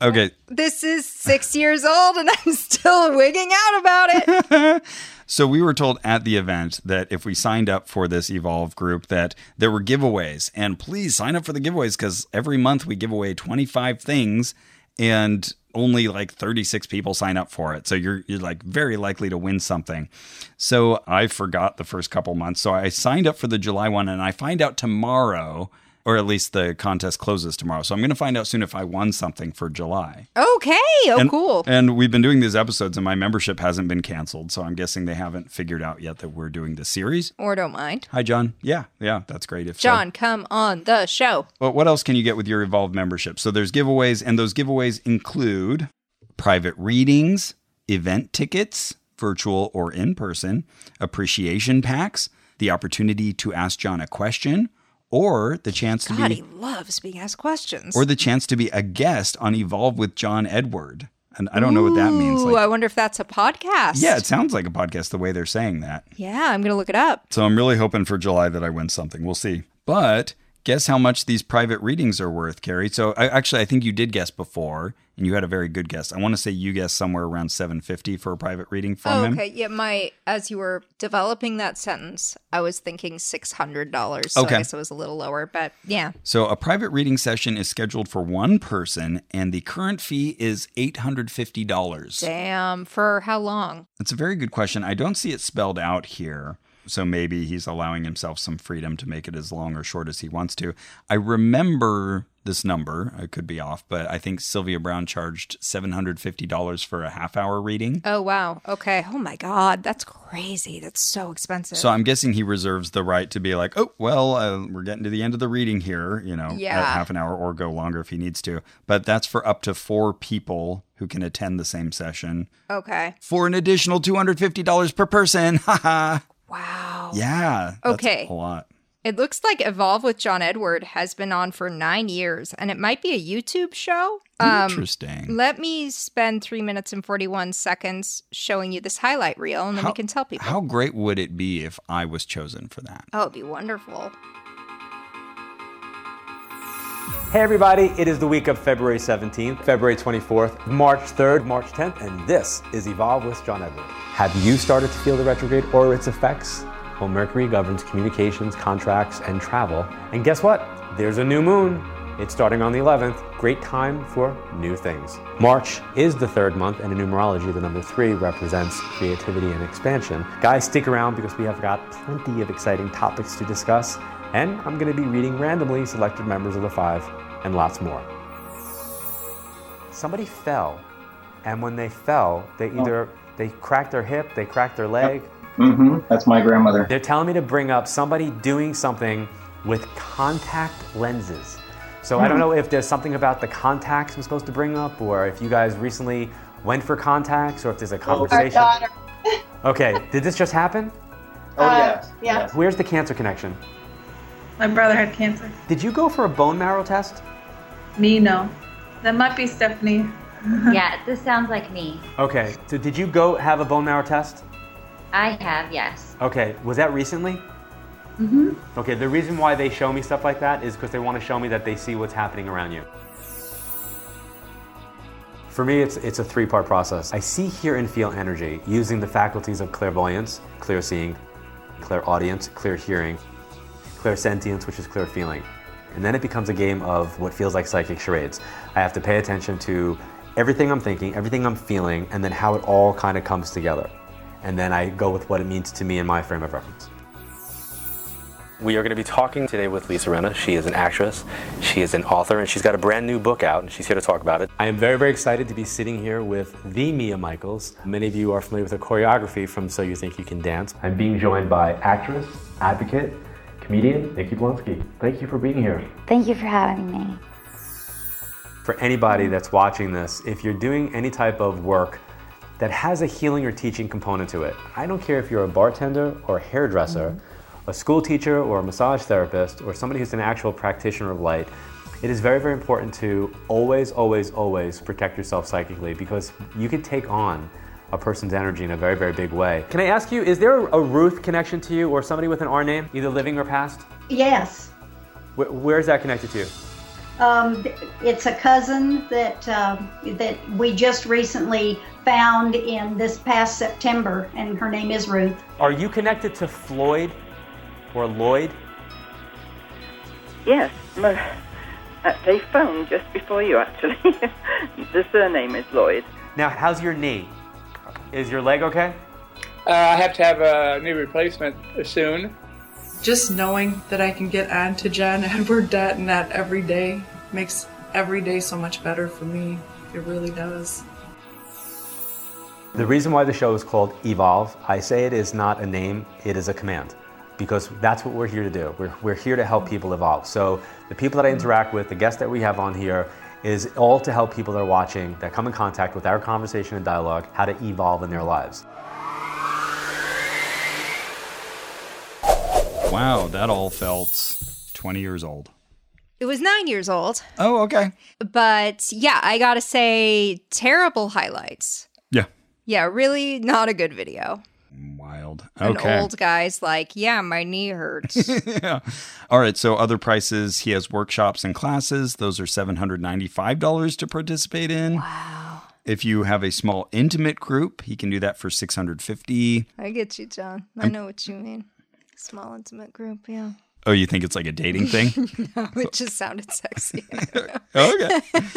[SPEAKER 1] Okay.
[SPEAKER 2] This is six years old and I'm still wigging out about it.
[SPEAKER 1] So we were told at the event that if we signed up for this Evolve group, that there were giveaways, and please sign up for the giveaways because every month we give away 25 things, and only like 36 people sign up for it. So you're you're like very likely to win something. So I forgot the first couple months. So I signed up for the July one, and I find out tomorrow. Or at least the contest closes tomorrow. So I'm going to find out soon if I won something for July.
[SPEAKER 2] Okay. Oh,
[SPEAKER 1] And-
[SPEAKER 2] cool.
[SPEAKER 1] And we've been doing these episodes, and my membership hasn't been canceled. So I'm guessing they haven't figured out yet that we're doing this series.
[SPEAKER 2] Or don't mind.
[SPEAKER 1] Hi, John. Yeah, yeah, that's great. If so.
[SPEAKER 2] John, come on the show.
[SPEAKER 1] But what else can you get with your Evolve membership? So there's giveaways, and those giveaways include private readings, event tickets, virtual or in person, appreciation packs, the opportunity to ask John a question, or the chance to
[SPEAKER 2] God,
[SPEAKER 1] be
[SPEAKER 2] he loves being asked questions.
[SPEAKER 1] or the chance to be a guest on Evolve with John Edward. And I don't know what that means.
[SPEAKER 2] Ooh,
[SPEAKER 1] like-
[SPEAKER 2] I wonder if that's a podcast.
[SPEAKER 1] Yeah, it sounds like a podcast the way they're saying that.
[SPEAKER 2] Yeah, I'm going to look it up.
[SPEAKER 1] So I'm really hoping for July that I win something. We'll see. But guess how much these private readings are worth, Carrie? So I, actually, I think you did guess before, and you had a very good guess. I want to say you guessed somewhere around 750 for a private reading from
[SPEAKER 2] Oh,
[SPEAKER 1] him.
[SPEAKER 2] okay. Yeah, my as you were developing that sentence, I was thinking $600. So
[SPEAKER 1] Okay.
[SPEAKER 2] I guess it was a little lower, but yeah.
[SPEAKER 1] So a private reading session is scheduled for one person, and the current fee is $850.
[SPEAKER 2] Damn, for how long?
[SPEAKER 1] It's a very good question. I don't see it spelled out here. So maybe he's allowing himself some freedom to make it as long or short as he wants to. I remember this number. I could be off, but I think Sylvia Brown charged $750 for a half hour reading.
[SPEAKER 2] Oh wow. Okay. Oh my god, that's crazy. That's so expensive.
[SPEAKER 1] So I'm guessing he reserves the right to be like, oh, well, uh, we're getting to the end of the reading here, you know,
[SPEAKER 2] Yeah.
[SPEAKER 1] at half an hour or go longer if he needs to. But that's for up to four people who can attend the same session
[SPEAKER 2] okay.
[SPEAKER 1] for an additional $250 per person. Ha ha.
[SPEAKER 2] Wow.
[SPEAKER 1] Yeah. that's
[SPEAKER 2] Okay.
[SPEAKER 1] A lot.
[SPEAKER 2] It looks like Evolve with John Edward has been on for 9 years and it might be a YouTube show.
[SPEAKER 1] Mm-hmm.
[SPEAKER 2] Um
[SPEAKER 1] Interesting.
[SPEAKER 2] let me spend 3 minutes and 41 seconds showing you this highlight reel and then
[SPEAKER 1] How-
[SPEAKER 2] we can tell people.
[SPEAKER 1] How great would it be if I was chosen for that?
[SPEAKER 2] oh, it'd be wonderful.
[SPEAKER 3] Hey everybody, it is the week of February 17th, February 24th, March 3rd, March 10th, and this is Evolve with John Edward. Have you started to feel the retrograde or its effects? Well, Mercury governs communications, contracts, and travel. And guess what? There's a new moon. It's starting on the 11th. Great time for new things. March is the third month, and in numerology, the number three represents creativity and expansion. Guys, stick around because we have got plenty of exciting topics to discuss, and I'm going to be reading randomly selected members of the five and lots more. Somebody fell, and when they fell, they
[SPEAKER 4] Oh.
[SPEAKER 3] either they cracked their hip, they cracked their leg.
[SPEAKER 4] Mm-hmm. That's my grandmother.
[SPEAKER 3] They're telling me to bring up somebody doing something with contact lenses. So
[SPEAKER 4] Hmm.
[SPEAKER 3] I don't know if there's something about the contacts I'm supposed to bring up, or if you guys recently went for contacts, or if there's a
[SPEAKER 5] Our
[SPEAKER 3] conversation.
[SPEAKER 5] daughter.
[SPEAKER 3] okay, did this just happen?
[SPEAKER 4] Oh
[SPEAKER 5] Uh,
[SPEAKER 4] yes.
[SPEAKER 5] yeah.
[SPEAKER 3] Where's the cancer connection?
[SPEAKER 5] My brother had cancer.
[SPEAKER 3] Did you go for a bone marrow test?
[SPEAKER 5] Me, no. That might be Stephanie.
[SPEAKER 6] yeah, this sounds like me.
[SPEAKER 3] Okay, so did you go have a bone marrow test?
[SPEAKER 6] I have, yes.
[SPEAKER 3] Okay, was that recently?
[SPEAKER 6] Mm-hmm.
[SPEAKER 3] Okay, the reason why they show me stuff like that is because they want to show me that they see what's happening around you. For me, it's, it's a three part process. I see, hear, and feel energy using the faculties of clairvoyance, clear seeing, clear audience, clear hearing, clear sentience, which is clear feeling. And then it becomes a game of what feels like psychic charades. I have to pay attention to everything I'm thinking, everything I'm feeling, and then how it all kind of comes together. And then I go with what it means to me in my frame of reference. We are going to be talking today with Lisa Renna. She is an actress, she is an author, and she's got a brand new book out, and she's here to talk about it. I am very, very excited to be sitting here with the Mia Michaels. Many of you are familiar with her choreography from So You Think You Can Dance. I'm being joined by actress, advocate, comedian Nikki Blonsky. Thank you for being here.
[SPEAKER 6] Thank you for having me.
[SPEAKER 3] For anybody that's watching this, if you're doing any type of work that has a healing or teaching component to it, I don't care if you're a bartender or a hairdresser, a school teacher or a massage therapist, or somebody who's an actual practitioner of light, it is very, very important to always, always, always protect yourself psychically because you could take on a person's energy in a very, very big way. Can I ask you, is there a Ruth connection to you or somebody with an R name, either living or past?
[SPEAKER 7] Yes.
[SPEAKER 3] Where, where is that connected to?
[SPEAKER 7] Um, it's a cousin that um that we just recently found in this past September, and her name is Ruth.
[SPEAKER 3] Are you connected to Floyd or Lloyd?
[SPEAKER 8] Yes, mo- uh, they phoned just before you actually. the surname is Lloyd.
[SPEAKER 3] Now, how's your knee? Is your leg okay?
[SPEAKER 9] Uh, I have to have a new replacement soon.
[SPEAKER 10] just knowing that I can get on to John Edward net every day makes every day so much better for me. It really does.
[SPEAKER 3] The reason why the show is called Evolve, I say it is not a name, it is a command. Because that's what we're here to do. We're, we're here to help people evolve. So, the people that I interact with, the guests that we have on here, is all to help people that are watching, that come in contact with our conversation and dialogue, how to evolve in their lives.
[SPEAKER 1] Wow, that all felt 20 years old.
[SPEAKER 2] It was 9 years old,
[SPEAKER 1] Oh, okay.
[SPEAKER 2] but yeah, I got to say terrible highlights.
[SPEAKER 1] Yeah.
[SPEAKER 2] Yeah, really not a good video.
[SPEAKER 1] Wild.
[SPEAKER 2] An
[SPEAKER 1] Okay.
[SPEAKER 2] old guy's like, "Yeah, my knee hurts."
[SPEAKER 1] yeah. All right. So other prices. He has workshops and classes. Those are seven hundred ninety-five dollars to participate in. Wow. If you have a small intimate group, he can do that for six hundred fifty.
[SPEAKER 2] I get you, John. I know what you mean. Small intimate group, yeah.
[SPEAKER 1] Oh, you think it's like a dating thing?
[SPEAKER 2] It just sounded sexy.
[SPEAKER 1] Oh, okay.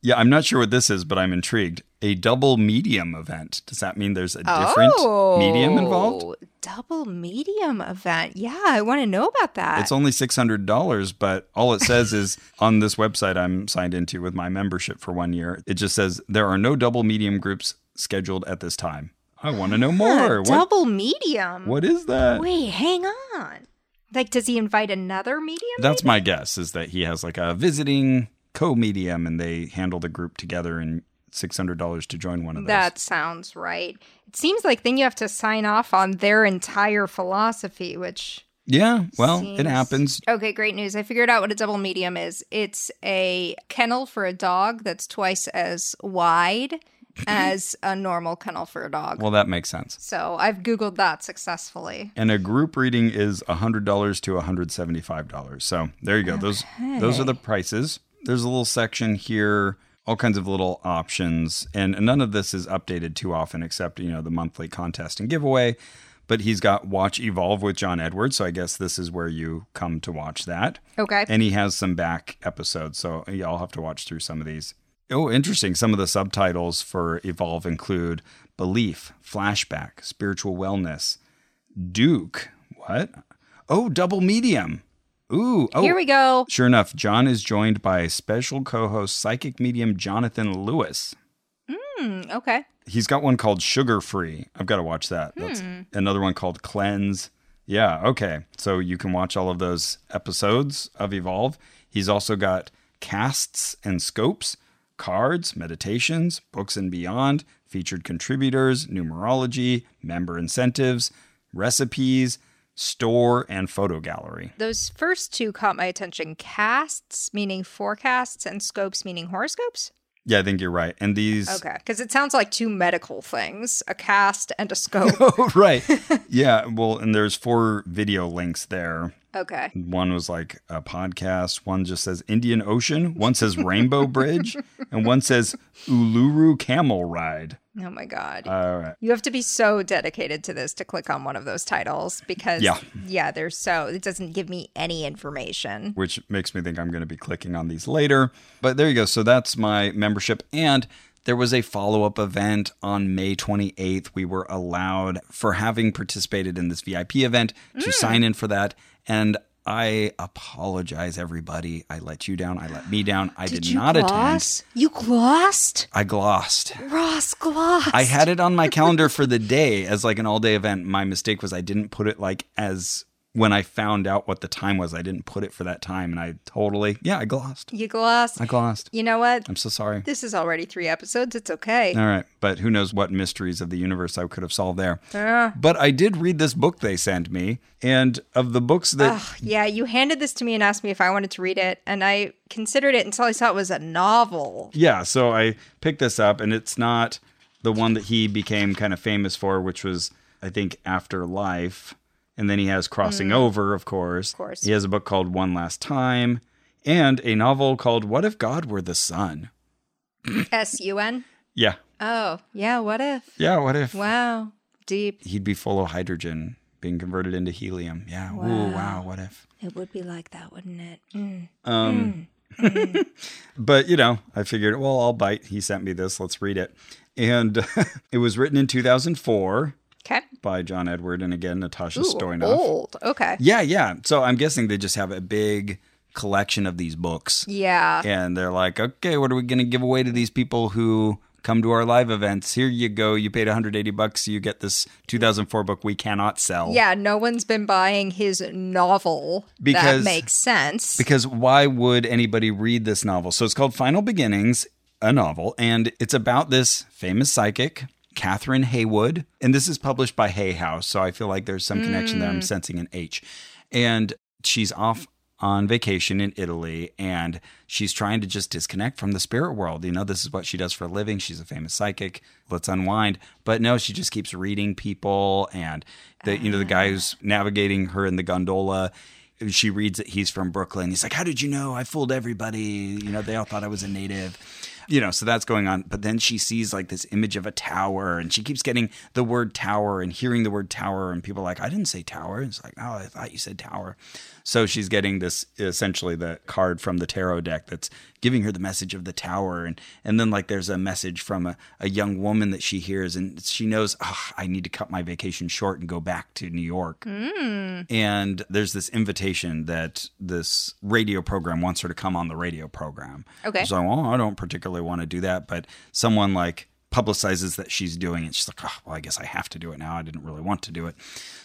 [SPEAKER 1] Yeah, I'm not sure what this is, but I'm intrigued. A double medium event. Does that mean there's a different medium involved?
[SPEAKER 2] Oh, Double medium event. Yeah, I want to know about that.
[SPEAKER 1] It's only $600, but all it says is on this website I'm signed into with my membership for one year, it just says there are no double medium groups scheduled at this time. I want to know more.
[SPEAKER 2] Huh,
[SPEAKER 1] What-
[SPEAKER 2] double medium.
[SPEAKER 1] what is that?
[SPEAKER 2] Wait, hang on. Like, does he invite another medium?
[SPEAKER 1] That's my guess is that he has like a visiting co medium and they handle the group together and $600 to join one of those.
[SPEAKER 2] That sounds right. It seems like then you have to sign off on their entire philosophy, which
[SPEAKER 1] yeah, well, it
[SPEAKER 2] Seems-
[SPEAKER 1] happens.
[SPEAKER 2] Okay, great news. I figured out what a double medium is. It's a kennel for a dog that's twice as wide as a normal kennel for a dog.
[SPEAKER 1] Well, that makes sense.
[SPEAKER 2] so I've Googled that successfully.
[SPEAKER 1] and a group reading is $100 to $175. So there you go. Those those are the prices. There's a little section here, all kinds of little options, and none of this is updated too often except, you know, the monthly contest and giveaway. But he's got Watch Evolve with John Edwards, so I guess this is where you come to watch that.
[SPEAKER 2] Okay.
[SPEAKER 1] And he has some back episodes, so yeah, I'll have to watch through some of these. Oh, interesting. Some of the subtitles for Evolve include Belief, Flashback, Spiritual Wellness, Duke. What? Oh, double medium. Ooh. Oh.
[SPEAKER 2] Here we go.
[SPEAKER 1] Sure enough, John is joined by special co host, psychic medium Jonathan Lewis.
[SPEAKER 2] Hmm, okay.
[SPEAKER 1] He's got one called Sugar Free. I've got to watch that. That's
[SPEAKER 2] Hmm.
[SPEAKER 1] another one called Cleanse. Yeah, okay. So you can watch all of those episodes of Evolve. He's also got casts and scopes, cards, meditations, books and beyond, featured contributors, numerology, member incentives, recipes, store, and photo gallery.
[SPEAKER 2] Those first two caught my attention. Casts, meaning forecasts, and scopes, meaning horoscopes?
[SPEAKER 1] Yeah, I think you're right. And these
[SPEAKER 2] Okay. Because it sounds like two medical things a cast and a scope.
[SPEAKER 1] Oh, right. yeah. Well, and there's four video links there.
[SPEAKER 2] Okay.
[SPEAKER 1] One was like a podcast. One just says Indian Ocean. One says Rainbow Bridge. And one says Uluru Camel Ride.
[SPEAKER 2] Oh my God.
[SPEAKER 1] All right.
[SPEAKER 2] You have to be so dedicated to this to click on one of those titles because
[SPEAKER 1] Yeah.
[SPEAKER 2] yeah, they're so it doesn't give me any information.
[SPEAKER 1] Which makes me think I'm going to be clicking on these later. But there you go. So that's my membership. And there was a follow up event on May 28th. We were allowed, for having participated in this VIP event, to sign in for that. And I apologize, everybody. I let you down. I let me down. I did, not
[SPEAKER 2] gloss? You glossed?
[SPEAKER 1] attend. I glossed.
[SPEAKER 2] Ross glossed.
[SPEAKER 1] I had it on my calendar for the day as like an all day event. My mistake was I didn't put it like as when I found out what the time was, I didn't put it for that time. And I totally, yeah, I glossed.
[SPEAKER 2] You glossed.
[SPEAKER 1] I glossed.
[SPEAKER 2] You know what?
[SPEAKER 1] I'm so sorry.
[SPEAKER 2] This is already 3 episodes. It's okay.
[SPEAKER 1] All right. But who knows what mysteries of the universe I could have solved there.
[SPEAKER 2] Ah.
[SPEAKER 1] But I did read this book they sent me. And of the books that.
[SPEAKER 2] Ugh, yeah, you handed this to me and asked me if I wanted to read it, and I considered it until I saw it was a novel.
[SPEAKER 1] Yeah, so I picked this up, and it's not the one that he became kind of famous for, which was I think Afterlife, and then he has Crossing
[SPEAKER 2] Mm.
[SPEAKER 1] Over, of course. Of
[SPEAKER 2] course.
[SPEAKER 1] he has a book called One Last Time, and a novel called What If God Were the Sun?
[SPEAKER 2] S U N.
[SPEAKER 1] Yeah,
[SPEAKER 2] Oh, yeah, what if?
[SPEAKER 1] yeah. What if
[SPEAKER 2] Wow. Deep.
[SPEAKER 1] he'd be full of hydrogen, being converted into helium? Yeah. Ooh,
[SPEAKER 2] Wow.
[SPEAKER 1] wow. What if?
[SPEAKER 2] It would be like that, wouldn't it? Mm.
[SPEAKER 1] Um, but you know, I figured, well, I'll bite. He sent me this. Let's read it. And it was written in 2004
[SPEAKER 2] Okay.
[SPEAKER 1] by John Edward and again Natasha
[SPEAKER 2] Ooh,
[SPEAKER 1] Stoynoff.
[SPEAKER 2] old. Okay.
[SPEAKER 1] Yeah, yeah. So I'm guessing they just have a big collection of these books.
[SPEAKER 2] Yeah.
[SPEAKER 1] And they're like, okay, what are we going to give away to these people who come to our live events? Here you go. You paid 180 bucks. You get this 2004 book we cannot sell.
[SPEAKER 2] Yeah, no one's been buying his novel.
[SPEAKER 1] Because-
[SPEAKER 2] that makes sense.
[SPEAKER 1] Because why would anybody read this novel? So it's called Final Beginnings, a novel, and it's about this famous psychic, Catherine Haywood. And this is published by Hay House. So I feel like there's some connection there. I'm
[SPEAKER 2] Mm.
[SPEAKER 1] sensing an H. And she's off on vacation in Italy and she's trying to just disconnect from the spirit world. You know, this is what she does for a living. She's a famous psychic. Let's unwind. But no, she just keeps reading people and the you know the guy who's navigating her in the gondola she reads that he's from Brooklyn. He's like, "How did you know? I fooled everybody. You know, they all thought I was a native." you know, so that's going on. But then she sees like this image of a tower and she keeps getting the word tower and hearing the word tower. And people are like, I didn't say tower. It's like, oh, I thought you said tower. So she's getting this essentially the card from the tarot deck that's giving her the message of the tower. And, and then like there's a message from a, a young woman that she hears and she knows, oh, I need to cut my vacation short and go back to New York.
[SPEAKER 2] Mm.
[SPEAKER 1] And there's this invitation that this radio program wants her to come on the radio program.
[SPEAKER 2] Okay.
[SPEAKER 1] So, well, I don't particularly want to do that, but someone like publicizes that she's doing it. She's like, oh, well, I guess I have to do it now. I didn't really want to do it.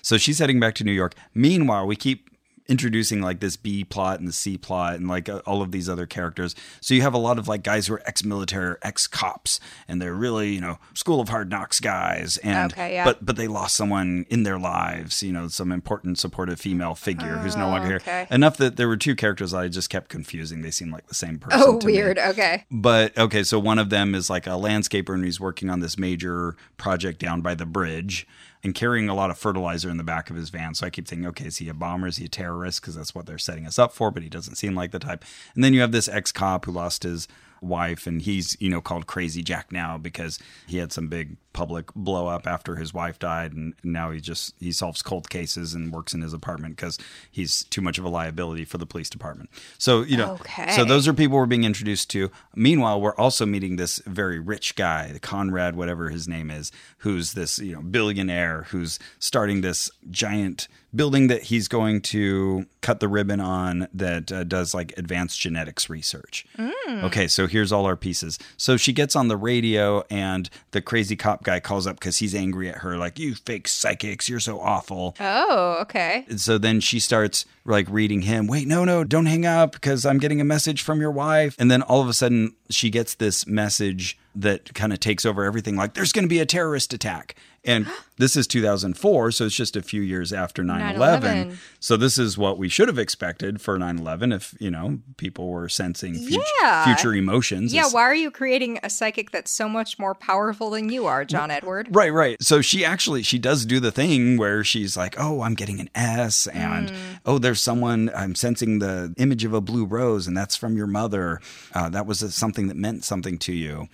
[SPEAKER 1] So she's heading back to New York. Meanwhile, we keep introducing like this B plot and the C plot and like uh, all of these other characters. So you have a lot of like guys who are ex-military or ex-cops and they're really, you know, school of hard knocks guys and
[SPEAKER 2] Okay, yeah.
[SPEAKER 1] but but they lost someone in their lives, you know, some important supportive female figure who's no
[SPEAKER 2] Oh,
[SPEAKER 1] longer
[SPEAKER 2] okay.
[SPEAKER 1] here. Enough that there were two characters I just kept confusing. They seemed like the same person.
[SPEAKER 2] Oh,
[SPEAKER 1] to me.
[SPEAKER 2] weird. Okay.
[SPEAKER 1] But okay, so one of them is like a landscaper and he's working on this major project down by the bridge and carrying a lot of fertilizer in the back of his van. So I keep thinking, okay, is he a bomber? Is he a terrorist? Because that's what they're setting us up for, but he doesn't seem like the type. And then you have this ex cop who lost his wife and he's, you know, called Crazy Jack now because he had some big public blow up after his wife died and now he just he solves cold cases and works in his apartment because he's too much of a liability for the police department. So, you know, so
[SPEAKER 2] Okay.
[SPEAKER 1] those those are people we're being introduced to. Meanwhile, we're also meeting this very rich guy, the Conrad, whatever his name is, who's this you know billionaire who's starting this giant building that he's going to cut the ribbon on that uh, does like advanced genetics research. Okay, so here's all our pieces. So she gets on the radio, and the crazy cop guy calls up because he's angry at her, like you fake psychics, you're so awful.
[SPEAKER 2] Oh, okay.
[SPEAKER 1] And so then she starts like reading him, wait, no, no, don't hang up because I'm getting a message from your wife. And then all of a sudden she gets this message that kind of takes over everything like, there's going to be a terrorist attack. And this is 2004, so it's just a few years after 9 11.
[SPEAKER 2] 9/11.
[SPEAKER 1] So this is what we should have expected for 9 11 if, you know, people were sensing future,
[SPEAKER 2] Yeah.
[SPEAKER 1] future emotions.
[SPEAKER 2] Yeah,
[SPEAKER 1] It's-
[SPEAKER 2] why are you creating a psychic that's so much more powerful than you are, John Edward?
[SPEAKER 1] Right, right. So she actually she does do the thing where she's like, "Oh, I'm getting an S," and
[SPEAKER 2] Mm.
[SPEAKER 1] "Oh, there's someone I'm sensing the image of a blue rose, and that's from your mother. Uh, that was something that meant something to you."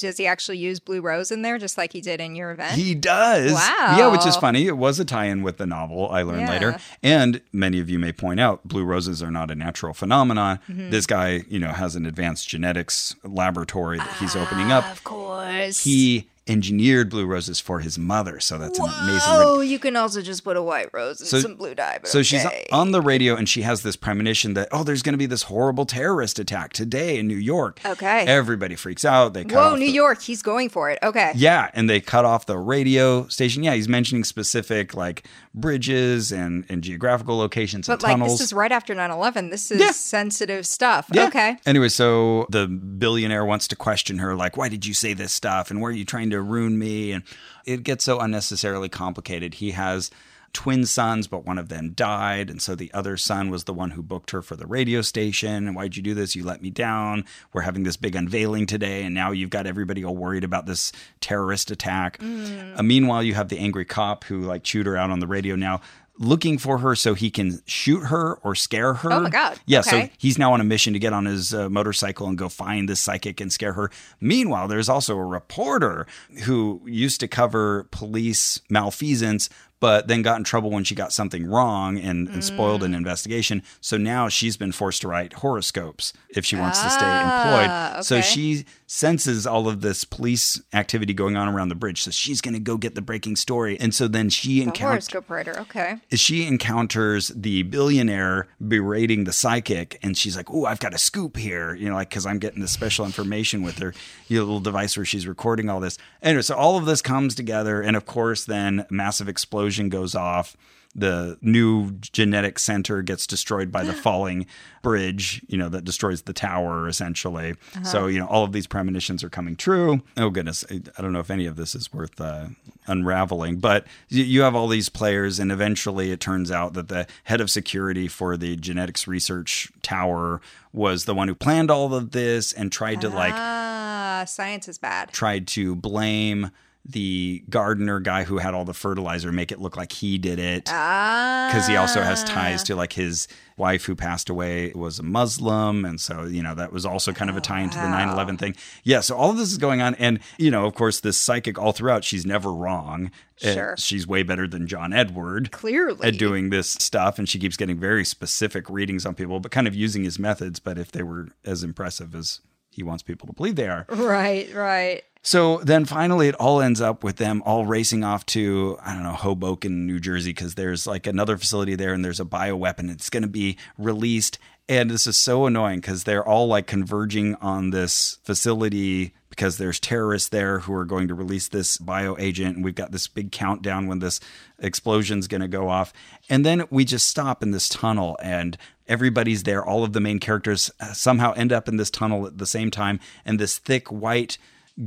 [SPEAKER 2] Does he actually use Blue Rose in there, just like he did in your event?
[SPEAKER 1] He does.
[SPEAKER 2] Wow.
[SPEAKER 1] Yeah, which is funny. It was a tie in with the novel, I learned
[SPEAKER 2] Yeah.
[SPEAKER 1] later. And many of you may point out blue roses are not a natural phenomenon.
[SPEAKER 2] Mm-hmm.
[SPEAKER 1] This guy, you know, has an advanced genetics laboratory that he's opening up.
[SPEAKER 2] Ah, of course.
[SPEAKER 1] He engineered blue roses for his mother. So that's an amazing.
[SPEAKER 2] Oh, you can also just put a white rose and
[SPEAKER 1] So-
[SPEAKER 2] some blue dye. But
[SPEAKER 1] So she's
[SPEAKER 2] okay.
[SPEAKER 1] on the radio and she has this premonition that, oh, there's going to be this horrible terrorist attack today in New York.
[SPEAKER 2] Okay.
[SPEAKER 1] Everybody freaks out. They cut
[SPEAKER 2] Whoa,
[SPEAKER 1] off
[SPEAKER 2] New
[SPEAKER 1] the-
[SPEAKER 2] York, he's going for it. Okay.
[SPEAKER 1] Yeah. And they cut off the radio station. Yeah. He's mentioning specific like bridges and, and geographical locations
[SPEAKER 2] But
[SPEAKER 1] and
[SPEAKER 2] like
[SPEAKER 1] tunnels.
[SPEAKER 2] this is right after 9-11. This is
[SPEAKER 1] Yeah.
[SPEAKER 2] sensitive stuff.
[SPEAKER 1] Yeah.
[SPEAKER 2] Okay.
[SPEAKER 1] Anyway, so the billionaire wants to question her, like, why did you say this stuff? And why are you trying to ruin me? And it gets so unnecessarily complicated. He has twin sons, but one of them died. And so the other son was the one who booked her for the radio station. And why'd you do this? You let me down. We're having this big unveiling today. And now you've got everybody all worried about this terrorist attack.
[SPEAKER 2] Mm.
[SPEAKER 1] Uh, meanwhile, you have the angry cop who like chewed her out on the radio now. Looking for her so he can shoot her or scare her.
[SPEAKER 2] Oh my God.
[SPEAKER 1] Yeah, so
[SPEAKER 2] Okay.
[SPEAKER 1] he's now on a mission to get on his uh, motorcycle and go find this psychic and scare her. Meanwhile, there's also a reporter who used to cover police malfeasance, but then got in trouble when she got something wrong and, and spoiled
[SPEAKER 2] Mm.
[SPEAKER 1] an investigation. So now she's been forced to write horoscopes if she wants to stay
[SPEAKER 2] Ah,
[SPEAKER 1] employed. So
[SPEAKER 2] okay.
[SPEAKER 1] she she senses all of this police activity going on around the bridge. So she's going to go get the breaking story. And so then she
[SPEAKER 2] The
[SPEAKER 1] encounters
[SPEAKER 2] horoscope writer. Okay.
[SPEAKER 1] she encounters the billionaire berating the psychic and she's like, Oh, I've got a scoop here, you know, like, cause I'm getting this special information with her you know, little device where she's recording all this. Anyway, so all of this comes together. And of course, then massive explosion goes off. The new genetic center gets destroyed by the falling bridge, you know, that destroys the tower essentially. So, you know, all of these premonitions are coming true. Oh, goodness. I I don't know if any of this is worth uh, unraveling, but you, you have all these players, and eventually it turns out that the head of security for the genetics research tower was the one who planned all of this and tried to like
[SPEAKER 2] Ah, Uh, science is bad.
[SPEAKER 1] tried to blame the gardener guy who had all the fertilizer make it look like he did it
[SPEAKER 2] Ah.
[SPEAKER 1] because he also has ties to like his wife who passed away was a Muslim. And so, you know, that was also kind
[SPEAKER 2] Oh,
[SPEAKER 1] of a tie into the 9 11 thing. Yeah. So all of this is going on. And, you know, of course, this psychic all throughout, she's never wrong. Uh,
[SPEAKER 2] Sure.
[SPEAKER 1] she's way better than John Edward
[SPEAKER 2] Clearly.
[SPEAKER 1] at doing this stuff. And she keeps getting very specific readings on people, but kind of using his methods. But if they were as impressive as he wants people to believe they are.
[SPEAKER 2] Right, right.
[SPEAKER 1] So then finally, it all ends up with them all racing off to, I don't know, Hoboken, New Jersey, because there's like another facility there and there's a bioweapon. It's going to be released. And this is so annoying because they're all like converging on this facility because there's terrorists there who are going to release this bioagent. And we've got this big countdown when this explosion's going to go off. And then we just stop in this tunnel and everybody's there. All of the main characters uh, somehow end up in this tunnel at the same time. And this thick white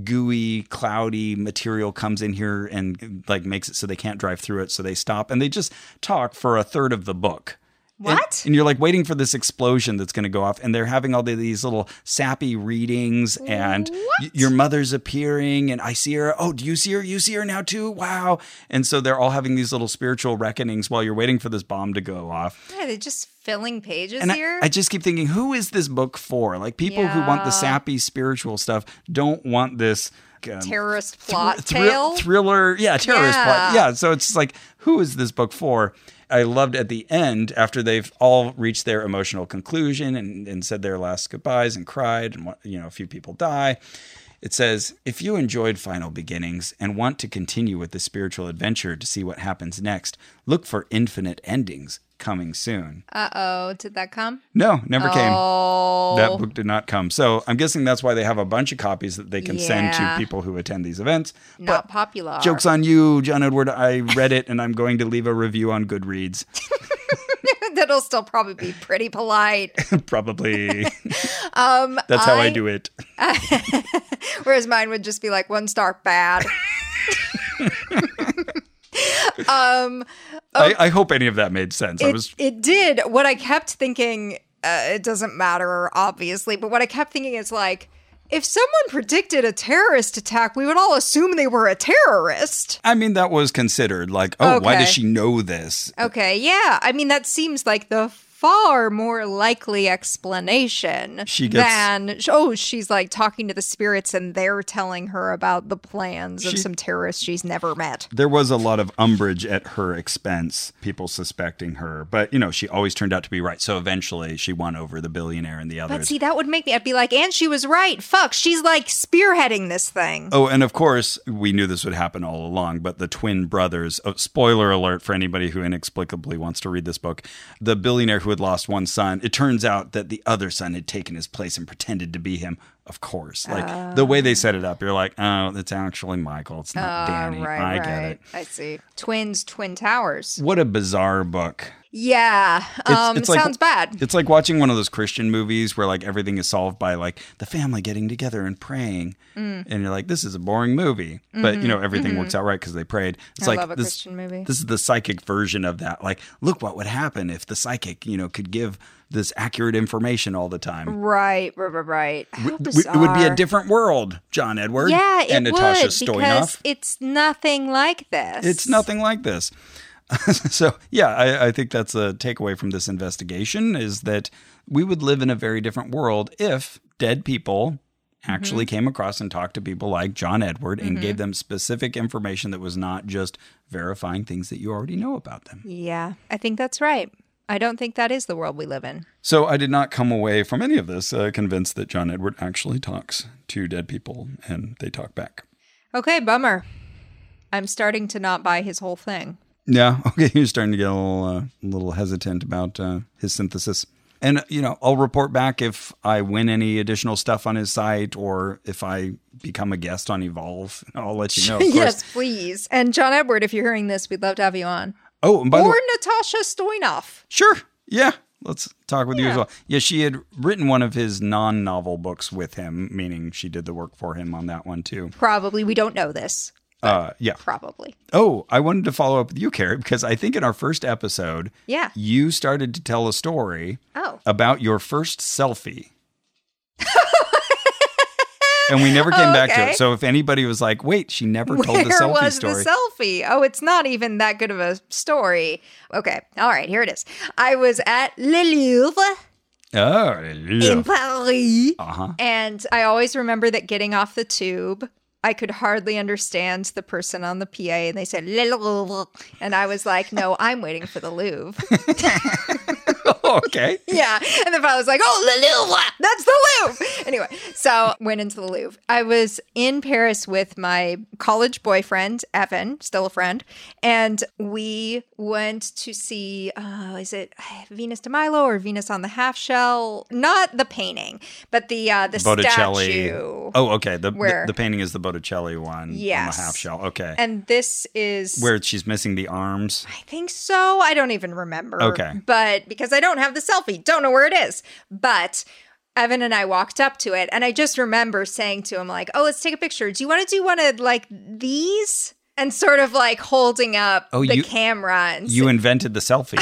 [SPEAKER 1] gooey, cloudy material comes in here and like makes it so they can't drive through it. So they stop and they just talk for a third of the book.
[SPEAKER 2] What?
[SPEAKER 1] And, and you're like waiting for this explosion that's going to go off, and they're having all the- these little sappy readings, and y- your mother's appearing, and I see her. Oh, do you see her? You see her now too? Wow! And so they're all having these little spiritual reckonings while you're waiting for this bomb to go off.
[SPEAKER 2] Yeah, they're just filling pages
[SPEAKER 1] And
[SPEAKER 2] here.
[SPEAKER 1] I, I just keep thinking, who is this book for? Like people who want the
[SPEAKER 2] Yeah.
[SPEAKER 1] sappy spiritual stuff don't want this um,
[SPEAKER 2] Terrorist plot
[SPEAKER 1] thrill-
[SPEAKER 2] tale.
[SPEAKER 1] thriller, yeah, terrorist plot,
[SPEAKER 2] Yeah.
[SPEAKER 1] yeah. So it's just like, who is this book for? I loved at the end after they've all reached their emotional conclusion and, and said their last goodbyes and cried, and what- you know, a few people die. It says, if you enjoyed Final Beginnings and want to continue with the spiritual adventure to see what happens next, look for Infinite Endings coming soon.
[SPEAKER 2] Uh oh, did that come?
[SPEAKER 1] No, never came.
[SPEAKER 2] Oh.
[SPEAKER 1] That book did not come. So I'm guessing that's why they have a bunch of copies that they can send to
[SPEAKER 2] Yeah.
[SPEAKER 1] people who attend these events.
[SPEAKER 2] Not popular.
[SPEAKER 1] Joke's on you, John Edward. I read it and I'm going to leave a review on Goodreads.
[SPEAKER 2] That'll still probably be pretty polite.
[SPEAKER 1] Probably.
[SPEAKER 2] Um,
[SPEAKER 1] That's how I do it.
[SPEAKER 2] Whereas mine would just be like one star bad. um,
[SPEAKER 1] I, I hope any of that made sense. I
[SPEAKER 2] it,
[SPEAKER 1] was
[SPEAKER 2] it did. What I kept thinking, uh, it doesn't matter, obviously, but what I kept thinking is like, if someone predicted a terrorist attack, we would all assume they were a terrorist.
[SPEAKER 1] I mean that was considered like, oh, why does
[SPEAKER 2] Okay.
[SPEAKER 1] she know this?
[SPEAKER 2] Okay, yeah. I mean, that seems like the far more likely explanation
[SPEAKER 1] She gets-
[SPEAKER 2] than oh she's like talking to the spirits and they're telling her about the plans
[SPEAKER 1] She-
[SPEAKER 2] of some terrorists she's never met
[SPEAKER 1] There was a lot of umbrage at her expense, people suspecting her. But, you know, she always turned out to be right. So eventually she won over the billionaire and the others.
[SPEAKER 2] But see, that would make me. I'd be like, and she was right. Fuck, she's like spearheading this thing.
[SPEAKER 1] Oh, and of course, we knew this would happen all along, but the twin brothers, oh, spoiler alert for anybody who inexplicably wants to read this book, the billionaire who had lost one son, it turns out that the other son had taken his place and pretended to be him. Of course. Like the way they set it up, you're like, oh, that's actually Michael. It's not Danny. I get it.
[SPEAKER 2] I see. Twins, twin towers.
[SPEAKER 1] What a bizarre book.
[SPEAKER 2] Yeah. um,
[SPEAKER 1] like-
[SPEAKER 2] sounds bad.
[SPEAKER 1] It's like watching one of those Christian movies where like everything is solved by like the family getting together and praying,
[SPEAKER 2] Mm.
[SPEAKER 1] and you're like, this is a boring movie, but you know everything works out right because they prayed. It's
[SPEAKER 2] Mm-hmm. I
[SPEAKER 1] like
[SPEAKER 2] love a
[SPEAKER 1] this,
[SPEAKER 2] Christian movie.
[SPEAKER 1] This is the psychic version of that. Like, look what would happen if the psychic, you know, could give this accurate information all the time.
[SPEAKER 2] Right, right, right, right. How
[SPEAKER 1] We- it would be a
[SPEAKER 2] bizarre.
[SPEAKER 1] different world, John Edward.
[SPEAKER 2] Yeah, it
[SPEAKER 1] and Natasha
[SPEAKER 2] would
[SPEAKER 1] Stoyanov.
[SPEAKER 2] because it's nothing like this.
[SPEAKER 1] It's nothing like this. so yeah, I, I think that's a takeaway from this investigation is that we would live in a very different world if dead people actually came across and talked to people like John Edward and gave them specific information that was not just verifying things that you already know about them.
[SPEAKER 2] Yeah, I think that's right. I don't think that is the world we live in.
[SPEAKER 1] So I did not come away from any of this uh, convinced that John Edward actually talks to dead people and they talk back.
[SPEAKER 2] Okay, bummer. I'm starting to not buy his whole thing.
[SPEAKER 1] Yeah. Okay. You're starting to get a little, uh, a little hesitant about uh, his synthesis. And, uh, you know, I'll report back if I win any additional stuff on his site or if I become a guest on Evolve. I'll let you know. Oh, Of course.
[SPEAKER 2] yes, please. And John Edward, if you're hearing this, we'd love to have you on.
[SPEAKER 1] Oh, and by the
[SPEAKER 2] or
[SPEAKER 1] way,
[SPEAKER 2] Natasha Stoynoff.
[SPEAKER 1] sure. Yeah. Let's talk with you as well. Yeah. She had written one of his non novel books with him, meaning she did the work for him on that one, too.
[SPEAKER 2] Probably. We don't know this.
[SPEAKER 1] Uh, yeah.
[SPEAKER 2] Probably.
[SPEAKER 1] Oh, I wanted to follow up with you, Carrie, because I think in our first episode,
[SPEAKER 2] Yeah.
[SPEAKER 1] you started to tell a story
[SPEAKER 2] Oh.
[SPEAKER 1] about your first selfie. and we never came
[SPEAKER 2] Oh,
[SPEAKER 1] back to
[SPEAKER 2] okay.
[SPEAKER 1] it. So if anybody was like, "Wait, she never told the
[SPEAKER 2] Where
[SPEAKER 1] selfie
[SPEAKER 2] was
[SPEAKER 1] story,"
[SPEAKER 2] the selfie? Oh, it's not even that good of a story. Okay, all right, here it is. I was at Le Louvre
[SPEAKER 1] oh,
[SPEAKER 2] in Paris,
[SPEAKER 1] uh huh.
[SPEAKER 2] and I always remember that getting off the tube, I could hardly understand the person on the PA, and they said Le Louvre, and I was like, "No, I'm waiting for the Louvre."
[SPEAKER 1] okay.
[SPEAKER 2] yeah. And then I was like, oh, the Louvre. That's the Louvre. Anyway, so went into the Louvre. I was in Paris with my college boyfriend, Evan, still a friend. And we went to see, uh, is it Venus de Milo or Venus on the Half Shell? Not the painting, but the uh, the
[SPEAKER 1] Botticelli.
[SPEAKER 2] statue.
[SPEAKER 1] Oh, okay. The, the
[SPEAKER 2] Where-
[SPEAKER 1] the painting is the Botticelli one.
[SPEAKER 2] Yes.
[SPEAKER 1] On the half shell. Okay.
[SPEAKER 2] And this is
[SPEAKER 1] Where she's missing the arms.
[SPEAKER 2] I think so. I don't even remember.
[SPEAKER 1] Okay.
[SPEAKER 2] But because I don't have the selfie, don't know where it is. But Evan and I walked up to it and I just remember saying to him like, "Oh, let's take a picture. Do you want to do one of like these?" And sort of like holding up
[SPEAKER 1] Oh,
[SPEAKER 2] the
[SPEAKER 1] you-
[SPEAKER 2] camera and
[SPEAKER 1] You invented the selfie.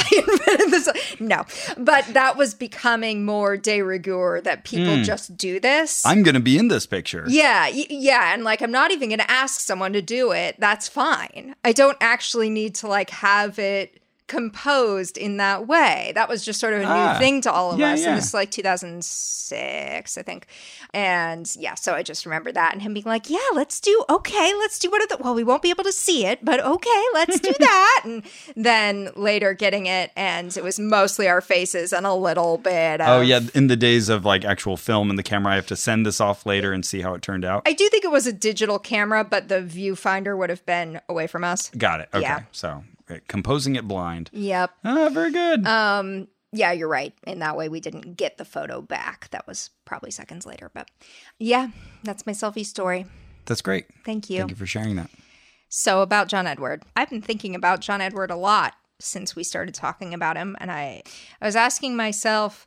[SPEAKER 2] this- no. But that was becoming more de rigueur that people
[SPEAKER 1] Hmm.
[SPEAKER 2] just do this.
[SPEAKER 1] I'm going to be in this picture.
[SPEAKER 2] Yeah, y- yeah, and like I'm not even going to ask someone to do it. That's fine. I don't actually need to like have it composed in that way. That was just sort of a new
[SPEAKER 11] Ah,
[SPEAKER 2] thing to all of
[SPEAKER 11] yeah,
[SPEAKER 2] us.
[SPEAKER 11] yeah.
[SPEAKER 2] And this is like 2006, I think. And yeah, so I just remember that and him being like, "Yeah, let's do okay, let's do one of the well, we won't be able to see it, but okay, let's do that." and then later getting it and it was mostly our faces and a little bit of
[SPEAKER 1] Oh yeah, in the days of like actual film and the camera, I have to send this off later and see how it turned out.
[SPEAKER 2] I do think it was a digital camera, but the viewfinder would have been away from us.
[SPEAKER 1] Got it. Okay.
[SPEAKER 2] Yeah.
[SPEAKER 1] So right, composing it blind.
[SPEAKER 2] Yep.
[SPEAKER 1] Ah, very good.
[SPEAKER 2] Um, yeah, you're right. In that way, we didn't get the photo back. That was probably seconds later. But yeah, that's my selfie story.
[SPEAKER 1] That's great.
[SPEAKER 2] Thank you.
[SPEAKER 1] Thank you for sharing that.
[SPEAKER 2] So about John Edward, I've been thinking about John Edward a lot since we started talking about him, and I I was asking myself,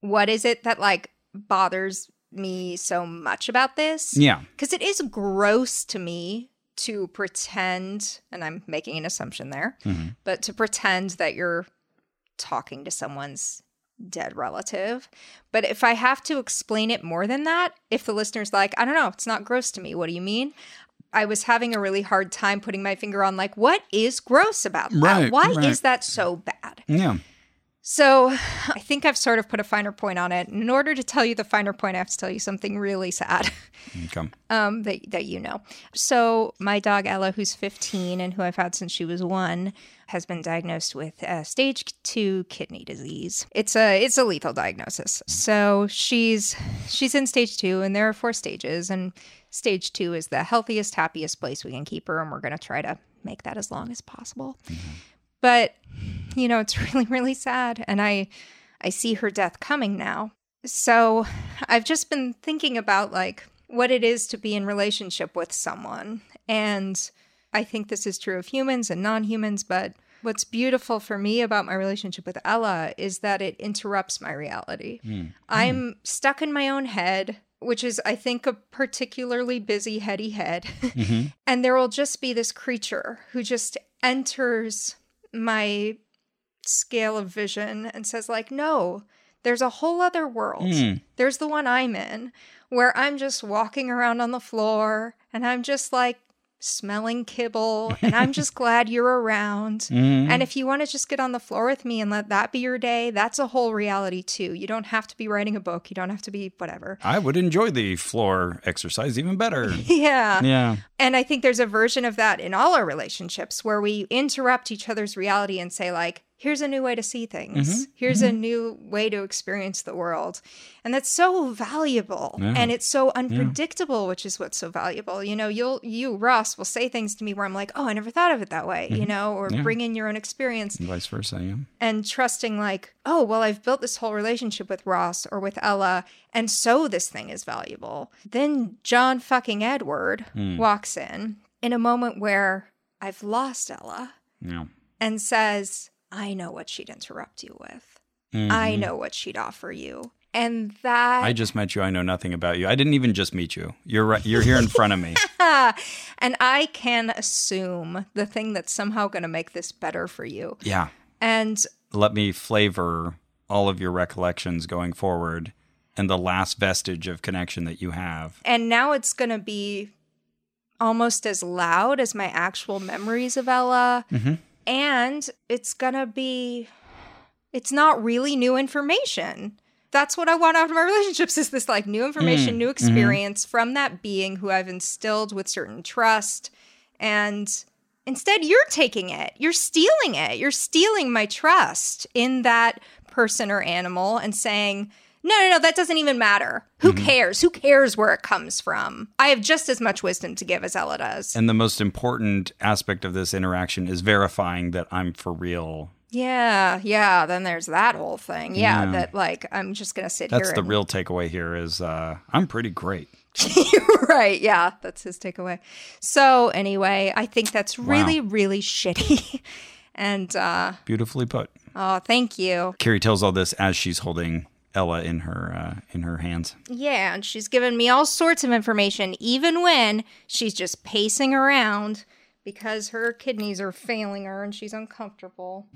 [SPEAKER 2] what is it that like bothers me so much about this?
[SPEAKER 1] Yeah.
[SPEAKER 2] because it is gross to me to pretend, and I'm making an assumption there,
[SPEAKER 11] Mhm.
[SPEAKER 2] but to pretend that you're talking to someone's dead relative. But if I have to explain it more than that, if the listener's like, I don't know, it's not gross to me, what do you mean? I was having a really hard time putting my finger on, like, what is gross about that?
[SPEAKER 11] Right,
[SPEAKER 2] Why
[SPEAKER 11] right.
[SPEAKER 2] is that so bad?
[SPEAKER 1] Yeah.
[SPEAKER 2] So I think I've sort of put a finer point on it. In order to tell you the finer point, I have to tell you something really sad.
[SPEAKER 1] Come.
[SPEAKER 2] um, that that you know. So my dog Ella, who's 15 and who I've had since she was one, has been diagnosed with uh, stage two kidney disease. It's a it's a lethal diagnosis. So she's she's in stage two, and there are four stages, and stage two is the healthiest, happiest place we can keep her, and we're gonna try to make that as long as possible. But you know, it's really really sad, and I I see her death coming now. So I've just been thinking about like what it is to be in relationship with someone. And I think this is true of humans and non-humans, but what's beautiful for me about my relationship with Ella is that it interrupts my reality. I'm stuck in my own head, which is I think a particularly busy heady head.
[SPEAKER 11] Mhm.
[SPEAKER 2] and there will just be this creature who just enters my scale of vision and says like no there's a whole other world
[SPEAKER 11] Mm.
[SPEAKER 2] there's the one i'm in where i'm just walking around on the floor and i'm just like smelling kibble and i'm just glad you're around
[SPEAKER 11] Mm.
[SPEAKER 2] and if you want to just get on the floor with me and let that be your day that's a whole reality too you don't have to be writing a book you don't have to be whatever
[SPEAKER 1] I would enjoy the floor exercise even better.
[SPEAKER 2] yeah
[SPEAKER 1] Yeah.
[SPEAKER 2] and I think there's a version of that in all our relationships where we interrupt each other's reality and say, like, here's a new way to see things.
[SPEAKER 11] Mhm.
[SPEAKER 2] Here's a new way to experience the world. And that's so valuable.
[SPEAKER 11] Yeah.
[SPEAKER 2] And it's so
[SPEAKER 11] Yeah.
[SPEAKER 2] unpredictable, which is what's so valuable. You know, you'll, you, Ross, will say things to me where I'm like, oh, I never thought of it that way, you
[SPEAKER 11] Mm-hmm.
[SPEAKER 1] Mhm.
[SPEAKER 2] know, or
[SPEAKER 1] Yeah.
[SPEAKER 2] bring in your own experience
[SPEAKER 1] And vice versa. Yeah.
[SPEAKER 2] and trusting like oh well i've built this whole relationship with ross or with ella and so this thing is valuable then john fucking edward
[SPEAKER 11] Hmm.
[SPEAKER 2] walks in in a moment where i've lost ella
[SPEAKER 1] Yeah.
[SPEAKER 2] and says i know what she'd interrupt you with i
[SPEAKER 1] Mhm.
[SPEAKER 2] know what she'd offer you and that
[SPEAKER 1] I just met you. I know nothing about you. I didn't even just meet you. You're right. You're here in front of me.
[SPEAKER 2] and i can assume the thing that's somehow going to make this better for you
[SPEAKER 1] Yeah.
[SPEAKER 2] and
[SPEAKER 1] Let me flavor all of your recollections going forward and the last vestige of connection that you have.
[SPEAKER 2] And now it's going to be almost as loud as my actual memories of Ella.
[SPEAKER 1] Mm-hmm.
[SPEAKER 2] And it's going to be, it's not really new information. That's what I want out of my relationships is this like new information,
[SPEAKER 1] Mm,
[SPEAKER 2] new
[SPEAKER 1] mhm.
[SPEAKER 2] experience from that being who I've instilled with certain trust. And instead, you're taking it, you're stealing it, you're stealing my trust in that person or animal and saying, no, no, no, that doesn't even matter. Who cares? Who cares where it comes from? I have just as much wisdom to give as Ella does.
[SPEAKER 1] And the most important aspect of this interaction is verifying that I'm for real.
[SPEAKER 2] Yeah, yeah. Then there's that whole thing. Yeah,
[SPEAKER 1] Yeah.
[SPEAKER 2] that like I'm just gonna sit
[SPEAKER 1] That's
[SPEAKER 2] here.
[SPEAKER 1] the
[SPEAKER 2] and-
[SPEAKER 1] real takeaway here is uh, I'm pretty great.
[SPEAKER 2] right. Yeah, that's his takeaway. So anyway, I think that's
[SPEAKER 1] Wow.
[SPEAKER 2] really, really shitty. and uh,
[SPEAKER 1] Beautifully put.
[SPEAKER 2] oh, thank you.
[SPEAKER 1] Carrie tells all this as she's holding Ella in her uh, in her hands.
[SPEAKER 2] Yeah, and she's given me all sorts of information, even when she's just pacing around because her kidneys are failing her and she's uncomfortable.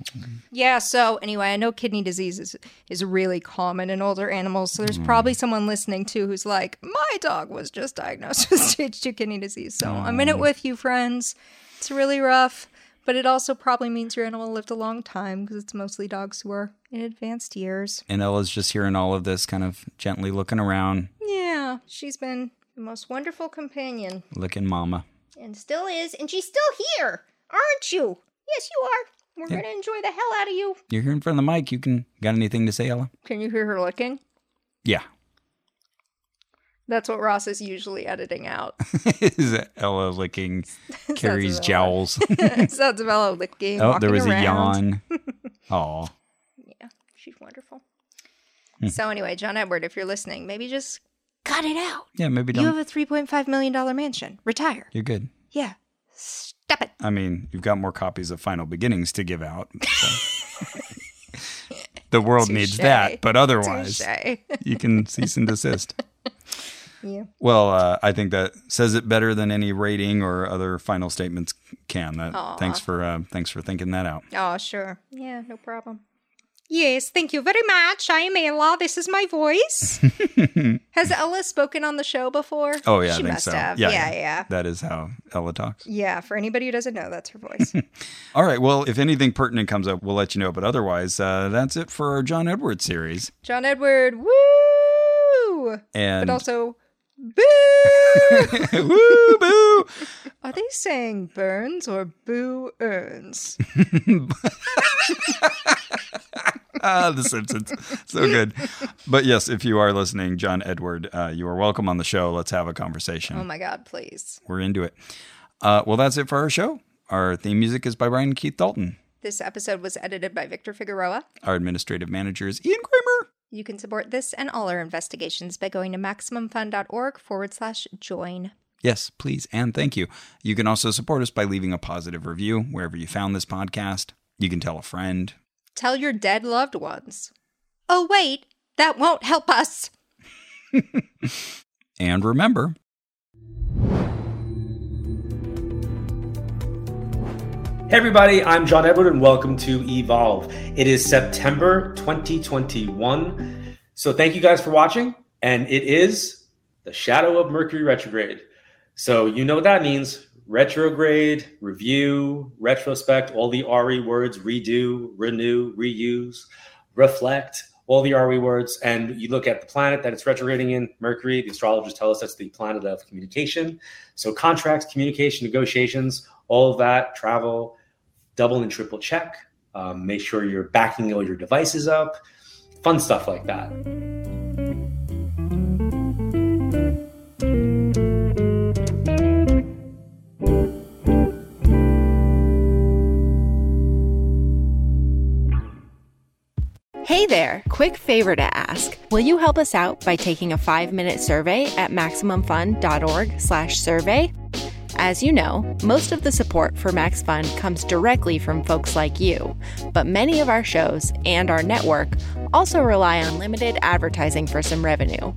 [SPEAKER 2] Yeah, so anyway, I know kidney disease is, is really common in older animals. So there's probably someone listening too who's like, my dog was just diagnosed with stage two kidney disease. So I'm in it with you, friends. It's really rough, but it also probably means your animal lived a long time because it's mostly dogs who are in advanced years.
[SPEAKER 1] And Ella's just hearing all of this, kind of gently looking around,
[SPEAKER 2] Yeah, she's been the most wonderful companion
[SPEAKER 1] licking Mama.
[SPEAKER 2] and still is, and she's still here, aren't you? Yes, you are. We're
[SPEAKER 1] Yeah.
[SPEAKER 2] gonna enjoy the hell out of you.
[SPEAKER 1] You're here in front of the mic. You can got anything to say, Ella?
[SPEAKER 2] Can you hear her licking?
[SPEAKER 1] Yeah.
[SPEAKER 2] That's what Ross is usually editing out.
[SPEAKER 1] is Ella licking Carrie's
[SPEAKER 2] Sounds
[SPEAKER 1] jowls?
[SPEAKER 2] Sounds of Ella licking.
[SPEAKER 1] oh, there
[SPEAKER 2] walking
[SPEAKER 1] was a
[SPEAKER 2] around.
[SPEAKER 1] yawn. Oh,
[SPEAKER 2] Yeah, she's wonderful.
[SPEAKER 1] Hmm.
[SPEAKER 2] So anyway, John Edward, if you're listening, maybe just cut it out.
[SPEAKER 1] yeah, maybe
[SPEAKER 2] You
[SPEAKER 1] don't.
[SPEAKER 2] have a three point five million dollar mansion. Retire.
[SPEAKER 1] You're good.
[SPEAKER 2] Yeah. Stop it.
[SPEAKER 1] I mean, you've got more copies of Final Beginnings to give out. so. the world needs that,
[SPEAKER 2] Touche.
[SPEAKER 1] but otherwise,
[SPEAKER 2] Touche.
[SPEAKER 1] you can cease and desist.
[SPEAKER 2] yeah.
[SPEAKER 1] Well, uh, I think that says it better than any rating or other final statements can. That
[SPEAKER 2] Aw.
[SPEAKER 1] thanks for uh, thanks for thinking that out.
[SPEAKER 2] Oh, sure. Yeah, no problem. Yes, thank you very much. I am Ella. This is my voice. Has Ella spoken on the show before?
[SPEAKER 1] Oh yeah,
[SPEAKER 2] she
[SPEAKER 1] I think
[SPEAKER 2] must
[SPEAKER 1] so.
[SPEAKER 2] have. Yeah, yeah, yeah.
[SPEAKER 1] That is how Ella talks.
[SPEAKER 2] for anybody who doesn't know, that's her voice.
[SPEAKER 1] All right. Well, if anything pertinent comes up, we'll let you know. But otherwise, uh, that's it for our John Edwards series.
[SPEAKER 2] John Edward, woo!
[SPEAKER 1] And
[SPEAKER 2] But also, boo!
[SPEAKER 1] woo boo.
[SPEAKER 2] Are they saying burns or boo earns?
[SPEAKER 1] ah, The Simpsons. So good. But yes, if you are listening, John Edward, uh, you are welcome on the show. Let's have a conversation.
[SPEAKER 2] oh my God, please.
[SPEAKER 1] We're into it. Uh, well, that's it for our show. Our theme music is by Brian Keith Dalton.
[SPEAKER 2] This episode was edited by Victor Figueroa.
[SPEAKER 1] Our administrative manager is Ian Kramer.
[SPEAKER 2] You can support this and all our investigations by going to MaximumFun.org forward slash join.
[SPEAKER 1] Yes, please, and thank you. You can also support us by leaving a positive review wherever you found this podcast. You can tell a friend.
[SPEAKER 2] Tell your dead loved ones. Oh, wait, that won't help us.
[SPEAKER 1] And remember,
[SPEAKER 11] Hey everybody, I'm John Edward and welcome to Evolve. It is September 2021. So thank you guys for watching and it is the shadow of Mercury retrograde. So you know what that means, retrograde, review, retrospect, all the RE words, redo, renew, reuse, reflect, all the RE words and you look at the planet that it's retrograding in, Mercury, the astrologers tell us that's the planet of communication. So contracts, communication, negotiations, all of that, travel, double and triple check. Um, make sure you're backing all your devices up, fun stuff like that.
[SPEAKER 12] Hey there! Quick favor to ask. Will you help us out by taking a five-minute survey at MaximumFun.org/survey? As you know, most of the support for Max Fun comes directly from folks like you, but many of our shows and our network also rely on limited advertising for some revenue.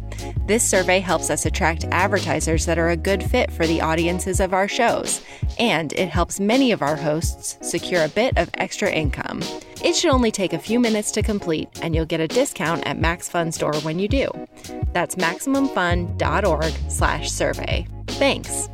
[SPEAKER 12] This survey helps us attract advertisers that are a good fit for the audiences of our shows, and it helps many of our hosts secure a bit of extra income. It should only take a few minutes to complete, and you'll get a discount at Max Fun Store when you do. That's maximumfun.org/survey. Thanks.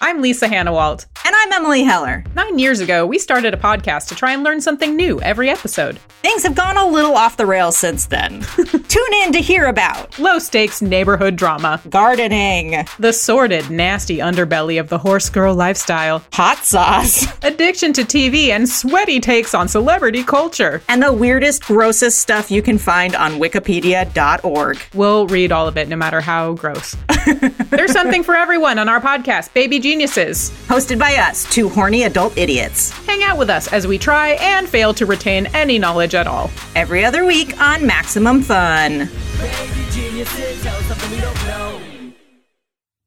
[SPEAKER 13] I'm Lisa Hannawalt.
[SPEAKER 14] And I'm Emily Heller.
[SPEAKER 13] Nine years ago, we started a podcast to try and learn something new every episode.
[SPEAKER 14] Things have gone a little off the rails since then. Tune in to hear about
[SPEAKER 13] low stakes neighborhood drama,
[SPEAKER 14] gardening,
[SPEAKER 13] the sordid, nasty underbelly of the horse girl lifestyle,
[SPEAKER 14] hot sauce,
[SPEAKER 13] addiction to TV, and sweaty takes on celebrity culture,
[SPEAKER 14] and the weirdest, grossest stuff you can find on Wikipedia.org.
[SPEAKER 13] We'll read all of it, no matter how gross. There's something for everyone on our podcast, Baby Geniuses,
[SPEAKER 14] hosted by us, two horny adult idiots.
[SPEAKER 13] Hang out with us as we try and fail to retain any knowledge at all.
[SPEAKER 14] Every other week on Maximum Fun.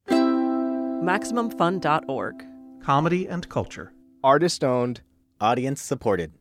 [SPEAKER 15] MaximumFun.org.
[SPEAKER 16] Comedy and culture.
[SPEAKER 17] Artist owned. Audience supported.